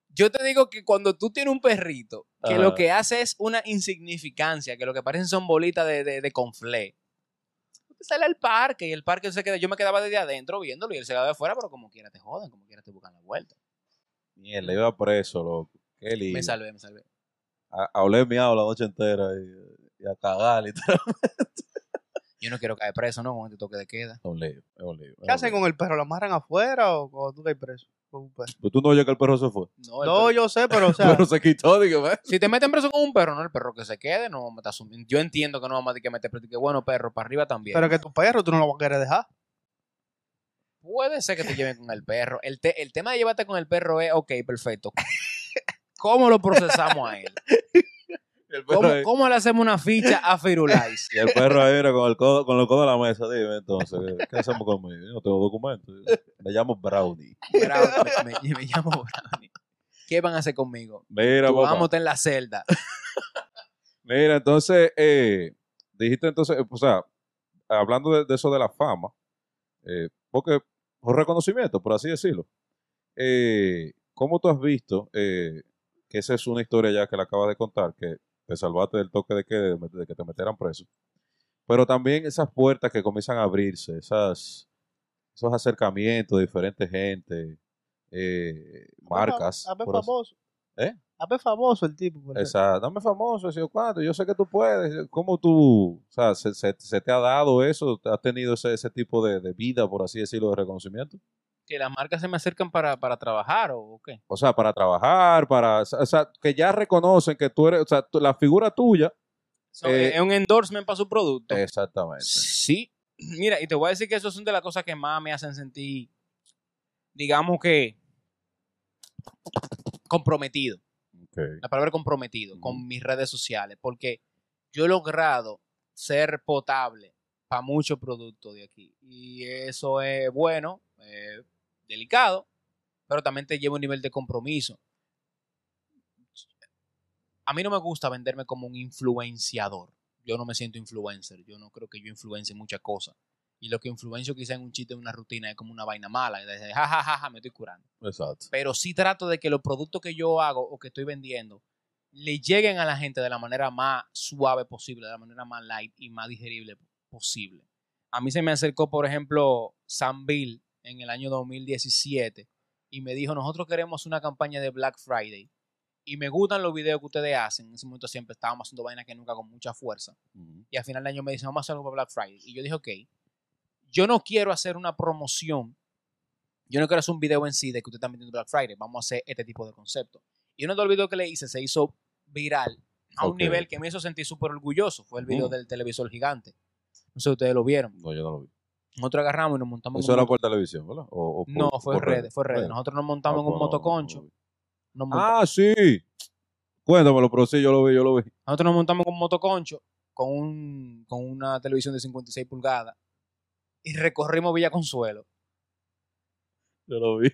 [SPEAKER 2] Yo te digo que cuando tú tienes un perrito, que
[SPEAKER 3] Ajá.
[SPEAKER 2] lo que hace es una insignificancia, que lo que parecen son bolitas de, de, de conflé. Usted sale al parque y el parque se queda. Yo me quedaba desde adentro viéndolo y él se quedaba de fuera, pero como quiera te jodan, como quiera te buscan la vuelta.
[SPEAKER 3] Mierda, iba preso, loco. Qué lindo.
[SPEAKER 2] Me salvé, me salvé.
[SPEAKER 3] A, a oler miau la noche entera y, y a cagar y tal.
[SPEAKER 2] Yo no quiero caer preso, ¿no? Con este toque de queda.
[SPEAKER 3] Es un lío, es un lío, es
[SPEAKER 1] ¿Qué hacen
[SPEAKER 3] un lío.
[SPEAKER 1] con el perro? ¿Lo amarran afuera o, o tú te preso? con un perro?
[SPEAKER 3] Pues Tú no oyes que el perro se fue.
[SPEAKER 2] No, el
[SPEAKER 1] No, yo sé, pero o sea,
[SPEAKER 4] Pero se quitó, digo, ¿ves?
[SPEAKER 2] Si te meten preso con un perro, no el perro que se quede, no vamos a estar sumi- Yo entiendo que no vamos a decir que meter preso. y Que bueno, perro, para arriba también.
[SPEAKER 1] pero que tu perro tú no lo vas a querer dejar.
[SPEAKER 2] Puede ser que te lleven con el perro. El, te- el tema de llevarte con el perro es, ok, perfecto. ¿Cómo lo procesamos a él?
[SPEAKER 3] El perro
[SPEAKER 2] ¿Cómo,
[SPEAKER 3] ahí-
[SPEAKER 2] cómo le hacemos una ficha a Firulais?
[SPEAKER 3] y el perro ahí mira, con, el codo, con los codos en la mesa. Dime entonces, ¿qué hacemos conmigo? Yo no tengo documentos. Me llamo Brownie.
[SPEAKER 2] Bravo, me, me- me llamo Brownie. ¿Qué van a hacer conmigo?
[SPEAKER 3] Mira,
[SPEAKER 2] Tú,
[SPEAKER 3] papá.
[SPEAKER 2] vamos en la celda.
[SPEAKER 3] Mira, entonces, eh, dijiste entonces, eh, o sea, hablando de, de eso de la fama, eh, porque, o reconocimiento, por así decirlo, eh, ¿cómo tú has visto, eh, que esa es una historia ya que la acabas de contar, que te salvaste del toque de que, de que te metieran preso, pero también esas puertas que comienzan a abrirse, esas, esos acercamientos de diferentes gente, eh, marcas.
[SPEAKER 1] A ver
[SPEAKER 3] por así-
[SPEAKER 1] famoso.
[SPEAKER 3] ¿Eh?
[SPEAKER 1] A ver famoso el tipo. por ejemplo.
[SPEAKER 3] Exacto, dame famoso, yo cuánto, yo sé que tú puedes, ¿cómo tú, o sea, se, se- se te ha dado eso, has tenido ese, ese tipo de, de vida, por así decirlo, de reconocimiento?
[SPEAKER 2] Que las marcas se me acercan para, para trabajar o qué.
[SPEAKER 3] O sea, para trabajar, para, o sea, que ya reconocen que tú eres, o sea, tú- la figura tuya.
[SPEAKER 2] So,
[SPEAKER 3] Eh,
[SPEAKER 2] es un endorsement para su producto.
[SPEAKER 3] Exactamente.
[SPEAKER 2] Sí. Mira, y te voy a decir que eso es una de las cosas que más me hacen sentir, digamos que, comprometido.
[SPEAKER 3] Ok.
[SPEAKER 2] La palabra comprometido
[SPEAKER 3] Ujú.
[SPEAKER 2] con mis redes sociales, porque yo he logrado ser potable para muchos productos de aquí. Y eso es bueno, eh, delicado, pero también te lleva a un nivel de compromiso. A mí no me gusta venderme como un influenciador. Yo no me siento influencer. Yo no creo que yo influencie muchas cosas. Y lo que influencio quizá en un chiste, en una rutina, es como una vaina mala. de, Ja, ja, ja, ja, me estoy curando
[SPEAKER 3] Exacto.
[SPEAKER 2] pero sí trato de que los productos que yo hago o que estoy vendiendo le lleguen a la gente de la manera más suave posible, de la manera más light y más digerible posible. A mí se me acercó, por ejemplo, Sam Bill en el año 2017 y me dijo, nosotros queremos una campaña de Black Friday y me gustan los videos que ustedes hacen. En ese momento siempre estábamos haciendo vainas que nunca con mucha fuerza
[SPEAKER 3] Ujú.
[SPEAKER 2] y al final del año me dicen, vamos a hacer algo para Black Friday. Y yo dije, ok, yo no quiero hacer una promoción, yo no quiero hacer un video en sí de que usted está metiendo Black Friday, vamos a hacer este tipo de concepto. Y uno de los videos que le hice se hizo viral a un
[SPEAKER 3] Ok.
[SPEAKER 2] nivel que me hizo sentir súper orgulloso, fue el video
[SPEAKER 3] Mm.
[SPEAKER 2] del televisor gigante. No sé si ustedes lo vieron.
[SPEAKER 3] No, yo no lo vi.
[SPEAKER 2] Nosotros agarramos y nos montamos... en
[SPEAKER 3] Eso
[SPEAKER 2] un
[SPEAKER 3] era
[SPEAKER 2] moto-
[SPEAKER 3] por televisión, ¿verdad? O- o por-
[SPEAKER 2] No, fue
[SPEAKER 3] por
[SPEAKER 2] redes, fue redes.
[SPEAKER 3] Redes.
[SPEAKER 2] Nosotros nos montamos
[SPEAKER 3] Ah,
[SPEAKER 2] en un
[SPEAKER 3] pues no, no, no
[SPEAKER 2] motoconcho.
[SPEAKER 3] lo vi.
[SPEAKER 2] nos montamos-
[SPEAKER 3] Ah, sí. Cuéntamelo, pero sí, yo lo vi, yo lo vi.
[SPEAKER 2] Nosotros nos montamos con un motoconcho, con, un- con una televisión de 56 pulgadas, y recorrimos Villa Consuelo.
[SPEAKER 3] Yo lo vi.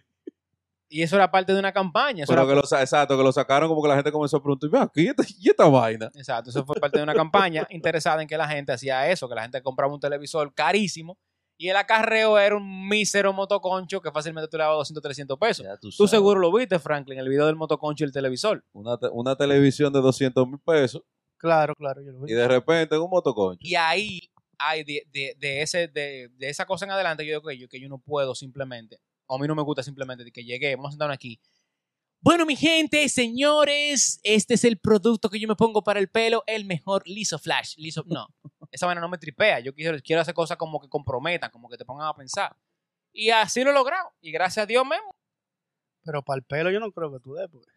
[SPEAKER 2] Y eso era parte de una campaña. Eso
[SPEAKER 3] Pero
[SPEAKER 2] era-
[SPEAKER 3] que lo, sa- exacto, que lo sacaron como que la gente comenzó a preguntar, "Ve aquí, ¿y esta, y esta vaina?
[SPEAKER 2] Exacto, eso fue parte de una campaña interesada en que la gente hacía eso, que la gente compraba un televisor carísimo y el acarreo era un mísero motoconcho que fácilmente tú le dabas 200, 300 pesos.
[SPEAKER 3] Ya
[SPEAKER 2] Tú
[SPEAKER 3] sabes.
[SPEAKER 2] seguro lo viste, Franklin, el video del motoconcho y el televisor.
[SPEAKER 3] Una, te- una televisión de 200 mil pesos
[SPEAKER 1] Claro, claro. Yo lo vi.
[SPEAKER 3] y de repente un motoconcho.
[SPEAKER 2] Y ahí, hay de, de- de ese, de, de esa cosa en adelante, yo digo que yo, que yo no puedo simplemente, o a mí no me gusta simplemente de que llegue, vamos a sentarnos aquí. Bueno, mi gente, señores, este es el producto que yo me pongo para el pelo, el mejor liso flash. Liso, no, esa vaina no me tripea. Yo quiero, quiero hacer cosas como que comprometan, como que te pongan a pensar. Y así lo he logrado. Y gracias a Dios mismo.
[SPEAKER 1] Pero para el pelo yo no creo que tú des. porque-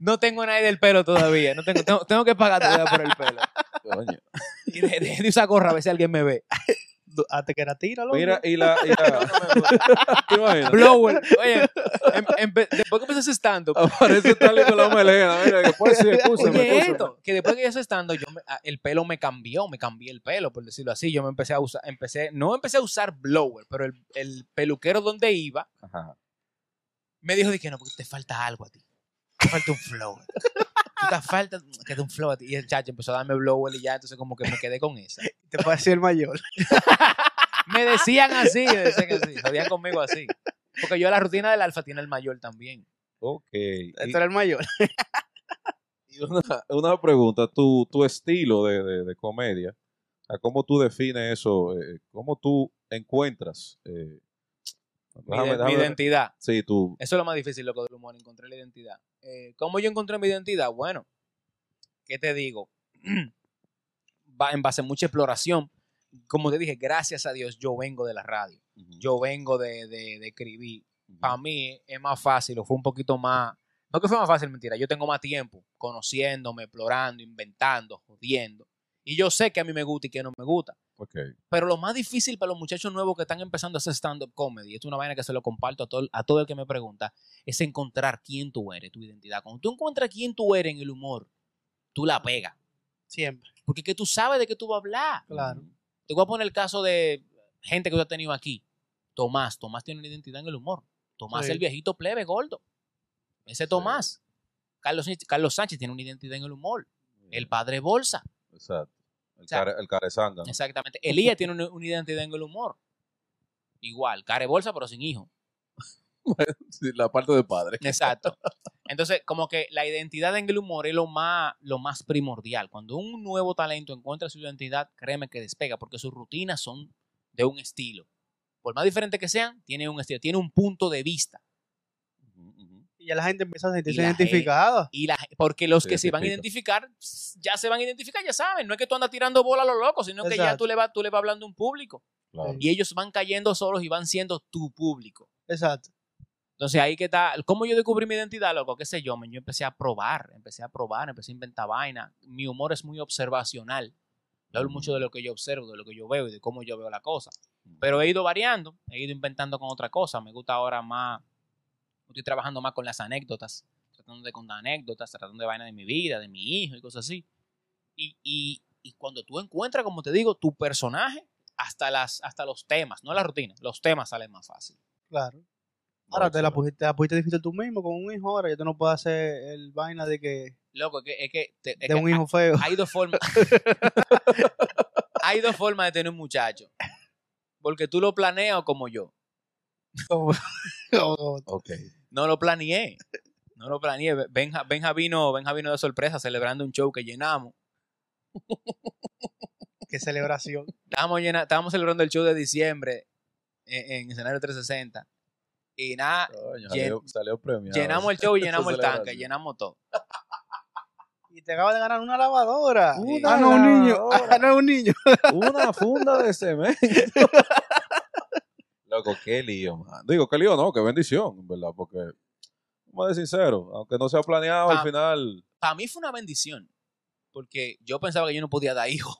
[SPEAKER 2] No tengo nadie del pelo todavía. No tengo, tengo, tengo que pagar todavía por el pelo.
[SPEAKER 3] Coño.
[SPEAKER 2] Y de, de- de usar gorra a ver si alguien me ve.
[SPEAKER 1] Du- Hasta que la tira, loco.
[SPEAKER 3] Mira, y la. y la- ¿Te imaginas?
[SPEAKER 2] Blower. Oye, em- empe- después que empecé stand up.
[SPEAKER 3] Aparece tal y con la melena. Mira,
[SPEAKER 4] pues
[SPEAKER 3] después sí, excúsame.
[SPEAKER 2] Oye,
[SPEAKER 3] excúsame.
[SPEAKER 2] esto, que después que yo hice stand up, yo me- a- el pelo me cambió, me cambié el pelo, por decirlo así. Yo me empecé a usar, empecé, no empecé a usar blower, pero el, el peluquero donde iba
[SPEAKER 3] Ajá.
[SPEAKER 2] me dijo de que no, porque te falta algo a ti. Te falta un flow. Tú Te falta que te un flow a ti. Y el chacho empezó a darme blower y ya, entonces como que me quedé con esa.
[SPEAKER 1] Te pareció el mayor.
[SPEAKER 2] Me decían así, me decían así, jodían conmigo así. Porque yo la rutina del alfa tiene el mayor también.
[SPEAKER 3] Ok. Y,
[SPEAKER 1] Este era el mayor.
[SPEAKER 3] y una, una pregunta: tu, tu estilo de, de, de comedia, ¿a ¿cómo tú defines eso? Eh, ¿Cómo tú encuentras? Eh,
[SPEAKER 2] Mi,
[SPEAKER 3] déjame-
[SPEAKER 2] ide- mi
[SPEAKER 3] déjame-
[SPEAKER 2] identidad.
[SPEAKER 3] sí, tú.
[SPEAKER 2] Eso es lo más difícil, loco, del humor, encontrar la identidad. Eh, ¿Cómo yo encontré mi identidad? Bueno, ¿qué te digo? Va- en base a mucha exploración. Como te dije, gracias a Dios yo vengo de la radio. Yo vengo de, de, de escribir. Para mí es más fácil, o fue un poquito más... No que fue más fácil, mentira. Yo tengo más tiempo conociéndome, explorando, inventando, jodiendo. Y yo sé que a mí me gusta y que no me gusta.
[SPEAKER 3] Ok.
[SPEAKER 2] Pero lo más difícil para los muchachos nuevos que están empezando a hacer stand-up comedy, y esto es una vaina que se lo comparto a todo, a todo el que me pregunta, es encontrar quién tú eres, tu identidad. Cuando tú encuentras quién tú eres en el humor, tú la pegas.
[SPEAKER 1] Siempre,
[SPEAKER 2] Porque es que tú sabes de qué tú vas a hablar.
[SPEAKER 1] claro.
[SPEAKER 3] Mm,
[SPEAKER 2] Te voy a poner el caso de gente que tú has tenido aquí. Tomás. Tomás tiene una identidad en el humor. Tomás
[SPEAKER 1] Sí.
[SPEAKER 2] el viejito plebe, gordo. Ese Tomás. Carlos, Carlos Sánchez tiene una identidad en el humor. El padre Bolsa.
[SPEAKER 3] Exacto. El,
[SPEAKER 2] O sea,
[SPEAKER 3] care- el carezanga. ¿no?
[SPEAKER 2] Exactamente. Elías tiene una, una identidad en el humor. Igual, care bolsa, pero sin hijo.
[SPEAKER 4] Sí, la parte de padre.
[SPEAKER 2] Exacto. Entonces, como que la identidad en el humor es lo más, lo más primordial. Cuando un nuevo talento encuentra su identidad, créeme que despega, porque sus rutinas son de un estilo. Por más diferente que sean, tiene un estilo, tiene un punto de vista.
[SPEAKER 3] Ujú, ujú.
[SPEAKER 1] Y ya la gente empieza a sentirse
[SPEAKER 2] la
[SPEAKER 1] identificada.
[SPEAKER 2] Y la- porque los
[SPEAKER 3] Se
[SPEAKER 2] que se van a identificar, pss, ya se van a identificar, ya saben. No es que tú andas tirando bola a los locos, sino que ya
[SPEAKER 1] Exacto.
[SPEAKER 2] tú le, vas, tú le vas hablando a un público.
[SPEAKER 3] Claro.
[SPEAKER 2] Y ellos van cayendo solos y van siendo tu público.
[SPEAKER 1] Exacto.
[SPEAKER 2] Entonces ahí que está, ¿cómo yo descubrí mi identidad, loco? ¿Qué sé yo? men? Yo empecé a probar, empecé a probar, empecé a inventar vaina. Mi humor es muy observacional. Yo hablo mucho de lo que yo observo, de lo que yo veo y de cómo yo veo la cosa. Pero he ido variando, he ido inventando con otra cosa. Me gusta ahora más, estoy trabajando más con las anécdotas, tratando de contar anécdotas, tratando de vaina de mi vida, de mi hijo y cosas así. Y, y- y cuando tú encuentras, como te digo, tu personaje, hasta, las, hasta los temas, no la rutina, los temas salen más fácil.
[SPEAKER 1] Claro.
[SPEAKER 3] No,
[SPEAKER 1] Ahora te la,
[SPEAKER 3] excelente.
[SPEAKER 1] pusiste, te la pusiste difícil tú mismo con un hijo. Ahora ya tú no puedes hacer el vaina de que
[SPEAKER 2] Loco, es que, es que, te- es
[SPEAKER 1] de
[SPEAKER 2] que ah,
[SPEAKER 1] un hijo feo.
[SPEAKER 2] hay dos formas. hay dos formas de tener un muchacho. Porque tú lo planeas o como yo.
[SPEAKER 1] Como- como-
[SPEAKER 3] Ok.
[SPEAKER 2] No lo planeé. No lo planeé. Benja, Benja vino, Benja vino de sorpresa celebrando un show que llenamos.
[SPEAKER 1] Qué celebración.
[SPEAKER 2] Estábamos, llena- estábamos celebrando el show de diciembre en, en escenario 360. Y nada, Llen-
[SPEAKER 4] Coño, salió, salió premiado.
[SPEAKER 2] llenamos el show y llenamos el tanque,
[SPEAKER 4] celebración.
[SPEAKER 2] llenamos todo.
[SPEAKER 1] Y te acabas de ganar una lavadora.
[SPEAKER 3] Una
[SPEAKER 1] ah, no, un niño.
[SPEAKER 3] lavadora.
[SPEAKER 1] Ah, no, un niño.
[SPEAKER 3] Una funda de cemento. Loco, qué lío, man. Digo, qué lío no, qué bendición, en ¿verdad? Porque, vamos a ser sincero, aunque no sea planeado,
[SPEAKER 2] Ah.
[SPEAKER 3] al final.
[SPEAKER 2] Para mí fue una bendición. Porque yo pensaba que yo no podía dar hijos.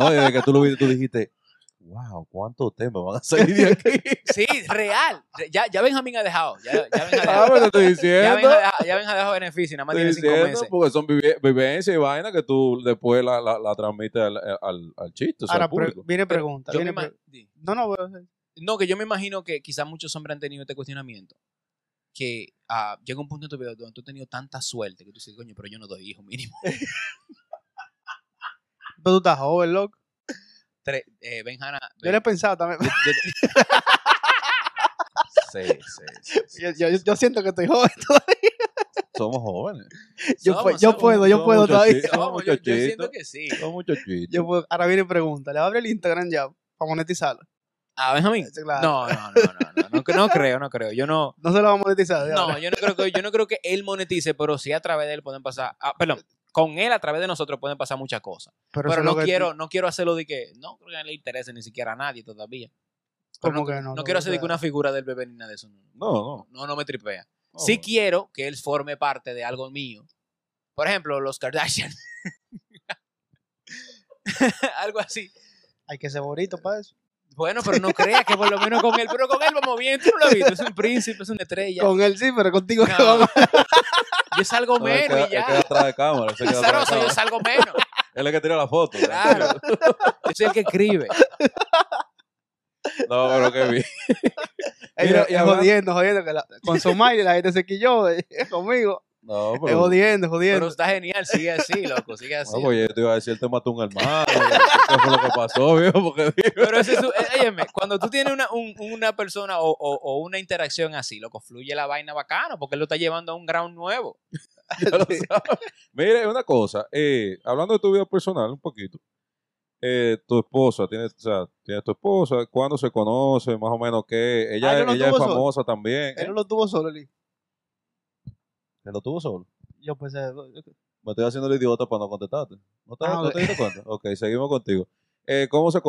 [SPEAKER 3] No, desde que tú lo viste, tú dijiste, wow, ¿cuántos temas van a salir de aquí?
[SPEAKER 2] Sí, real. Re- Ya, ya Benjamín ha dejado. Ya, ya Benja ha
[SPEAKER 4] Ah,
[SPEAKER 2] dejado.
[SPEAKER 4] pero te estoy
[SPEAKER 2] Ya
[SPEAKER 4] diciendo.
[SPEAKER 2] Benja deja- ya Benja dejó beneficio, nada más tiene
[SPEAKER 4] estoy
[SPEAKER 2] cinco
[SPEAKER 4] diciendo,
[SPEAKER 2] meses.
[SPEAKER 4] porque son vive- vivencias y vainas que tú después la, la, la transmites al, eh, al, al chiste, o sea,
[SPEAKER 1] Ahora
[SPEAKER 4] al
[SPEAKER 1] pre-
[SPEAKER 4] público.
[SPEAKER 1] viene pregunta.
[SPEAKER 2] Yo me
[SPEAKER 1] viene
[SPEAKER 2] ima-
[SPEAKER 1] pre- no, no, pero-
[SPEAKER 2] no, que yo me imagino que quizás muchos hombres han tenido este cuestionamiento. Que ah, llega un punto en tu vida donde tú has tenido tanta suerte que tú dices, coño, pero yo no doy hijos mínimo.
[SPEAKER 1] pero tú estás joven, loco.
[SPEAKER 2] Tres, eh, Benjana,
[SPEAKER 1] Yo le he pensado también.
[SPEAKER 3] Sí, sí, sí, sí.
[SPEAKER 1] Yo, yo- yo siento que estoy joven todavía.
[SPEAKER 3] Somos jóvenes.
[SPEAKER 1] Yo,
[SPEAKER 2] Somos,
[SPEAKER 1] pu- yo
[SPEAKER 2] somos,
[SPEAKER 1] puedo, yo
[SPEAKER 4] somos
[SPEAKER 1] puedo todavía.
[SPEAKER 4] muchachitos.
[SPEAKER 2] Somos, yo, yo
[SPEAKER 4] muchachito.
[SPEAKER 2] siento que sí.
[SPEAKER 3] Son muchos chistes.
[SPEAKER 1] Yo puedo- Ahora viene pregunta. Le abre el Instagram ya para monetizarlo.
[SPEAKER 2] Ah, Benjamín.
[SPEAKER 1] Claro.
[SPEAKER 2] No, no, no, no, no, no, no creo, no creo. Yo no,
[SPEAKER 1] No se lo va a monetizar. de ahora.
[SPEAKER 2] no, yo no creo que, yo no creo que él monetice, pero sí a través de él pueden pasar, ah, perdón, con él a través de nosotros pueden pasar muchas cosas. Pero,
[SPEAKER 1] eso es lo
[SPEAKER 2] no
[SPEAKER 1] que-
[SPEAKER 2] quiero, no quiero hacerlo de que, no creo que no le interese ni siquiera a nadie todavía. Pero
[SPEAKER 1] ¿Cómo que no?
[SPEAKER 2] No
[SPEAKER 1] Lo que
[SPEAKER 2] quiero hacer de que
[SPEAKER 1] sea.
[SPEAKER 2] una figura del bebé ni nada de eso. no.
[SPEAKER 3] No, no.
[SPEAKER 2] No, no me tripea.
[SPEAKER 1] Oh,
[SPEAKER 3] no.
[SPEAKER 2] Sí quiero que él forme parte de algo mío. Por ejemplo, los Kardashian. algo así.
[SPEAKER 1] Hay que ser bonito para eso.
[SPEAKER 2] Bueno, pero no creas que por lo menos con él, pero con él vamos bien, tú no lo has visto. Es un príncipe, es una estrella.
[SPEAKER 1] Con él sí, pero contigo
[SPEAKER 2] No.
[SPEAKER 1] que vamos.
[SPEAKER 2] Yo salgo
[SPEAKER 3] No, él queda-
[SPEAKER 2] menos y
[SPEAKER 3] él queda
[SPEAKER 2] ya.
[SPEAKER 3] atrás de cámara. él se queda atrás de
[SPEAKER 2] Azaroso, yo
[SPEAKER 3] cámara.
[SPEAKER 2] salgo menos.
[SPEAKER 3] Él es el que tira la foto.
[SPEAKER 2] Claro. Yo soy el que escribe.
[SPEAKER 3] No, pero qué bien.
[SPEAKER 1] Mira,
[SPEAKER 3] Mira, y hablando-
[SPEAKER 1] jodiendo, jodiendo. Que la- con su madre la gente se quilló eh, conmigo.
[SPEAKER 3] No,
[SPEAKER 1] Es
[SPEAKER 3] pero.
[SPEAKER 1] jodiendo,
[SPEAKER 2] Pero
[SPEAKER 1] jodiendo.
[SPEAKER 2] está genial, sigue así, loco, sigue así.
[SPEAKER 3] No, pues yo te iba a decir, él te mató un hermano. ¿Qué fue lo que pasó, viejo? Porque digo,
[SPEAKER 2] Pero ese es su- eh, óyeme, cuando tú tienes una, un- una persona o, o- o una interacción así, loco, fluye la vaina bacano porque él lo está llevando a un ground nuevo.
[SPEAKER 3] ya lo sabes. Mire, una cosa. eh, hablando de tu vida personal un poquito. eh, tu esposa, tienes, o sea, tienes tu esposa, ¿cuándo se conoce? Más o menos qué. Ella,
[SPEAKER 1] Ah, ¿no lo
[SPEAKER 3] ella es
[SPEAKER 1] tuvo solo?
[SPEAKER 3] famosa también. ¿eh?
[SPEAKER 1] Él no lo tuvo solo, Eli.
[SPEAKER 3] ¿Te lo tuvo solo?
[SPEAKER 1] Yo pues eh,
[SPEAKER 3] Me estoy haciendo el idiota para no contestarte. ¿No te,
[SPEAKER 1] Ah,
[SPEAKER 3] no
[SPEAKER 1] ok.
[SPEAKER 3] te diste cuenta? Ok, seguimos contigo. Eh, ¿Cómo se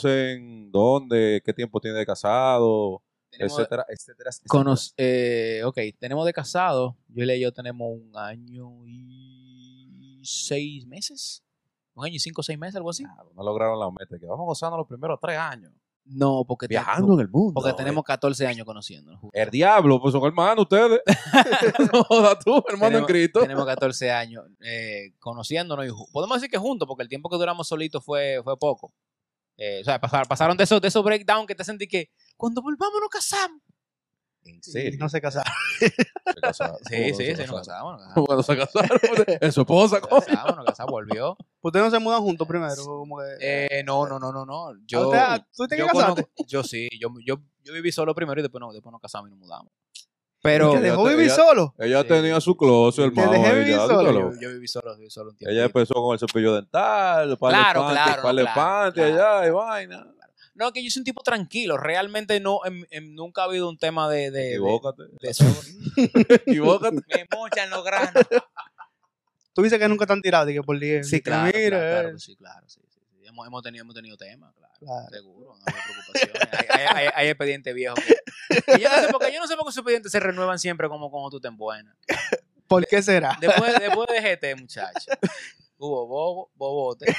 [SPEAKER 3] conocen? ¿Dónde? ¿Qué tiempo tiene de casado?
[SPEAKER 2] Tenemos-
[SPEAKER 3] etcétera, etcétera, etcétera.
[SPEAKER 2] conoc- eh, ok, tenemos de casado, yo y ella y yo tenemos un año y seis meses. un año y cinco o seis meses, algo así.
[SPEAKER 3] Claro, no lograron la meta. Que vamos gozando los primeros tres años.
[SPEAKER 2] No, porque te-
[SPEAKER 3] Viajando en el mundo.
[SPEAKER 2] Porque tenemos 14 años conociéndonos.
[SPEAKER 3] El diablo, pues son hermanos ustedes.
[SPEAKER 4] No joda tú, hermano en
[SPEAKER 2] Tenemos-
[SPEAKER 4] Cristo.
[SPEAKER 2] Tenemos 14 años eh, conociéndonos y ju- podemos decir que juntos, porque el tiempo que duramos solitos fue, fue poco. Eh, o sea, pasar- pasaron de esos, de esos breakdowns que te sentí que cuando volvamos nos casamos.
[SPEAKER 3] En
[SPEAKER 1] Y no se casaron.
[SPEAKER 3] Se casaron.
[SPEAKER 2] Sí, sí, sí, nos casamos,
[SPEAKER 3] casaron.
[SPEAKER 2] nos casamos.
[SPEAKER 4] Cuando se casaron, pues, es su esposa.
[SPEAKER 2] Nos
[SPEAKER 4] coño.
[SPEAKER 2] casamos, nos casamos, volvió.
[SPEAKER 1] Ustedes no se mudan juntos primero. Como que,
[SPEAKER 2] Eh, no, no, no, no, no.
[SPEAKER 1] ¿A
[SPEAKER 2] Yo,
[SPEAKER 1] usted- a- ¿Tú Ah, te
[SPEAKER 2] yo,
[SPEAKER 1] casaste?
[SPEAKER 2] conozco- yo sí, yo, yo, yo viví solo primero y después no, después nos casamos y nos mudamos. Pero
[SPEAKER 1] ¿Te dejó
[SPEAKER 3] yo te-
[SPEAKER 1] vivir
[SPEAKER 3] yo-
[SPEAKER 1] solo?
[SPEAKER 3] Ella
[SPEAKER 2] Sí.
[SPEAKER 3] tenía su closet,
[SPEAKER 2] Te
[SPEAKER 3] hermano.
[SPEAKER 1] dejé
[SPEAKER 3] ahí,
[SPEAKER 1] vivir
[SPEAKER 3] ya, tú
[SPEAKER 1] solo.
[SPEAKER 3] te lo-
[SPEAKER 2] yo, yo viví solo, viví solo un tiempo.
[SPEAKER 3] Ella empezó con el cepillo dental, para
[SPEAKER 2] Claro,
[SPEAKER 3] el panty,
[SPEAKER 2] claro,
[SPEAKER 3] para el
[SPEAKER 2] claro,
[SPEAKER 3] panty
[SPEAKER 2] claro.
[SPEAKER 3] allá y vaina.
[SPEAKER 2] No, que yo soy un tipo tranquilo. Realmente no, em- em, nunca ha habido un tema de, de, de,
[SPEAKER 3] Equivócate.
[SPEAKER 2] de eso.
[SPEAKER 4] Equivócate.
[SPEAKER 2] Me mochan los granos.
[SPEAKER 1] Tú dices que nunca te han tirado. Dije, por 10.
[SPEAKER 2] Sí, claro,
[SPEAKER 1] Mira,
[SPEAKER 2] claro, claro
[SPEAKER 1] eh.
[SPEAKER 2] que sí, claro, sí, sí, sí. Hemos, hemos tenido, hemos tenido temas, claro,
[SPEAKER 1] Claro.
[SPEAKER 2] seguro, no hay preocupaciones. Hay, hay, hay- hay expedientes viejos. que- que yo, no sé por qué, yo no sé por qué esos expedientes se renuevan siempre como cuando tú te embuenas.
[SPEAKER 1] ¿Por qué será?
[SPEAKER 2] Después, después de GT, muchacho, hubo bobo, bobote,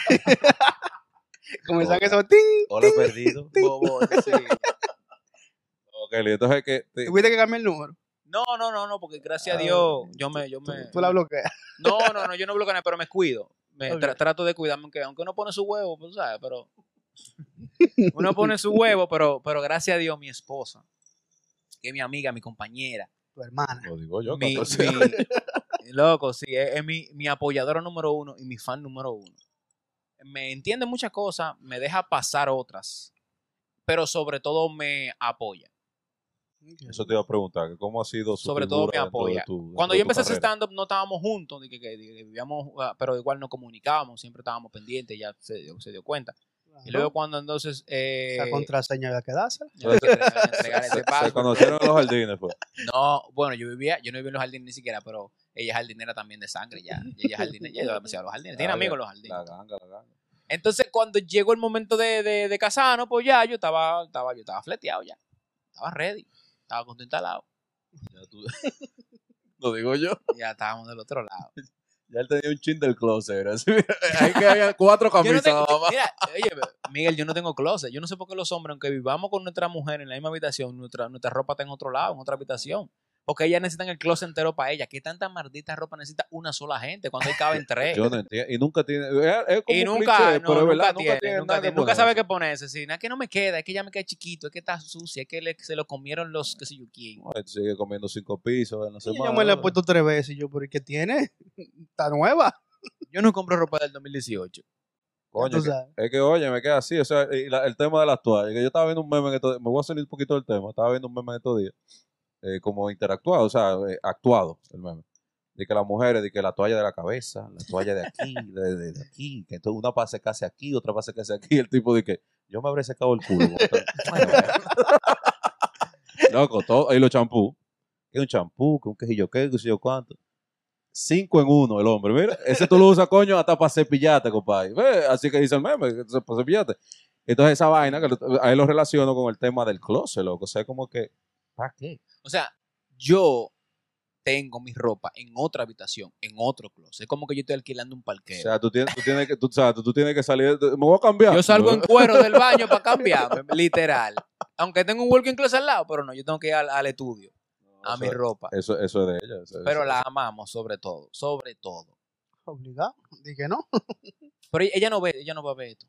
[SPEAKER 1] Comenzaron que eso. ¡Ting!
[SPEAKER 3] Hola, perdido.
[SPEAKER 2] bobote, sí.
[SPEAKER 3] Ok, entonces que te-
[SPEAKER 1] Tuviste que cambiar el número.
[SPEAKER 2] No, no, no, no, porque gracias a
[SPEAKER 1] Ah,
[SPEAKER 2] Dios yo me... Yo me
[SPEAKER 1] Tú la bloqueas.
[SPEAKER 2] No, no, no, yo no bloqueo nada, pero me cuido. Me
[SPEAKER 1] Ok.
[SPEAKER 2] tra- trato de cuidarme, aunque, aunque uno pone su huevo, pues, ¿sabes? Pero uno pone su huevo, pero, pero gracias a Dios, mi esposa, que es mi amiga, mi compañera,
[SPEAKER 1] Tu hermana.
[SPEAKER 3] Lo digo yo,
[SPEAKER 2] mi,
[SPEAKER 3] 14 años.
[SPEAKER 2] mi- loco, sí, es, es mi, mi apoyadora número uno y mi fan número uno. Me entiende muchas cosas, me deja pasar otras, pero sobre todo me apoya.
[SPEAKER 3] Eso te iba a preguntar, que ¿cómo ha sido su
[SPEAKER 2] Sobre todo
[SPEAKER 3] figura
[SPEAKER 2] me
[SPEAKER 3] dentro de
[SPEAKER 2] apoya.
[SPEAKER 3] tu- dentro
[SPEAKER 2] Cuando
[SPEAKER 3] de
[SPEAKER 2] yo
[SPEAKER 3] tu
[SPEAKER 2] empecé a hacer
[SPEAKER 3] carrera?
[SPEAKER 2] stand-up no estábamos juntos, ni que, que- que vivíamos, ah, pero igual no comunicábamos, siempre estábamos pendientes, ya se, dio- se dio cuenta. Y luego cuando entonces... Eh,
[SPEAKER 1] La contraseña había que dársela.
[SPEAKER 2] yo le tenía que entregar ese
[SPEAKER 3] Se,
[SPEAKER 2] password.
[SPEAKER 3] conocieron en los jardines, pues.
[SPEAKER 2] No, bueno, yo vivía, yo no vivía en los jardines ni siquiera, pero ella es jardinera también de sangre, ya. Y Ella es jardinera, ella iba demasiado a los jardines, tiene
[SPEAKER 3] Ah,
[SPEAKER 2] amigos
[SPEAKER 3] ya.
[SPEAKER 2] en los jardines.
[SPEAKER 3] La ganga, la ganga.
[SPEAKER 2] Entonces cuando llegó el momento de, de, de casarnos, pues ya yo estaba, estaba, yo estaba fleteado ya. Estaba ready, estaba contento al lado. Ya, tú-
[SPEAKER 4] Lo digo yo.
[SPEAKER 2] ya estábamos del otro lado.
[SPEAKER 4] Ya él tenía un chin del closet. era así, mira, Hay que había cuatro
[SPEAKER 2] Yo no
[SPEAKER 4] camisas
[SPEAKER 2] tengo-
[SPEAKER 4] nada más.
[SPEAKER 2] mira, oye, Miguel, yo no tengo closet. Yo no sé por qué los hombres, aunque vivamos con nuestra mujer en la misma habitación, nuestra, nuestra ropa está en otro lado, en otra habitación. Porque ellas necesitan el closet entero para ellas. ¿Qué tanta maldita ropa necesita una sola gente cuando ahí caben tres?
[SPEAKER 3] Yo no entiendo. Y nunca tiene. Es, es como
[SPEAKER 2] y
[SPEAKER 3] un
[SPEAKER 2] nunca, no,
[SPEAKER 3] cliché, pero es
[SPEAKER 2] nunca
[SPEAKER 3] verdad,
[SPEAKER 2] tiene, nunca,
[SPEAKER 3] nada
[SPEAKER 2] tiene,
[SPEAKER 3] que
[SPEAKER 2] nunca sabe
[SPEAKER 3] ponerse.
[SPEAKER 2] qué ponerse. Sí, nada que no me queda, es que ya me queda chiquito, es que está sucia, es que le- se lo comieron los que sé yo quién.
[SPEAKER 3] No, él Sigue comiendo cinco pisos en la
[SPEAKER 1] Sí,
[SPEAKER 3] semana.
[SPEAKER 1] Yo me la he puesto tres veces. Y yo, ¿por qué tiene? Está nueva.
[SPEAKER 2] Yo no compro ropa del 2018.
[SPEAKER 3] Coño,
[SPEAKER 1] Tú
[SPEAKER 3] que-
[SPEAKER 1] sabes.
[SPEAKER 3] Es que, oye, me queda así. O sea, y la- el tema de las toallas. Que yo estaba viendo un meme en estos días. Me voy a salir un poquito del tema. Estaba viendo un meme en estos días. eh, como interactuado, o sea, eh, actuado el meme. De que las mujeres, de que la toalla de la cabeza, la toalla de aquí, de, de- de aquí. Que entonces una para secarse aquí, otra para secarse aquí. Y el tipo de que yo me habré secado el culo. Loco, todo. Y los champú. Que un champú, que un quejillo, que, que sé yo cuánto. Cinco en uno el hombre. Mira, ese tú lo usas, coño, hasta para cepillarte, compadre. Ve, Así que dice el meme, que se- para cepillarte. Entonces esa vaina, que lo- ahí lo relaciono con el tema del closet, loco. O sea, como que, ¿para qué?
[SPEAKER 2] O sea, yo tengo mi ropa en otra habitación, en otro closet. Es como que yo estoy alquilando un
[SPEAKER 3] O
[SPEAKER 2] parqueo.
[SPEAKER 3] sea, tú tienes, tú tienes que, tú, o sea, tú tienes que salir, de- me voy a cambiar.
[SPEAKER 2] Yo salgo en cuero del baño para cambiarme, literal. Aunque tengo un working closet al lado, pero no, yo tengo que ir al, al estudio, a Ah, mi ropa.
[SPEAKER 3] Eso, eso es de ella. eso-
[SPEAKER 2] Pero
[SPEAKER 3] eso-
[SPEAKER 2] la amamos sobre todo, sobre todo.
[SPEAKER 1] Obligado. Dije, no.
[SPEAKER 2] Pero e, ella- ella no ve, ella no va a ver esto.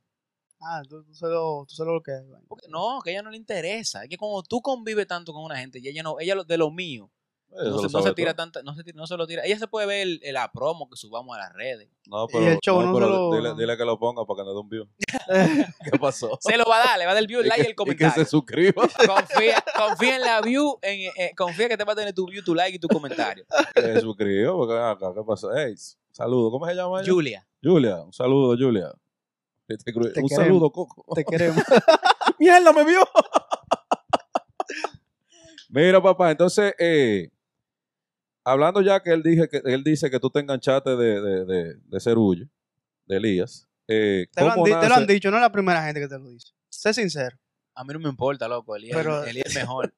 [SPEAKER 1] Ah, tú, tú, se lo, tú se lo que
[SPEAKER 2] Porque no, que a ella no le interesa. Es que cuando tú convives tanto con una gente, y ella no, ella lo- de lo mío,
[SPEAKER 3] eso
[SPEAKER 2] no
[SPEAKER 3] lo
[SPEAKER 2] se, no
[SPEAKER 3] sabe
[SPEAKER 2] se
[SPEAKER 3] todo.
[SPEAKER 2] tira tanta, no se, tira- no se lo tira. Ella se puede ver el- la promo que subamos a las redes.
[SPEAKER 3] No,
[SPEAKER 1] Y
[SPEAKER 3] pero,
[SPEAKER 1] el show no se
[SPEAKER 3] pero
[SPEAKER 1] lo-
[SPEAKER 3] dile, dile que lo ponga para que no dé un view.
[SPEAKER 4] ¿Qué pasó?
[SPEAKER 2] Se lo va a dar, le va a dar el view, el
[SPEAKER 4] Y
[SPEAKER 2] like y
[SPEAKER 4] que-
[SPEAKER 2] el
[SPEAKER 4] y que
[SPEAKER 2] comentario.
[SPEAKER 4] se suscriba.
[SPEAKER 2] confía, confía en la view, en, eh, confía que te va a tener tu view, tu like y tu comentario.
[SPEAKER 3] Que suscribió, porque ven acá, ¿qué pasa? Hey, saludo, ¿cómo se llama ella?
[SPEAKER 2] Julia,
[SPEAKER 3] Julia, un saludo, Julia. Este cru-
[SPEAKER 1] Te
[SPEAKER 3] un
[SPEAKER 1] queremos.
[SPEAKER 3] saludo, Coco.
[SPEAKER 1] Te queremos.
[SPEAKER 4] ¡Mierda, me vio!
[SPEAKER 3] Mira, papá, entonces, eh, hablando ya que él, dije que él dice que tú te enganchaste de, de, de, de Cerullo, de Elías. Eh,
[SPEAKER 1] Te lo, han,
[SPEAKER 3] ¿cómo
[SPEAKER 1] di- te lo
[SPEAKER 3] nace-
[SPEAKER 1] han dicho, no es la primera gente que te lo dice. Sé sincero.
[SPEAKER 2] a mí no me importa, loco, Elías
[SPEAKER 1] Pero-
[SPEAKER 2] Elías es mejor.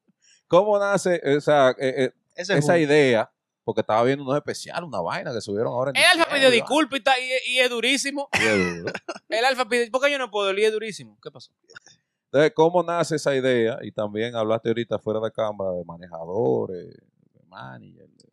[SPEAKER 3] ¿Cómo nace esa, eh, eh,
[SPEAKER 1] Ese es
[SPEAKER 3] esa
[SPEAKER 1] uno.
[SPEAKER 3] idea Porque estaba viendo unos especiales, una vaina que subieron ahora. en
[SPEAKER 2] El alfa
[SPEAKER 3] diciembre,
[SPEAKER 2] pidió
[SPEAKER 3] ¿verdad?
[SPEAKER 2] disculpas y, está- y- y es durísimo.
[SPEAKER 3] Qué duro.
[SPEAKER 2] El alfa pide, ¿por qué yo no puedo? Y es durísimo. ¿Qué pasó?
[SPEAKER 3] Entonces, ¿cómo nace esa idea? Y también hablaste ahorita fuera de cámara de manejadores, de manager. de-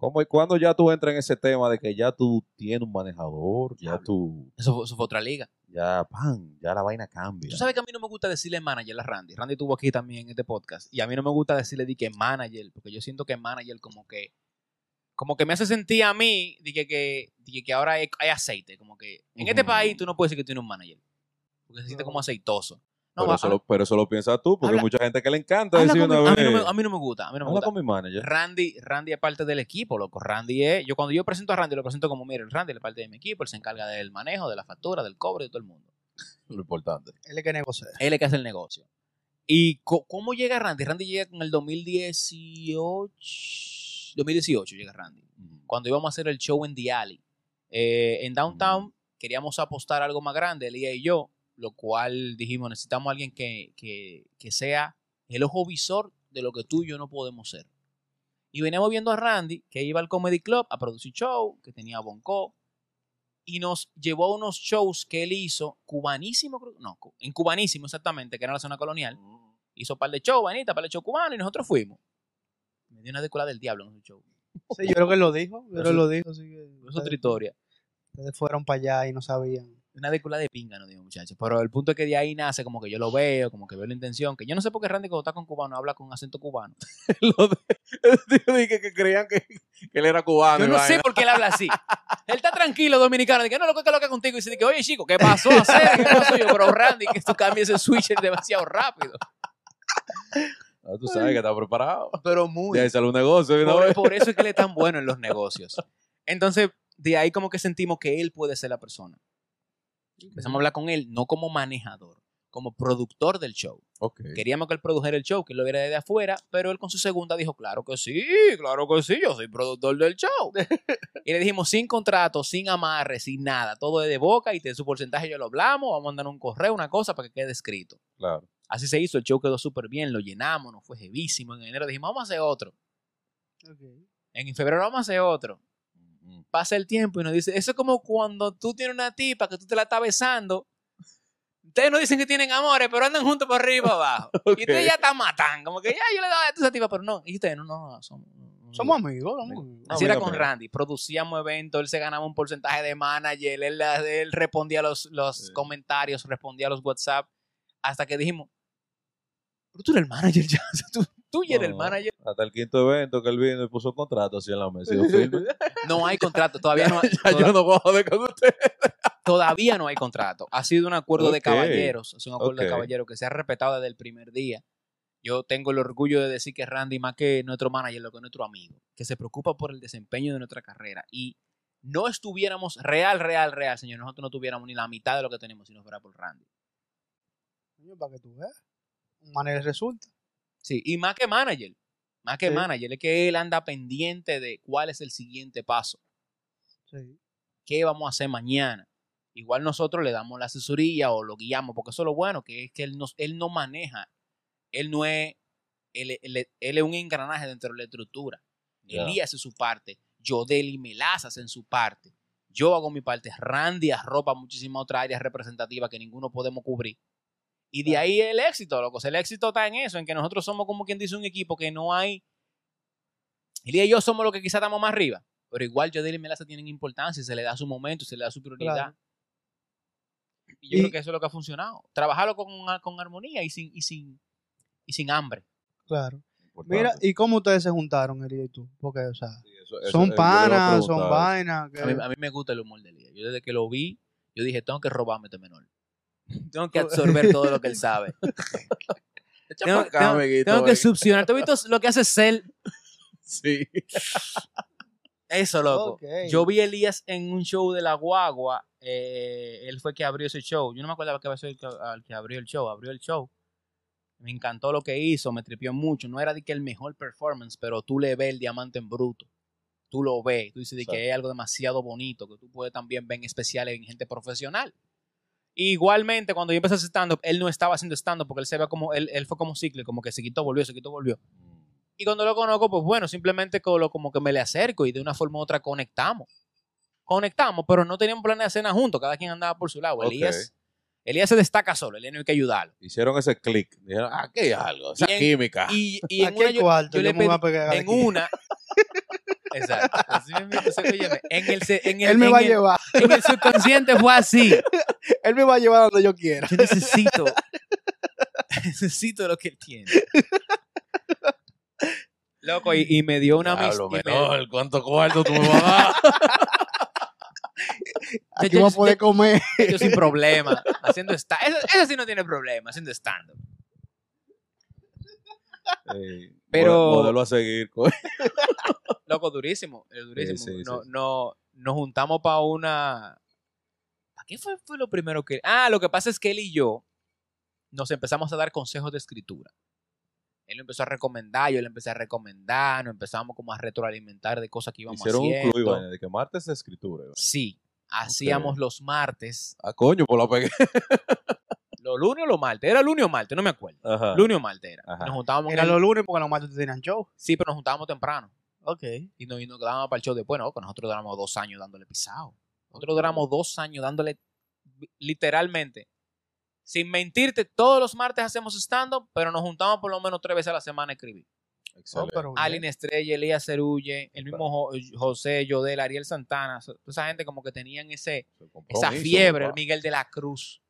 [SPEAKER 3] ¿Cómo y cuándo ya tú entras en ese tema de que ya tú tienes un manejador, ya tú,
[SPEAKER 2] Eso fue, eso fue otra liga.
[SPEAKER 3] ya, pan, ya la vaina cambia?
[SPEAKER 2] Tú sabes que a mí no me gusta decirle manager a Randy. Randy estuvo aquí también en este podcast. Y a mí no me gusta decirle di que manager, porque yo siento que manager como que como que me hace sentir a mí di que, que, di que, que ahora hay, hay aceite. Como que en este
[SPEAKER 3] Ujú.
[SPEAKER 2] país tú no puedes decir que tienes un manager. Porque se siente como aceitoso. No,
[SPEAKER 3] pero,
[SPEAKER 2] va-
[SPEAKER 3] eso lo, pero eso lo piensas tú, porque
[SPEAKER 2] habla-
[SPEAKER 3] hay mucha gente que le encanta
[SPEAKER 2] habla
[SPEAKER 3] decir
[SPEAKER 2] con mi-
[SPEAKER 3] una
[SPEAKER 2] a,
[SPEAKER 3] vez.
[SPEAKER 2] mí no me, a mí no me gusta. A mí no me
[SPEAKER 3] Habla
[SPEAKER 2] gusta.
[SPEAKER 3] con mi manager.
[SPEAKER 2] Randy, Randy es parte del equipo, loco. Randy es. Yo cuando yo presento a Randy, lo presento como, mire, el Randy es parte de mi equipo, él se encarga del manejo, de la factura, del cobre, de todo el mundo.
[SPEAKER 3] Lo importante.
[SPEAKER 1] Él es que negocia.
[SPEAKER 2] Él es el que hace el negocio. ¿Y co- cómo llega Randy? Randy llega en el 2018. 2018 llega Randy. Cuando íbamos a hacer el show en The Alley. Eh, en Downtown queríamos apostar algo más grande, Elías y yo, lo cual dijimos, necesitamos a alguien que, que- que sea el ojo visor de lo que tú y yo no podemos ser. Y veníamos viendo a Randy, que iba al Comedy Club a producir show, que tenía a Bonco, y nos llevó a unos shows que él hizo, cubanísimo, creo- no, cu- en cubanísimo exactamente, que era la zona colonial. Hizo par de show, vanita, par de show cubano, y nosotros fuimos. Me dio una decola del diablo en ese show.
[SPEAKER 1] Sí, yo creo que él lo dijo. Yo creo que él lo dijo. sí, que
[SPEAKER 2] Eso es otra
[SPEAKER 1] ustedes,
[SPEAKER 2] historia.
[SPEAKER 1] ustedes fueron para allá y no sabían.
[SPEAKER 2] una décula de pinga, no digo, muchachos. Pero el punto es que de ahí nace como que yo lo veo, como que veo la intención. Que yo no sé por qué Randy cuando está con cubano habla con acento cubano.
[SPEAKER 4] Lo de- dije que, que creían que, que él era cubano.
[SPEAKER 2] Yo
[SPEAKER 4] y
[SPEAKER 2] no
[SPEAKER 4] vaina.
[SPEAKER 2] sé por qué él habla así. Él está tranquilo, dominicano. Dice, no, loco, que lo que contigo. Y dice, que, oye, chico, ¿qué pasó? hacer? ¿Qué pasó yo? Pero Randy, que tú cambies ese switch demasiado rápido.
[SPEAKER 3] Ah, tú sabes que está preparado.
[SPEAKER 2] Pero muy.
[SPEAKER 3] De ahí sale un negocio de una
[SPEAKER 2] Por,
[SPEAKER 3] vez.
[SPEAKER 2] por eso es que él es tan bueno en los negocios. Entonces, de ahí como que sentimos que él puede ser la persona. Empezamos a hablar con él, no como manejador, como productor del show.
[SPEAKER 3] Ok.
[SPEAKER 2] Queríamos que él produjera el show, que él lo viera desde afuera, pero él con su segunda dijo, claro que sí, claro que sí, yo soy productor del show. y le dijimos, sin contrato, sin amarre, sin nada, todo es de boca y de su porcentaje yo lo hablamos, vamos a mandar un correo, una cosa para que quede escrito.
[SPEAKER 3] Claro.
[SPEAKER 2] Así se hizo, el show quedó súper bien, lo llenamos, nos fue jevísimo. En enero dijimos, vamos a hacer otro. En febrero vamos a hacer otro.
[SPEAKER 3] Ujú.
[SPEAKER 2] Pasa el tiempo y nos dice, eso es como cuando tú tienes una tipa que tú te la estás besando. Ustedes no dicen que tienen amores, pero andan juntos por arriba abajo. Y ustedes ya están matando. Como que ya yo le daba esto a esa tipa, pero no. Y ustedes no, no, somos. no,
[SPEAKER 1] Somos
[SPEAKER 2] no".
[SPEAKER 1] amigos, somos amigos.
[SPEAKER 2] Así
[SPEAKER 3] amiga,
[SPEAKER 2] era con
[SPEAKER 3] amiga.
[SPEAKER 2] Randy. Producíamos eventos, él se ganaba un porcentaje de manager, él, él respondía a los, los
[SPEAKER 3] Sí.
[SPEAKER 2] comentarios, respondía a los WhatsApp. Hasta que dijimos, pero tú eres el manager ya. O sea, Tú, tú ya eres el
[SPEAKER 3] No,
[SPEAKER 2] manager.
[SPEAKER 3] Ah, Hasta el quinto evento que él vino y puso contrato así en la mesa. y yo, firme.
[SPEAKER 2] No hay contrato, todavía no hay.
[SPEAKER 4] Ya yo no voy a joder con usted.
[SPEAKER 2] todavía no hay contrato. Ha sido un acuerdo de
[SPEAKER 3] Ok,
[SPEAKER 2] caballeros, es un acuerdo de
[SPEAKER 3] ok.
[SPEAKER 2] caballeros que se ha respetado desde el primer día. Yo tengo el orgullo de decir que Randy, más que nuestro manager, lo que es nuestro amigo, que se preocupa por el desempeño de nuestra carrera. Y no estuviéramos real, real, real, señor. Nosotros no tuviéramos ni la mitad de lo que tenemos si no fuera por Randy.
[SPEAKER 1] Coño, Para que tú veas. Un manager resulta.
[SPEAKER 2] Sí, y más que manager, más que
[SPEAKER 1] Sí.
[SPEAKER 2] manager, es que él anda pendiente de cuál es el siguiente paso.
[SPEAKER 1] Sí.
[SPEAKER 2] qué vamos a hacer mañana. Igual nosotros le damos la asesoría o lo guiamos, porque eso es lo bueno, que es que él, nos, él no maneja, él no es, él, es- él es- él es un engranaje dentro de la estructura.
[SPEAKER 3] Ya.
[SPEAKER 2] Elías hace su parte, Yodel y Melaz hacen su parte, yo hago mi parte, Randy arropa muchísimas otras áreas representativas que ninguno podemos cubrir. Y de ahí el éxito, loco. O sea, El éxito está en eso, en que nosotros somos como quien dice un equipo que no hay. Elías y yo somos los que quizá estamos más arriba. Pero igual Yodel y Melaza tienen importancia, y se le da su momento, se le da su prioridad.
[SPEAKER 1] Claro.
[SPEAKER 2] Y yo
[SPEAKER 1] Y-
[SPEAKER 2] creo que eso es lo que ha funcionado. Trabajarlo con, con armonía y sin, y sin, y sin hambre.
[SPEAKER 1] Claro.
[SPEAKER 3] Importante.
[SPEAKER 1] Mira, ¿y cómo ustedes se juntaron, Elías y tú? Porque, o sea,
[SPEAKER 3] Sí, eso- eso-
[SPEAKER 1] son
[SPEAKER 3] eh, yo le iba a
[SPEAKER 1] panas, son
[SPEAKER 3] preguntar.
[SPEAKER 1] vainas. que-
[SPEAKER 2] A mí, a mí me gusta el humor de Elías. Yo desde que lo vi, yo dije, tengo que robarme este menor. Tengo que absorber todo lo que él sabe.
[SPEAKER 4] Echa
[SPEAKER 2] Tengo-
[SPEAKER 4] pa' acá,
[SPEAKER 2] tengo-
[SPEAKER 4] amiguito,
[SPEAKER 2] Tengo que
[SPEAKER 3] eh.
[SPEAKER 4] ven.
[SPEAKER 2] succionar. ¿Tú has visto lo que hace Cell?
[SPEAKER 4] Sí.
[SPEAKER 2] Eso, loco.
[SPEAKER 1] Ok.
[SPEAKER 2] Yo vi a Elías en un show de la guagua. eh, él fue que abrió ese show. Yo no me acuerdo que fue el que, al que abrió el show. Abrió el show. Me encantó lo que hizo, me tripió mucho. No era de que el mejor performance, pero tú le ves el diamante en bruto. Tú lo ves. Tú dices de que
[SPEAKER 3] Exacto.
[SPEAKER 2] es algo demasiado bonito, que tú puedes también ver en especiales en gente profesional. Igualmente, cuando yo empecé a
[SPEAKER 3] Mm.
[SPEAKER 2] hacer stand-up, él no estaba haciendo stand-up porque él se ve como, él, él fue como ciclo, como que se quitó, volvió, se quitó, volvió. Y cuando lo conozco, pues bueno, simplemente colo- como que me le acerco y de una forma u otra conectamos. Conectamos, pero no teníamos planes de cena juntos, cada quien andaba por su lado.
[SPEAKER 3] Ok.
[SPEAKER 2] Elías, Elías se destaca solo, Elías no hay que ayudarlo.
[SPEAKER 3] Hicieron ese clic. Dijeron, "Ah, aquí hay algo, esa
[SPEAKER 2] Y en-
[SPEAKER 3] química.
[SPEAKER 4] Ah.
[SPEAKER 2] Y, y en
[SPEAKER 1] Aquí
[SPEAKER 2] una
[SPEAKER 1] hay
[SPEAKER 2] yo-
[SPEAKER 1] cuarto, yo
[SPEAKER 2] yo le
[SPEAKER 1] me voy a
[SPEAKER 2] pedí-
[SPEAKER 1] pegar
[SPEAKER 2] en
[SPEAKER 1] aquí.
[SPEAKER 2] una. Exacto. Así mismo, entonces, óyeme, en el, se- en el-
[SPEAKER 1] Él me
[SPEAKER 2] en
[SPEAKER 1] va a
[SPEAKER 2] el-
[SPEAKER 1] llevar,
[SPEAKER 2] en el subconsciente fue así.
[SPEAKER 1] él me va a llevar donde yo quiera.
[SPEAKER 2] Yo necesito. necesito lo que él tiene. Loco, y, y me dio una
[SPEAKER 4] Diablo,
[SPEAKER 2] amistad.
[SPEAKER 4] menor, ¿cuánto cuarto tú me vas a dar?
[SPEAKER 1] Aquí
[SPEAKER 2] yo-
[SPEAKER 1] voy a poder comer.
[SPEAKER 2] Yo sin problema. Haciendo stand. Esa, esa sí no tiene problema, haciendo stand.
[SPEAKER 3] Eh,
[SPEAKER 2] pero-
[SPEAKER 3] mode- Modelo a seguir. co-
[SPEAKER 2] Loco, durísimo. eh, Durísimo.
[SPEAKER 3] Sí, sí,
[SPEAKER 2] no,
[SPEAKER 3] sí, sí.
[SPEAKER 2] no- nos juntamos para una. ¿Para qué fue, fue lo primero que.? Ah, lo que pasa es que él y yo nos empezamos a dar consejos de escritura. Él lo empezó a recomendar, yo le empecé a recomendar, nos empezamos como a retroalimentar de cosas que íbamos
[SPEAKER 3] Hicieron un
[SPEAKER 2] haciendo.
[SPEAKER 3] club, Iván, de que martes de escritura. Iván.
[SPEAKER 2] Sí, hacíamos los martes,
[SPEAKER 3] Ah, coño, por la pegué.
[SPEAKER 2] los lunes o los martes, era lunes o martes, no me acuerdo.
[SPEAKER 3] Ajá.
[SPEAKER 2] Lunes o martes era.
[SPEAKER 3] Ajá.
[SPEAKER 2] Nos juntábamos, en
[SPEAKER 1] Era
[SPEAKER 2] el-
[SPEAKER 1] los lunes porque los martes tenían show.
[SPEAKER 2] sí, pero nos juntábamos temprano
[SPEAKER 1] Ok. oh,
[SPEAKER 2] y nos, y nos quedábamos para el show después, no, que nosotros duramos dos años dándole pisado. Nosotros duramos dos años dándole literalmente. Sin mentirte, todos los martes hacemos stand-up, pero nos juntamos por lo menos tres veces a la semana a escribir.
[SPEAKER 3] Excelente.
[SPEAKER 2] Alin Estrella, Elías Cerulle, el mismo Jo- José, Yodel, Ariel Santana, so- toda esa gente como que tenían ese,
[SPEAKER 3] El
[SPEAKER 2] esa
[SPEAKER 3] compromiso,
[SPEAKER 2] fiebre, el
[SPEAKER 3] papá.
[SPEAKER 2] Miguel de la Cruz.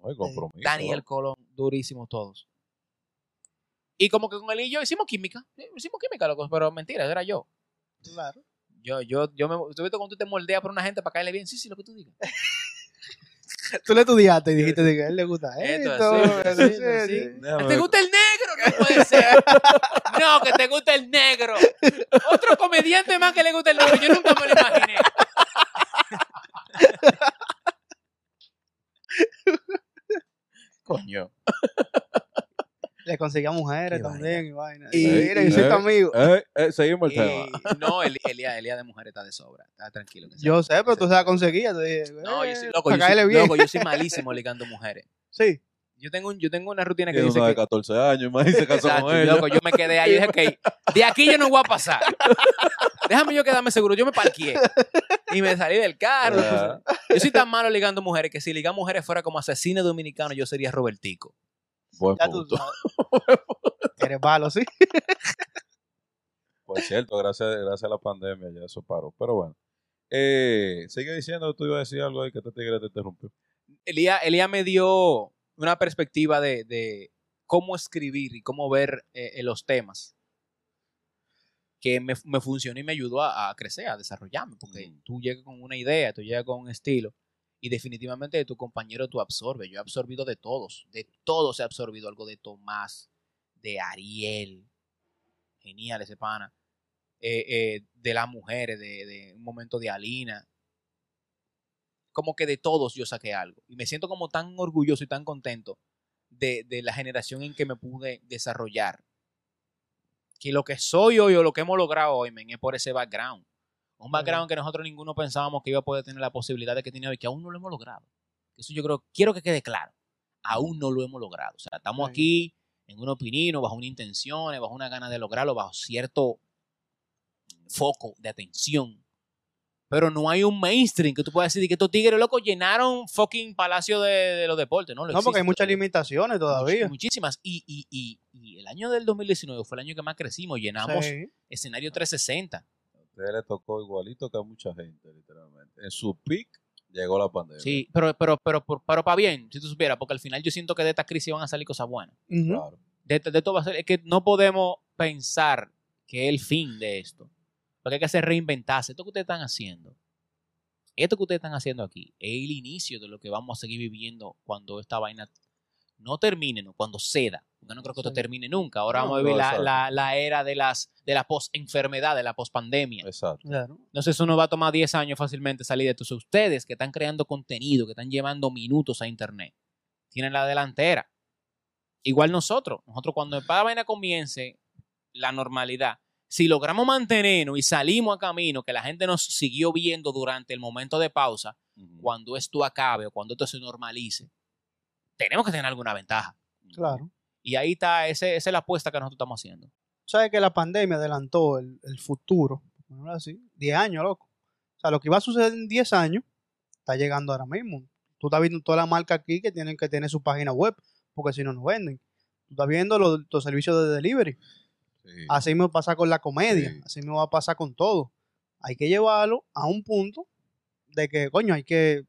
[SPEAKER 3] No hay compromiso.
[SPEAKER 2] Daniel
[SPEAKER 3] ¿no?
[SPEAKER 2] Colón, durísimos todos. Y como que con él y yo hicimos química. sí, Hicimos química, loco, pero mentira, era yo.
[SPEAKER 1] Claro.
[SPEAKER 2] Yo, yo, yo me. ¿Tú viste cómo tú te moldeas por una gente para caerle bien? Sí, sí, lo que tú digas.
[SPEAKER 1] Tú le estudiaste y dijiste de que a él le gusta
[SPEAKER 2] Esto,
[SPEAKER 1] esto.
[SPEAKER 2] así,
[SPEAKER 1] esto,
[SPEAKER 2] esto, así.
[SPEAKER 1] sí.
[SPEAKER 3] Déjame
[SPEAKER 2] ¿Te
[SPEAKER 3] ver.
[SPEAKER 2] gusta el negro? No puede ser. No, que te gusta el negro. Otro comediante más que le gusta el negro. Yo nunca me lo imaginé.
[SPEAKER 4] Coño.
[SPEAKER 1] Le conseguía mujeres
[SPEAKER 2] Qué
[SPEAKER 1] también y vaina.
[SPEAKER 2] Y-
[SPEAKER 1] Mira, yo soy tu
[SPEAKER 3] Eh,
[SPEAKER 1] amigo.
[SPEAKER 3] Eh, eh, seguimos el tema.
[SPEAKER 2] Y- no, Elías Elías de mujeres está de sobra. Está tranquilo. que sea.
[SPEAKER 1] Yo sé, pero tú se la conseguías. te dije,
[SPEAKER 2] No, yo soy
[SPEAKER 1] eh,
[SPEAKER 2] loco.
[SPEAKER 1] pa'
[SPEAKER 2] Yo
[SPEAKER 1] caerle
[SPEAKER 2] soy,
[SPEAKER 1] bien.
[SPEAKER 2] loco, yo soy malísimo ligando mujeres.
[SPEAKER 1] Sí.
[SPEAKER 2] Yo tengo, un- yo tengo una rutina que
[SPEAKER 3] Tiene
[SPEAKER 2] dice
[SPEAKER 3] una
[SPEAKER 2] que
[SPEAKER 3] de 14 años, más y se casó
[SPEAKER 2] Exacto,
[SPEAKER 3] con
[SPEAKER 2] y
[SPEAKER 3] ella.
[SPEAKER 2] loco, yo me quedé ahí. Dije, ok, de aquí yo no voy a pasar. Déjame yo quedarme seguro. Yo me parqué y me salí del carro.
[SPEAKER 3] Ya.
[SPEAKER 2] Yo soy tan malo ligando mujeres que si ligar mujeres fuera como asesino dominicano, yo sería Robertico.
[SPEAKER 3] Buen
[SPEAKER 1] Ya tú
[SPEAKER 3] punto.
[SPEAKER 1] sabes. Eres malo, sí.
[SPEAKER 3] Por pues, cierto, gracias, gracias a la pandemia ya eso paró. Pero bueno. Eh, sigue diciendo, tú ibas a decir algo ahí que te tigre te interrumpió.
[SPEAKER 2] Elías Elía me dio una perspectiva de, de cómo escribir y cómo ver eh, eh, los temas que me, me funcionó y me ayudó a, a crecer, a desarrollarme, porque tú llegas con una idea, tú llegas con un estilo y definitivamente de tu compañero tú absorbes. Yo he absorbido de todos, de todos he absorbido algo de Tomás, de Ariel, genial ese pana, eh, eh, de las mujeres, de, de un momento de Alina, como que de todos yo saqué algo. Y me siento como tan orgulloso y tan contento de, de la generación en que me pude desarrollar. Que lo que soy hoy o lo que hemos logrado hoy, men, es por ese background. Un background que nosotros ninguno pensábamos que iba a poder tener la posibilidad de que tiene hoy, que aún no lo hemos logrado. Eso yo creo, quiero que quede claro. Aún no lo hemos logrado. O sea, estamos
[SPEAKER 1] Sí.
[SPEAKER 2] aquí en un opinino, bajo una intención, bajo una gana de lograrlo, bajo cierto foco de atención. Pero no hay un mainstream que tú puedas decir que estos tigres locos llenaron fucking Palacio de, de los Deportes. No, lo
[SPEAKER 1] No, porque
[SPEAKER 2] existe
[SPEAKER 1] hay muchas
[SPEAKER 2] todavía.
[SPEAKER 1] limitaciones todavía.
[SPEAKER 2] Much- muchísimas. Y, y, y, y el año del 2019 fue el año que más crecimos. Llenamos
[SPEAKER 1] Sí.
[SPEAKER 2] escenario 360.
[SPEAKER 3] A usted le tocó igualito que a mucha gente, literalmente. En su pick llegó la pandemia.
[SPEAKER 2] Sí, pero, pero, pero, pero, para bien, si tú supieras, porque al final yo siento que de esta crisis van a salir cosas buenas.
[SPEAKER 1] Ujú.
[SPEAKER 3] Claro.
[SPEAKER 2] De, esto- de esto va a ser, es que no podemos pensar que es el fin de esto. Porque hay que hacer reinventarse. Esto que ustedes están haciendo, esto que ustedes están haciendo aquí, es el inicio de lo que vamos a seguir viviendo cuando esta vaina no termine, no, cuando ceda. Yo no creo que esto
[SPEAKER 1] Sí.
[SPEAKER 2] termine nunca. Ahora
[SPEAKER 3] No,
[SPEAKER 2] vamos a vivir
[SPEAKER 3] no,
[SPEAKER 2] la,
[SPEAKER 3] exacto.
[SPEAKER 2] la- la era de las de la post-enfermedad, de la post-pandemia.
[SPEAKER 3] Exacto.
[SPEAKER 1] Claro.
[SPEAKER 2] Entonces eso nos va a tomar 10 años fácilmente salir de esto. Entonces, ustedes que están creando contenido, que están llevando minutos a internet, tienen la delantera. Igual nosotros. Nosotros cuando esta vaina comience, la normalidad. Si logramos mantenernos y salimos a camino, que la gente nos siguió viendo durante el momento de pausa,
[SPEAKER 3] Ujú.
[SPEAKER 2] cuando esto acabe o cuando esto se normalice, tenemos que tener alguna ventaja.
[SPEAKER 1] Claro.
[SPEAKER 2] Y ahí está, ese, esa es la apuesta que nosotros estamos haciendo.
[SPEAKER 1] sabes que la pandemia adelantó el, el futuro, por ponerlo así, 10 años, loco. O sea, lo que iba a suceder en 10 años está llegando ahora mismo. Tú estás viendo toda la marca aquí que tienen que tener su página web, porque si no, no venden. Tú estás viendo los, los servicios de delivery.
[SPEAKER 3] Sí.
[SPEAKER 2] Ah,
[SPEAKER 1] Así mismo pasa con la comedia,
[SPEAKER 3] Sí.
[SPEAKER 1] así mismo va a pasar con todo. Hay que llevarlo a un punto de que, coño, hay que...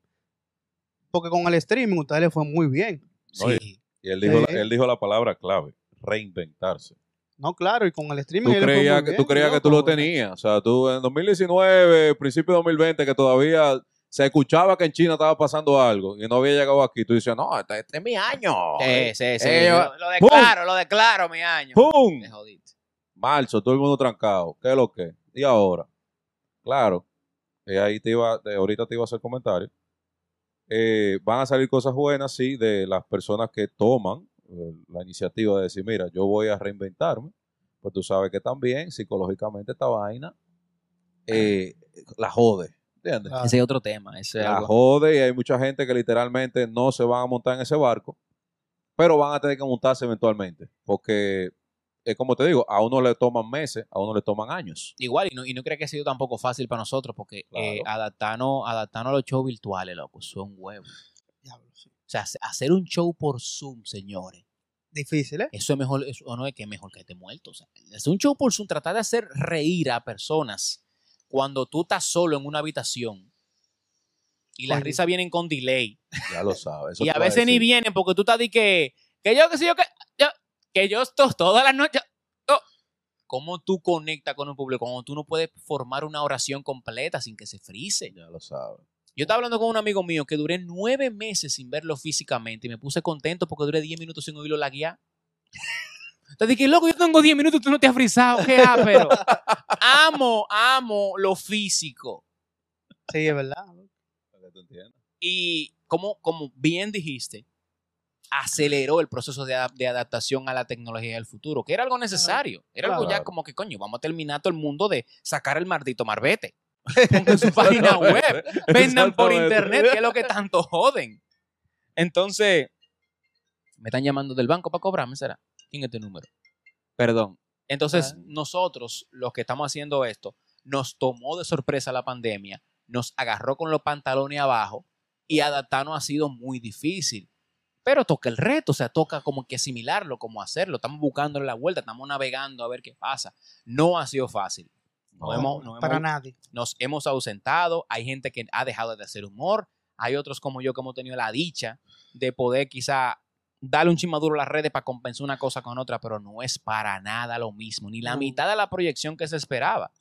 [SPEAKER 1] Porque con el streaming a ustedes les fue muy bien.
[SPEAKER 3] Oye.
[SPEAKER 2] Sí.
[SPEAKER 3] Y él dijo,
[SPEAKER 1] Sí.
[SPEAKER 3] la, él dijo la palabra clave, reinventarse.
[SPEAKER 1] No, claro, y con el streaming...
[SPEAKER 3] Tú
[SPEAKER 1] a ellos les fue
[SPEAKER 3] creías
[SPEAKER 1] muy
[SPEAKER 3] que, tú,
[SPEAKER 1] bien,
[SPEAKER 3] creías que tú lo
[SPEAKER 1] loco.
[SPEAKER 3] tenías. O sea, tú en 2019, principio de 2020, que todavía se escuchaba que en China estaba pasando algo y no había llegado aquí. Tú dices, no, este, este es mi año.
[SPEAKER 2] Sí, sí, sí.
[SPEAKER 3] Eh,
[SPEAKER 2] Lo, lo declaro, lo declaro mi año.
[SPEAKER 3] ¡Pum!
[SPEAKER 2] Me jodiste.
[SPEAKER 3] Marzo, todo el mundo trancado. ¿Qué es lo que? ¿Y ahora? Claro. Y ahí te iba, de- ahorita te iba a hacer comentario. Eh, van a salir cosas buenas, sí, de las personas que toman eh, la iniciativa de decir, mira, yo voy a reinventarme. Pues tú sabes que también psicológicamente esta vaina eh, la jode. ¿Entiendes?
[SPEAKER 1] Claro.
[SPEAKER 2] Ese es otro tema. Ese es
[SPEAKER 3] la
[SPEAKER 2] algo-
[SPEAKER 3] jode y hay mucha gente que literalmente no se van a montar en ese barco, pero van a tener que montarse eventualmente, porque es como te digo, a uno le toman meses, a uno le toman años.
[SPEAKER 2] Igual, y no, y no creo que ha sido tampoco fácil para nosotros, porque eh,
[SPEAKER 3] Claro.
[SPEAKER 2] adaptarnos, adaptarnos a los shows virtuales, loco, son huevos.
[SPEAKER 1] Diablo, sí.
[SPEAKER 2] O sea, hace- hacer un show por Zoom, señores,
[SPEAKER 1] Difícil, ¿eh?
[SPEAKER 2] eso es mejor, eso- o no es que es mejor que esté muerto. O sea, hacer un show por Zoom, tratar de hacer reír a personas cuando tú estás solo en una habitación y las
[SPEAKER 1] Oye.
[SPEAKER 2] risas vienen con delay.
[SPEAKER 3] Ya lo sabes. eso
[SPEAKER 2] Y
[SPEAKER 3] te
[SPEAKER 2] a
[SPEAKER 3] iba
[SPEAKER 2] veces ni
[SPEAKER 3] decir.
[SPEAKER 2] vienen porque tú estás di que, que yo, que sé yo, que yo, que yo esto todas las noches. to- ¿Cómo tú conectas con un público? Cuando tú no puedes formar una oración completa sin que se frise.
[SPEAKER 3] Ya lo sabes.
[SPEAKER 2] Yo estaba hablando con un amigo mío que duré nueve meses sin verlo físicamente y me puse contento porque duré diez minutos sin oírlo la guía. Te dije, loco, yo tengo diez minutos, tú no te has frisado, qué ápero. amo, amo lo físico.
[SPEAKER 1] Sí, es verdad.
[SPEAKER 3] Para que tú entiendas.
[SPEAKER 2] Y como, como bien dijiste, aceleró el proceso de, adap- de adaptación a la tecnología del futuro, que era algo necesario. Era algo ya
[SPEAKER 3] Claro.
[SPEAKER 2] como que, coño, vamos a terminar todo el mundo de sacar el maldito marbete. Pongan su página web, vendan por
[SPEAKER 3] Exactamente.
[SPEAKER 2] internet, que es lo que tanto joden. Entonces, me están llamando del banco para cobrarme, ¿será? ¿Quién es tu número? Perdón. Entonces,
[SPEAKER 1] Ah.
[SPEAKER 2] nosotros, los que estamos haciendo esto, nos tomó de sorpresa la pandemia, nos agarró con los pantalones abajo y adaptarnos ha sido muy difícil. Pero toca el reto, o sea, toca como que asimilarlo, como hacerlo. Estamos buscando la vuelta, estamos navegando a ver qué pasa. No ha sido fácil. Nos, hemos, nos
[SPEAKER 1] Para
[SPEAKER 2] hemos-
[SPEAKER 1] nadie.
[SPEAKER 2] nos hemos ausentado, hay gente que ha dejado de hacer humor, hay otros como yo que hemos tenido la dicha de poder quizá darle un chimaduro a las redes para compensar una cosa con otra, pero no es para nada lo mismo, ni la
[SPEAKER 1] No.
[SPEAKER 2] mitad de la proyección que se esperaba.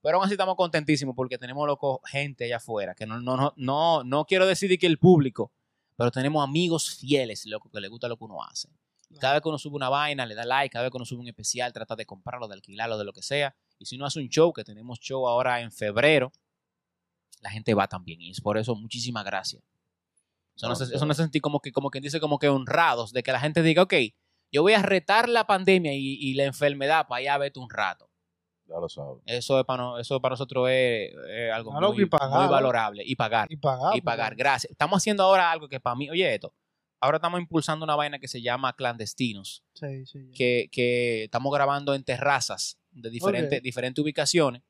[SPEAKER 2] Pero aún así estamos contentísimos porque tenemos loco gente allá afuera, que no, no, no, no, no quiero decir de que el público, pero tenemos amigos fieles, loco, que les gusta lo que uno hace. Y Cada vez que uno sube una vaina, le da like, cada vez que uno sube un especial, trata de comprarlo, de alquilarlo, de lo que sea. Y si no hace un show, que tenemos show ahora en febrero, la gente va también. Y es por eso, muchísimas gracias. Eso, no,
[SPEAKER 3] No,
[SPEAKER 2] se-
[SPEAKER 3] claro.
[SPEAKER 2] eso me sentí como que, como quien dice, como que honrados de que la gente diga, ok, yo voy a retar la pandemia y, y la enfermedad para allá verte un rato.
[SPEAKER 3] Ya lo sabes.
[SPEAKER 2] Eso es para, no- eso para nosotros es, es algo
[SPEAKER 1] Claro,
[SPEAKER 2] muy,
[SPEAKER 1] y pagar,
[SPEAKER 2] muy
[SPEAKER 1] ¿no?
[SPEAKER 2] valorable y pagar
[SPEAKER 1] Y pagar.
[SPEAKER 2] y pagar. Gracias. Estamos haciendo ahora algo que para mí, oye esto, ahora estamos impulsando una vaina que se llama clandestinos,
[SPEAKER 1] Sí, sí. ya.
[SPEAKER 2] que, que estamos grabando en terrazas de diferentes, diferentes ubicaciones.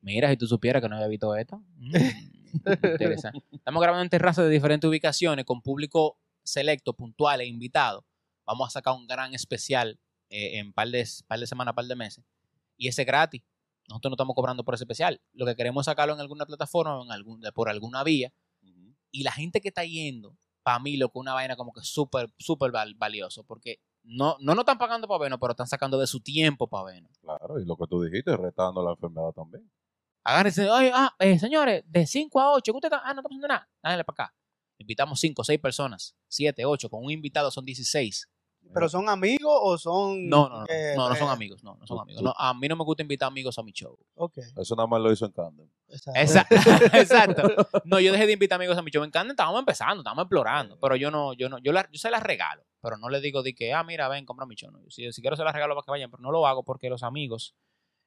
[SPEAKER 2] Mira, si tú supieras que no había visto esto. Mm, interesante. Estamos grabando en terrazas de diferentes ubicaciones con público selecto, puntual e invitado. Vamos a sacar un gran especial eh, en par de, par de semanas, par de meses. Y ese es gratis. Nosotros no estamos cobrando por ese especial. Lo que queremos es sacarlo en alguna plataforma o en algún, por alguna vía y la gente que está yendo, para mí lo que una vaina como que súper, súper val- valioso, porque no, no nos están pagando para vernos, pero están sacando de su tiempo para vernos.
[SPEAKER 3] Claro, y lo que tú dijiste, retando la enfermedad también.
[SPEAKER 2] Agárrense, oye, ah, eh, señores, de 5 a 8, ¿usted está? Ah, no está pasando nada, dale para acá. Invitamos 5, 6 personas, 7, 8, con un invitado son 16.
[SPEAKER 1] ¿Pero son amigos o son...?
[SPEAKER 2] No, no, no,
[SPEAKER 1] eh,
[SPEAKER 2] no, no son
[SPEAKER 1] eh,
[SPEAKER 2] amigos, no, no son amigos. No, a mí no me gusta invitar amigos a mi show.
[SPEAKER 1] Ok.
[SPEAKER 3] Eso nada más lo hizo en Candem.
[SPEAKER 1] exacto.
[SPEAKER 2] Esa- Exacto. No, yo dejé de invitar amigos a mi show. Me encanta, estábamos empezando, estábamos explorando. Pero yo no, yo no, yo, la- yo se las regalo. Pero no le digo de que, ah, mira, ven, compra mi show. No, si, si quiero se las regalo para que vayan, pero no lo hago porque los amigos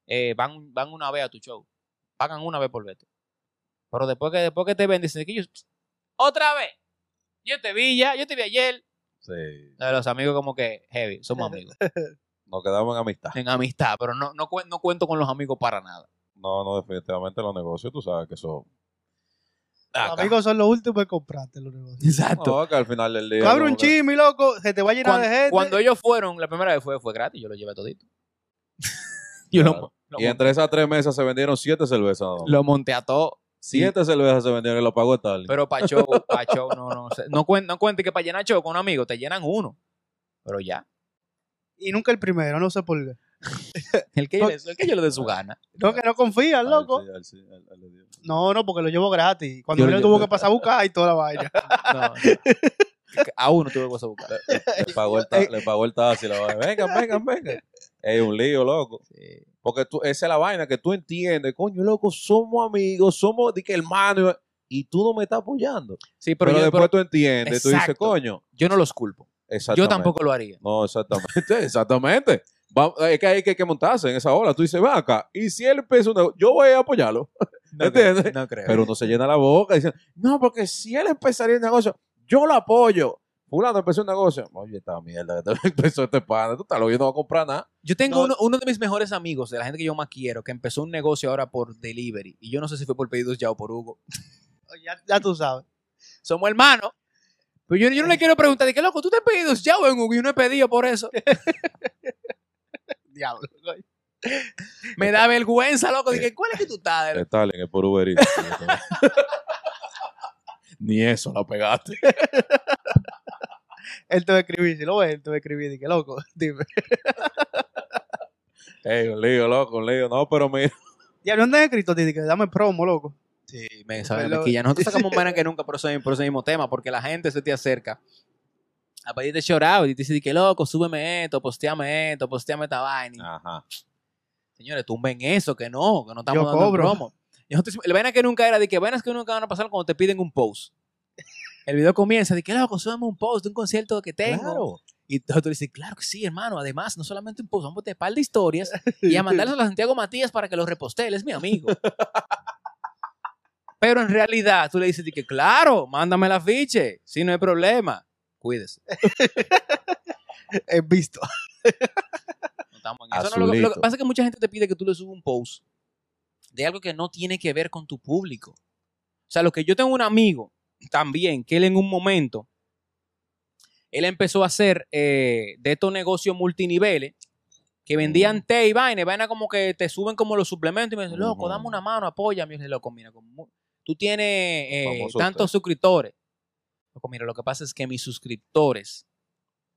[SPEAKER 2] eh, van, van una vez a tu show. Pagan una vez por verte. Pero después que, después que te ven, dicen que yo, otra vez. Yo te vi ya, yo te vi ayer.
[SPEAKER 3] Sí.
[SPEAKER 2] No, Los amigos como que heavy, somos amigos.
[SPEAKER 3] Nos quedamos en amistad.
[SPEAKER 2] en amistad, pero no, no, cuen- no cuento con los amigos para nada.
[SPEAKER 3] No, no, definitivamente los negocios, tú sabes que eso.
[SPEAKER 1] Los amigos son los últimos que compraste los negocios.
[SPEAKER 2] Exacto.
[SPEAKER 3] No, que al final del día.
[SPEAKER 1] Tú abres
[SPEAKER 3] como
[SPEAKER 1] un
[SPEAKER 3] que-
[SPEAKER 1] chisme, loco, se te va a llenar
[SPEAKER 2] Cuan-
[SPEAKER 1] de
[SPEAKER 2] cuando,
[SPEAKER 1] gente.
[SPEAKER 2] ellos fueron, la primera vez fue, fue gratis, yo lo llevé todito. yo lo,
[SPEAKER 3] Claro.
[SPEAKER 2] lo
[SPEAKER 3] Y entre esas tres mesas se vendieron siete cervezas. nada más.
[SPEAKER 2] lo monté a todo.
[SPEAKER 3] Siete cervezas se vendieron y lo pagó tal.
[SPEAKER 2] Pero para show, pa' show, no, no. sé. No, cuen- no cuente que para llenar show con un amigo te llenan uno. Pero ya.
[SPEAKER 1] Y nunca el primero, no sé por qué.
[SPEAKER 2] El que, el que yo le dé su gana.
[SPEAKER 1] No, que no confías, loco. No, no, porque lo llevo gratis. Cuando
[SPEAKER 2] Yo
[SPEAKER 1] yo
[SPEAKER 2] lo
[SPEAKER 1] tuvo
[SPEAKER 2] llevo-
[SPEAKER 1] que pasar a buscar y toda la vaina.
[SPEAKER 2] No, no. A uno tuve cosas a buscar.
[SPEAKER 3] Le pagó el, ta- le pagó el taxi. La vaina. vengan, vengan, vengan. Es un lío, loco.
[SPEAKER 2] Sí.
[SPEAKER 3] Porque tú, esa es la vaina que tú entiendes. Coño, loco, somos amigos, somos de que hermanos. Y tú no me estás apoyando.
[SPEAKER 2] Sí,
[SPEAKER 3] Pero,
[SPEAKER 2] pero, yo,
[SPEAKER 3] después
[SPEAKER 2] pero
[SPEAKER 3] tú entiendes. Tú dices,
[SPEAKER 2] Exacto.
[SPEAKER 3] coño.
[SPEAKER 2] yo no los culpo.
[SPEAKER 3] Exactamente.
[SPEAKER 2] Yo tampoco lo haría.
[SPEAKER 3] No, exactamente, exactamente. Va- es que hay que, hay que montarse en esa ola. Tú dices, ven acá. Y si él empieza una. Yo voy a apoyarlo. ¿Entiendes?
[SPEAKER 2] creo, No creo.
[SPEAKER 3] Pero uno se llena la boca diciendo, no, porque si él empezaría un negocio, yo lo apoyo. Fulano empezó un negocio. Oye, esta mierda que te- empezó este pana. Tú estás loco, yo no voy a comprar nada.
[SPEAKER 2] Yo tengo
[SPEAKER 1] No.
[SPEAKER 2] uno, uno de mis mejores amigos, de la gente que yo más quiero, que empezó un negocio ahora por delivery. Y yo no sé si fue por pedidos ya o por Hugo.
[SPEAKER 1] Ya, ya tú sabes.
[SPEAKER 2] Somos hermanos. Pero yo, yo
[SPEAKER 1] Eh.
[SPEAKER 2] no le quiero preguntar, de qué loco, ¿tú te has pedido ya o en Hugo? Yo no he pedido por eso.
[SPEAKER 1] Diablo. coño.
[SPEAKER 2] Me da vergüenza, loco. Dije, ¿cuál es que tú estás?
[SPEAKER 3] Stalin es por Uber Eats. Ni eso la pegaste.
[SPEAKER 1] Él te va a escribir, si lo ves, él te va a escribir. Dije, loco, dime.
[SPEAKER 3] Ey, un lío, loco, un lío. No, pero mira.
[SPEAKER 1] Diablo, ¿dónde has escrito? Dije, dame promo, loco.
[SPEAKER 2] Sí, me sabe
[SPEAKER 1] Pero-
[SPEAKER 2] la ya Nosotros sacamos más que nunca por ese, por ese mismo tema, porque la gente se te acerca a pedirte chorado y te dice, que loco, súbeme esto, posteame esto, posteame esta vaina.
[SPEAKER 3] Ajá.
[SPEAKER 2] Señores, tumben eso, que no, que no estamos
[SPEAKER 1] Yo
[SPEAKER 2] dando
[SPEAKER 1] cobro.
[SPEAKER 2] promo. Y nosotros, la vaina que nunca era de que vainas que nunca van a pasar cuando te piden un post. El video comienza de que loco, súbeme un post de un concierto que tengo. Y nosotros le dices, claro que sí, hermano. Además, no solamente un post, vamos a poner un par de historias y a mandarlos a Santiago Matías para que los reposte. Él es mi amigo. Pero en realidad, tú le dices, de que claro, mándame el afiche. Si no hay problema, cuídese.
[SPEAKER 1] He visto.
[SPEAKER 2] No estamos en eso. No, lo, que- lo que
[SPEAKER 3] Azulito.
[SPEAKER 2] pasa es que mucha gente te pide que tú le subas un post de algo que no tiene que ver con tu público. O sea, lo que yo tengo un amigo también, que él en un momento, él empezó a hacer eh, de estos negocios multiniveles que
[SPEAKER 3] Mm.
[SPEAKER 2] vendían té y vaina, y vaina como que te suben como los suplementos y me dicen, loco,
[SPEAKER 3] Ujú.
[SPEAKER 2] dame una mano, apóyame. Y yo, loco, mira, como- tú tienes eh,
[SPEAKER 3] Famoso
[SPEAKER 2] tantos suscriptores. Loco, mira, lo que pasa es que mis suscriptores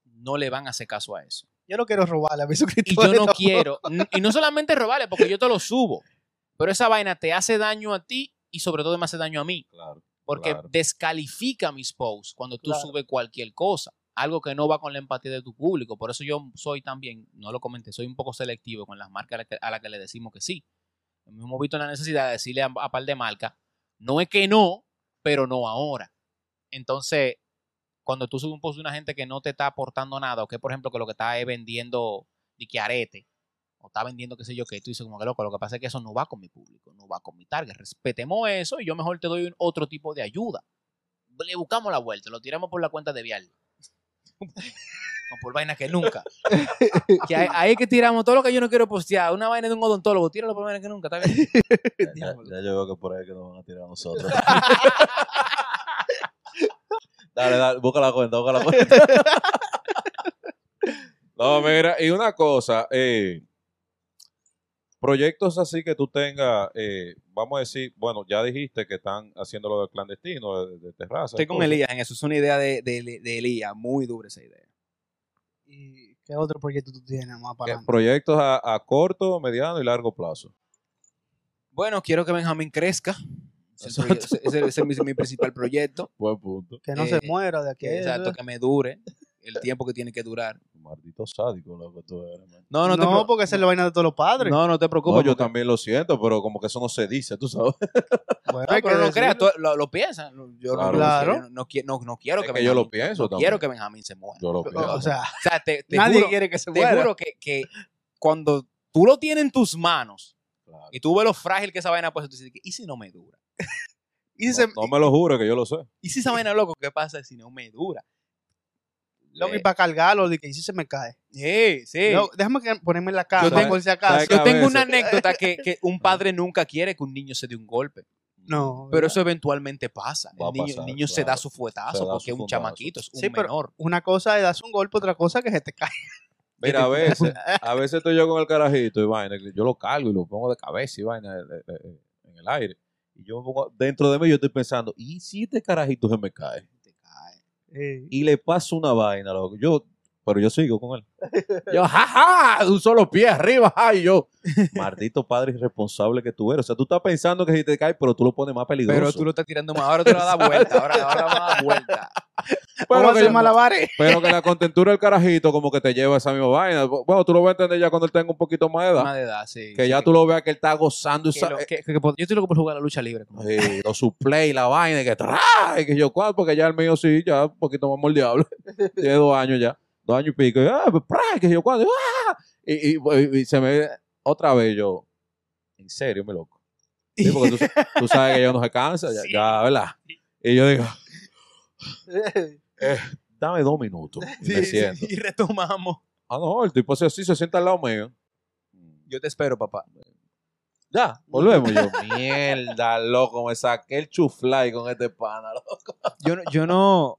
[SPEAKER 2] no le van a hacer caso a eso
[SPEAKER 1] Yo no quiero robarle a mis
[SPEAKER 2] y yo
[SPEAKER 1] suscriptores.
[SPEAKER 2] no
[SPEAKER 1] loco.
[SPEAKER 2] quiero. N- Y no solamente robarle, porque yo te lo subo. Pero esa vaina te hace daño a ti y sobre todo me hace daño a mí.
[SPEAKER 3] Claro.
[SPEAKER 2] Porque
[SPEAKER 3] Claro.
[SPEAKER 2] descalifica mis posts cuando tú
[SPEAKER 1] Claro.
[SPEAKER 2] subes cualquier cosa. Algo que no va con la empatía de tu público. Por eso yo soy también, no lo comenté, soy un poco selectivo con las marcas a las que, a las que le decimos que sí. Me hemos visto en la necesidad de decirle a, a par de marcas, no es que no, pero no ahora. Entonces, cuando tú subes un post de una gente que no te está aportando nada, o que por ejemplo que lo que está es vendiendo de que arete, o está vendiendo qué sé yo qué, tú dices como que loco, lo que pasa es que eso no va con mi público, no va con mi target, respetemos eso y yo mejor te doy un- otro tipo de ayuda. Le buscamos la vuelta, lo tiramos por la cuenta de Vial. o por vaina que nunca. que ahí, ahí que tiramos todo lo que yo no quiero postear, una vaina de un odontólogo, tíralo por vaina que nunca, está bien.
[SPEAKER 3] Ya, ya-
[SPEAKER 1] Diablo.
[SPEAKER 3] ya yo veo que por ahí que nos van a tirar a nosotros. dale, dale, busca la cuenta, busca la cuenta. no, mira, y una cosa, eh, proyectos así que tú tengas, eh, vamos a decir, bueno, ya dijiste que están haciendo lo del clandestino, de, de terraza.
[SPEAKER 2] Estoy con
[SPEAKER 3] cosas.
[SPEAKER 2] Elías en eso, es una idea de, de, de Elías, muy dura esa idea.
[SPEAKER 1] ¿Y qué otro proyecto tú tienes más
[SPEAKER 3] Que
[SPEAKER 1] para adelante?
[SPEAKER 3] Proyectos a, a corto, mediano y largo plazo.
[SPEAKER 2] Bueno, quiero que Benjamín crezca. Ese es el proye- ese- ese- ese es mi- mi principal proyecto.
[SPEAKER 3] Buen punto.
[SPEAKER 1] Que no
[SPEAKER 2] eh,
[SPEAKER 1] se muera de aquí.
[SPEAKER 2] que, exacto, que me dure el tiempo que tiene que durar.
[SPEAKER 3] Maldito sádico lo que tú eres, man.
[SPEAKER 2] No,
[SPEAKER 1] No,
[SPEAKER 2] no, te preo-
[SPEAKER 1] porque esa es la vaina de todos los padres.
[SPEAKER 2] No, no te
[SPEAKER 3] No,
[SPEAKER 2] preocupes.
[SPEAKER 3] yo
[SPEAKER 2] porque-
[SPEAKER 3] también lo siento, pero como que eso no se dice, tú sabes.
[SPEAKER 1] Bueno,
[SPEAKER 2] No,
[SPEAKER 1] hay
[SPEAKER 2] pero
[SPEAKER 1] que
[SPEAKER 2] no creas,
[SPEAKER 1] decirlo.
[SPEAKER 2] tú lo, lo piensas. Yo no-
[SPEAKER 3] Claro.
[SPEAKER 1] Claro.
[SPEAKER 2] no, no qui- no- no quiero
[SPEAKER 3] Es
[SPEAKER 2] que,
[SPEAKER 3] que yo lo
[SPEAKER 2] Benjamín-
[SPEAKER 3] pienso
[SPEAKER 2] no
[SPEAKER 3] también.
[SPEAKER 2] quiero que Benjamín se muera.
[SPEAKER 3] Yo lo pienso.
[SPEAKER 1] O sea,
[SPEAKER 2] O sea, te, te
[SPEAKER 1] nadie
[SPEAKER 2] juro,
[SPEAKER 1] quiere que se
[SPEAKER 2] te
[SPEAKER 1] muera.
[SPEAKER 2] juro que, que cuando tú lo tienes en tus manos
[SPEAKER 3] Claro.
[SPEAKER 2] y tú ves lo frágil que esa vaina puede ser, tú dices, ¿y si no me dura? ¿Y si, se-
[SPEAKER 3] No, no me lo juro que yo lo sé.
[SPEAKER 2] y si esa vaina, loco, qué pasa si no me dura?
[SPEAKER 1] Loco, y para cargarlo, de que y si se me cae.
[SPEAKER 2] Eh, Sí, sí.
[SPEAKER 1] Loco, déjame que- ponerme en la casa,
[SPEAKER 2] Yo tengo-
[SPEAKER 1] por si acaso.
[SPEAKER 3] ¿sabes qué?
[SPEAKER 2] Yo tengo una
[SPEAKER 3] cabeza.
[SPEAKER 2] anécdota que, que un padre nunca quiere que un niño se dé un golpe.
[SPEAKER 1] No,
[SPEAKER 2] Pero eso eventualmente pasa.
[SPEAKER 3] Va a
[SPEAKER 2] el niño,
[SPEAKER 3] pasar,
[SPEAKER 2] el niño se
[SPEAKER 3] claro.
[SPEAKER 2] da su
[SPEAKER 3] Se
[SPEAKER 2] fuetazo
[SPEAKER 3] da
[SPEAKER 2] porque
[SPEAKER 3] su
[SPEAKER 2] es un
[SPEAKER 3] fundazo.
[SPEAKER 2] chamaquito, es un
[SPEAKER 1] Sí, pero-
[SPEAKER 2] menor.
[SPEAKER 1] una cosa es darse un golpe, otra cosa que se te cae.
[SPEAKER 3] Mira, a veces, a veces estoy yo con el carajito y vaina, que yo lo cargo y lo pongo de cabeza y vaina eh, eh, eh, en el aire. Y yo me pongo- dentro de mí yo estoy pensando, ¿y si este carajito se me cae?
[SPEAKER 1] Eh,
[SPEAKER 3] Y le paso una vaina, loco. Yo, pero yo sigo con él. Yo, jaja, de un solo pie arriba, ja, y yo, maldito padre irresponsable que tú eres. O sea, tú estás pensando que si te cae, pero tú lo pones más peligroso.
[SPEAKER 2] Pero tú lo estás tirando más. Ahora te lo vas a dar vuelta. Ahora, ahora vas a dar vuelta.
[SPEAKER 3] Pero
[SPEAKER 1] vamos a
[SPEAKER 3] que-
[SPEAKER 1] hacer malabares.
[SPEAKER 3] Pero que la contentura del carajito como que te lleva a esa misma vaina. Bueno, tú lo vas a entender ya cuando él tenga un poquito más de edad.
[SPEAKER 2] Más de edad, sí.
[SPEAKER 3] que
[SPEAKER 2] sí,
[SPEAKER 3] ya tú lo veas que él está gozando.
[SPEAKER 2] que
[SPEAKER 3] esa-
[SPEAKER 2] lo- que- que- que pod- yo estoy loco por jugar a la lucha libre. como-
[SPEAKER 3] eh, los suplay, la vaina, y que tra, y que yo cuál, porque ya el mío sí, ya un poquito más moldeable. Tiene dos años ya, dos años y pico. Y, ah, pues, pra, que yo cuál, ah, y, y- y se me otra vez yo, en serio, me loco. Sí, porque tú, tú sabes que yo no se cansa, ya, ya, ¿verdad? Y yo digo, dame dos minutos. Y me siento.
[SPEAKER 2] y retomamos.
[SPEAKER 3] Ah, no, el tipo se así, se sienta al lado mío.
[SPEAKER 2] Yo te espero, papá.
[SPEAKER 3] Ya, volvemos. Yo, mierda, loco, me saqué el chuflay con este pana, loco.
[SPEAKER 2] Yo no, yo no,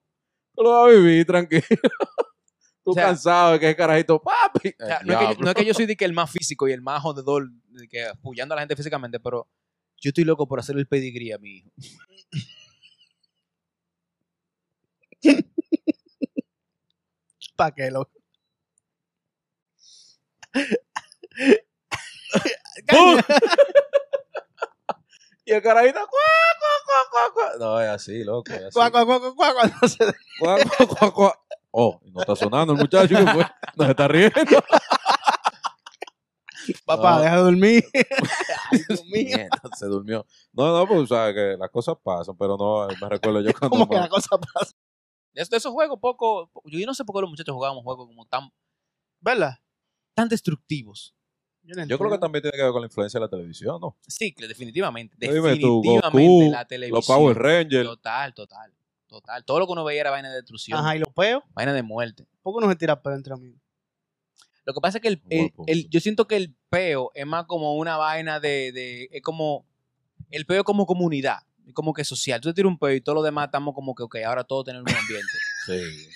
[SPEAKER 3] Tú lo vas a vivir tranquilo. Tú
[SPEAKER 2] O sea,
[SPEAKER 3] cansado de que es carajito, papi.
[SPEAKER 2] O sea,
[SPEAKER 3] El
[SPEAKER 2] no, es que yo,
[SPEAKER 3] diablo.
[SPEAKER 2] no es que yo soy de que el más físico y el más jodedor, de que apoyando a la gente físicamente, pero yo estoy loco por hacer el pedigrí a mi hijo.
[SPEAKER 1] ¿Para qué, loco?
[SPEAKER 3] ¡Bum! y el carajito, cuá, cuá, cuá, cuá, cuá. No, es así, loco. Es así.
[SPEAKER 1] Cuá, cuá, cuá, cuá, cuá, cuando se da-
[SPEAKER 3] Cuá, cuá, cuá, cuá. Oh, y no está sonando el muchacho que fue. No se está riendo.
[SPEAKER 1] Papá,
[SPEAKER 3] No.
[SPEAKER 1] deja de dormir. Ay, Dios mío.
[SPEAKER 2] Eh,
[SPEAKER 3] Mierda, se durmió. No, no, pues, o sea, que las cosas pasan, pero no, me recuerdo yo cuando.
[SPEAKER 1] Como que la cosa pasa.
[SPEAKER 2] De, de esos juegos poco, po- yo no sé por qué los muchachos jugábamos juegos como tan,
[SPEAKER 1] ¿Verdad?
[SPEAKER 2] tan destructivos.
[SPEAKER 1] no
[SPEAKER 3] Yo creo que
[SPEAKER 1] entiendo.
[SPEAKER 3] también tiene que ver con la influencia de la televisión, ¿no?
[SPEAKER 2] Sí, que definitivamente.
[SPEAKER 3] Dime tú,
[SPEAKER 2] Definitivamente
[SPEAKER 3] Goku,
[SPEAKER 2] la televisión.
[SPEAKER 3] Los Power Rangers.
[SPEAKER 2] Total, total. Total. Todo lo que uno veía era vaina de destrucción,
[SPEAKER 1] Ajá, y los peos.
[SPEAKER 2] vaina de muerte.
[SPEAKER 1] ¿Por qué no se tira peo entre amigos?
[SPEAKER 2] Lo que pasa es que el,
[SPEAKER 3] Buen
[SPEAKER 2] el-
[SPEAKER 3] punto.
[SPEAKER 2] el- yo siento que el peo es más como una vaina de, de- es como, el peo es como comunidad, es como que social. Tú te tiras un peo y todos los demás estamos como que, ok, ahora todos tenemos el mismo ambiente.
[SPEAKER 3] Sí.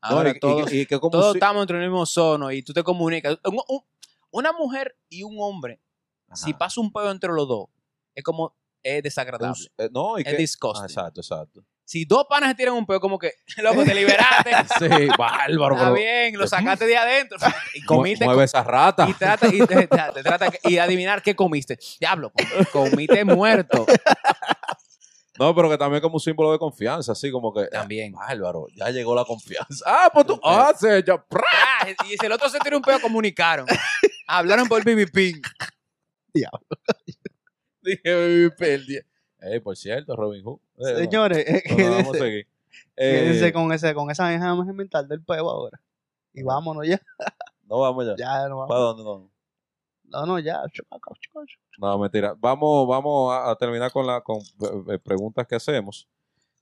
[SPEAKER 2] Ahora
[SPEAKER 3] No, y- y-
[SPEAKER 2] todos,
[SPEAKER 3] y que como
[SPEAKER 2] todos
[SPEAKER 3] si-
[SPEAKER 2] estamos entre el mismo zono y tú te comunicas. Un- un- una mujer y un hombre,
[SPEAKER 3] Ajá.
[SPEAKER 2] si pasa un peo entre los dos, es como, es desagradable,
[SPEAKER 3] Es- eh, No, y
[SPEAKER 2] es
[SPEAKER 3] que. Ah,
[SPEAKER 2] disgusting.
[SPEAKER 3] exacto, exacto.
[SPEAKER 2] si dos panas se tiran un peo, como que, loco, te liberaste.
[SPEAKER 3] Sí, bárbaro,
[SPEAKER 2] Está
[SPEAKER 3] pero-
[SPEAKER 2] bien, lo sacaste de adentro y
[SPEAKER 3] Mue-
[SPEAKER 2] comiste
[SPEAKER 3] Mueve esa rata.
[SPEAKER 2] Y trata, y te- te- te trata que- y adivinar qué comiste. Diablo, com- comiste muerto.
[SPEAKER 3] No, pero que también como un símbolo de confianza, así como que.
[SPEAKER 2] También.
[SPEAKER 3] Bárbaro, ya llegó la confianza. Ah, pues tú. Ah, sí, ya. pra-
[SPEAKER 2] Ah, Y si el otro se tiró un pedo, comunicaron. Hablaron por BBP.
[SPEAKER 3] Dije, baby, perdí. Eh, por cierto, Robin Hood. Eh,
[SPEAKER 1] Señores, eh,
[SPEAKER 3] no, no, no, vamos
[SPEAKER 1] quédense-
[SPEAKER 3] a seguir.
[SPEAKER 1] quédense
[SPEAKER 3] Eh,
[SPEAKER 1] con, ese, con esa misma imagen mental del peo ahora. Y vámonos ya.
[SPEAKER 3] No, vamos ya.
[SPEAKER 1] Ya, no
[SPEAKER 3] ¿Para
[SPEAKER 1] vamos.
[SPEAKER 3] dónde? No,
[SPEAKER 1] No, no, ya. Chupaca, chupaca, chupaca.
[SPEAKER 3] no mentira. Vamos, vamos a, a terminar con las con, eh, eh, preguntas que hacemos.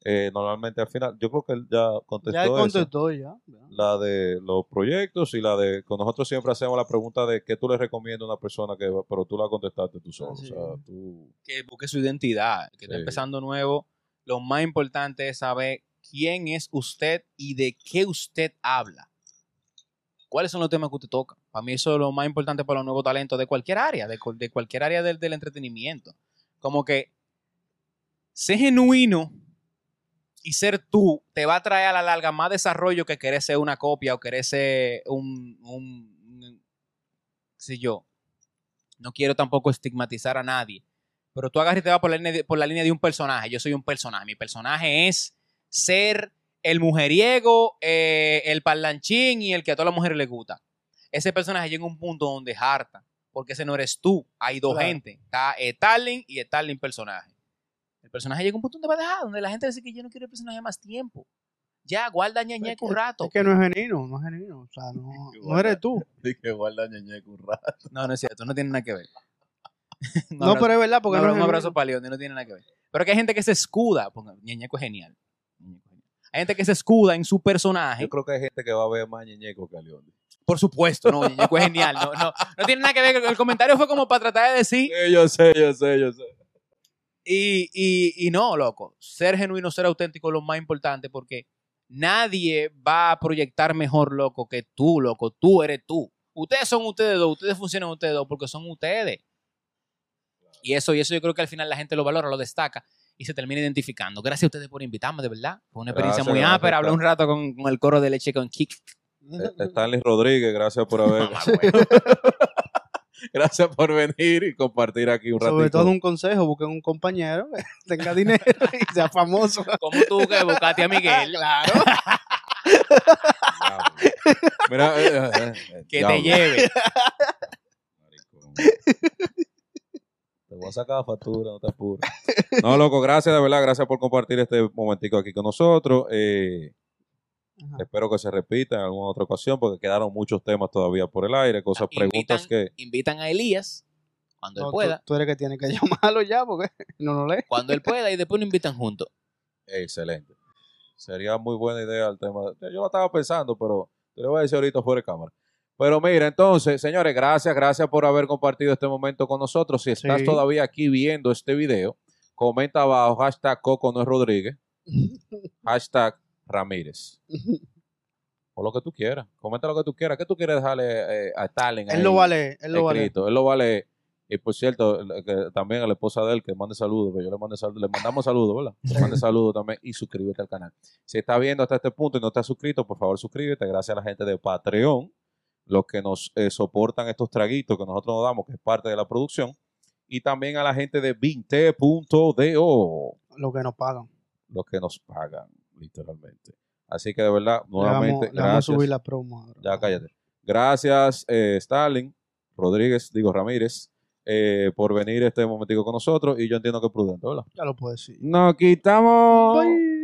[SPEAKER 3] Eh, normalmente al final, yo creo que él ya contestó.
[SPEAKER 1] Ya él
[SPEAKER 3] esa.
[SPEAKER 1] contestó, ya. ya.
[SPEAKER 3] la de los proyectos y la de con nosotros siempre hacemos la pregunta de qué tú le recomiendas a una persona que va- pero tú la contestaste tú solo,
[SPEAKER 1] Ah, sí.
[SPEAKER 3] o sea, tú
[SPEAKER 2] Que busque su identidad, que está
[SPEAKER 3] Sí.
[SPEAKER 2] empezando nuevo. Lo más importante es saber quién es usted y de qué usted habla. ¿Cuáles son los temas que usted toca? Para mí eso es lo más importante para los nuevos talentos de cualquier área, de, cual- de cualquier área del, del entretenimiento. Como que ser genuino y ser tú te va a traer a la larga más desarrollo que querer ser una copia o querer ser un, un- un- qué sé yo. No quiero tampoco estigmatizar a nadie, pero tú agarras y te vas por la, línea de- por la línea de un personaje. Yo soy un personaje. Mi personaje es ser el mujeriego, eh, el parlanchín y el que a todas las mujeres les gusta. Ese personaje llega a un punto donde es harta, porque ese no eres tú. Hay dos
[SPEAKER 1] Claro.
[SPEAKER 2] gente. Está Starling y Starling personaje. El personaje llega a un punto donde va a dejar, donde la gente dice que yo no quiero el personaje más tiempo. Ya, guarda ñañeca un rato.
[SPEAKER 1] Es que no es genuino, no es genuino. O sea, no, no eres tú.
[SPEAKER 3] dije guarda ñeñeco un rato.
[SPEAKER 2] No, no es cierto, no tiene nada que ver. Un
[SPEAKER 1] No,
[SPEAKER 2] abrazo-
[SPEAKER 1] pero es verdad, porque
[SPEAKER 2] un
[SPEAKER 1] no
[SPEAKER 2] abra-
[SPEAKER 1] es
[SPEAKER 2] un abrazo
[SPEAKER 1] genuino.
[SPEAKER 2] para León, no tiene nada que ver. Pero que hay gente que se escuda. Ponga, Ñeñeco es genial. Ñeñeco es genial. Hay gente que se escuda en su
[SPEAKER 3] Yo
[SPEAKER 2] personaje.
[SPEAKER 3] creo que hay gente que va a ver más ñeñeco que a León.
[SPEAKER 2] Por supuesto, no, Ñeñeco es genial. No, no, no tiene nada que ver. El comentario fue como para tratar de decir.
[SPEAKER 3] yo sé, yo sé, yo sé.
[SPEAKER 2] Y, y, y no, loco. Ser genuino, ser auténtico es lo más importante porque nadie va a proyectar mejor, loco, que tú, loco. Tú eres tú. Ustedes son ustedes dos, ustedes funcionan ustedes dos porque son ustedes. Y eso, y eso yo creo que al final la gente lo valora, lo destaca y se termina identificando. Gracias a ustedes por invitarme, de verdad. Fue una experiencia
[SPEAKER 3] Gracias,
[SPEAKER 2] muy
[SPEAKER 3] gracias, Eh,
[SPEAKER 2] ápera. Hablé un rato con, con el coro de leche con Kik.
[SPEAKER 3] Stanley Rodríguez, gracias por haber. gracias por venir y compartir aquí un ratito.
[SPEAKER 1] Sobre todo un consejo, busquen un compañero que tenga dinero y sea famoso.
[SPEAKER 2] Como tú que buscaste a Miguel,
[SPEAKER 3] Diablo. Mira, eh, eh, eh,
[SPEAKER 2] que
[SPEAKER 3] diablo,
[SPEAKER 2] te lleve.
[SPEAKER 3] maricón. Te voy a sacar la factura, no te apures. No, loco, gracias, de verdad, gracias por compartir este momentico aquí con nosotros. Eh,
[SPEAKER 1] Ajá.
[SPEAKER 3] espero que se repita en alguna otra ocasión porque quedaron muchos temas todavía por el aire, cosas, preguntas
[SPEAKER 2] Invitan-
[SPEAKER 3] que...
[SPEAKER 2] Invitan a Elías cuando
[SPEAKER 1] No,
[SPEAKER 2] él
[SPEAKER 1] tú,
[SPEAKER 2] pueda.
[SPEAKER 1] tú eres que tiene que llamarlo ya porque no lo lee.
[SPEAKER 2] Cuando él pueda y después lo invitan juntos.
[SPEAKER 3] Excelente. Sería muy buena idea el tema. Yo lo estaba pensando, pero te lo voy a decir ahorita fuera de cámara. Pero mira, entonces, señores, gracias, gracias por haber compartido este momento con nosotros. Si estás
[SPEAKER 1] Sí.
[SPEAKER 3] todavía aquí viendo este video, comenta abajo hashtag Coco no es Rodríguez, hashtag Ramírez. O lo que tú quieras. Comenta lo que tú quieras. ¿Qué tú quieres dejarle eh, a Stalin?
[SPEAKER 1] Él lo vale, él lo vale.
[SPEAKER 3] escrito. Él lo vale. Y por cierto, el- que también a la esposa de él que mande saludos, que yo le mande saludos, le mandamos saludos, ¿verdad? Le mande saludos también y suscríbete al canal. Si estás viendo hasta este punto y no estás suscrito, por favor suscríbete. Gracias a la gente de Patreon, los que nos eh, soportan estos traguitos que nosotros nos damos, que es parte de la producción. Y también a la gente de Vinte.do,
[SPEAKER 1] Lo que nos pagan.
[SPEAKER 3] los que nos pagan, literalmente. Así que de verdad,
[SPEAKER 1] Le vamos,
[SPEAKER 3] nuevamente,
[SPEAKER 1] le vamos a
[SPEAKER 3] gracias.
[SPEAKER 1] subir la promo. ahora.
[SPEAKER 3] Ya cállate. Gracias, eh, Stalin, Rodríguez, digo Ramírez, eh, por venir este momentico con nosotros. Y yo entiendo que es prudente, ¿verdad?
[SPEAKER 1] Ya lo puedo decir.
[SPEAKER 3] Nos quitamos.
[SPEAKER 1] Bye.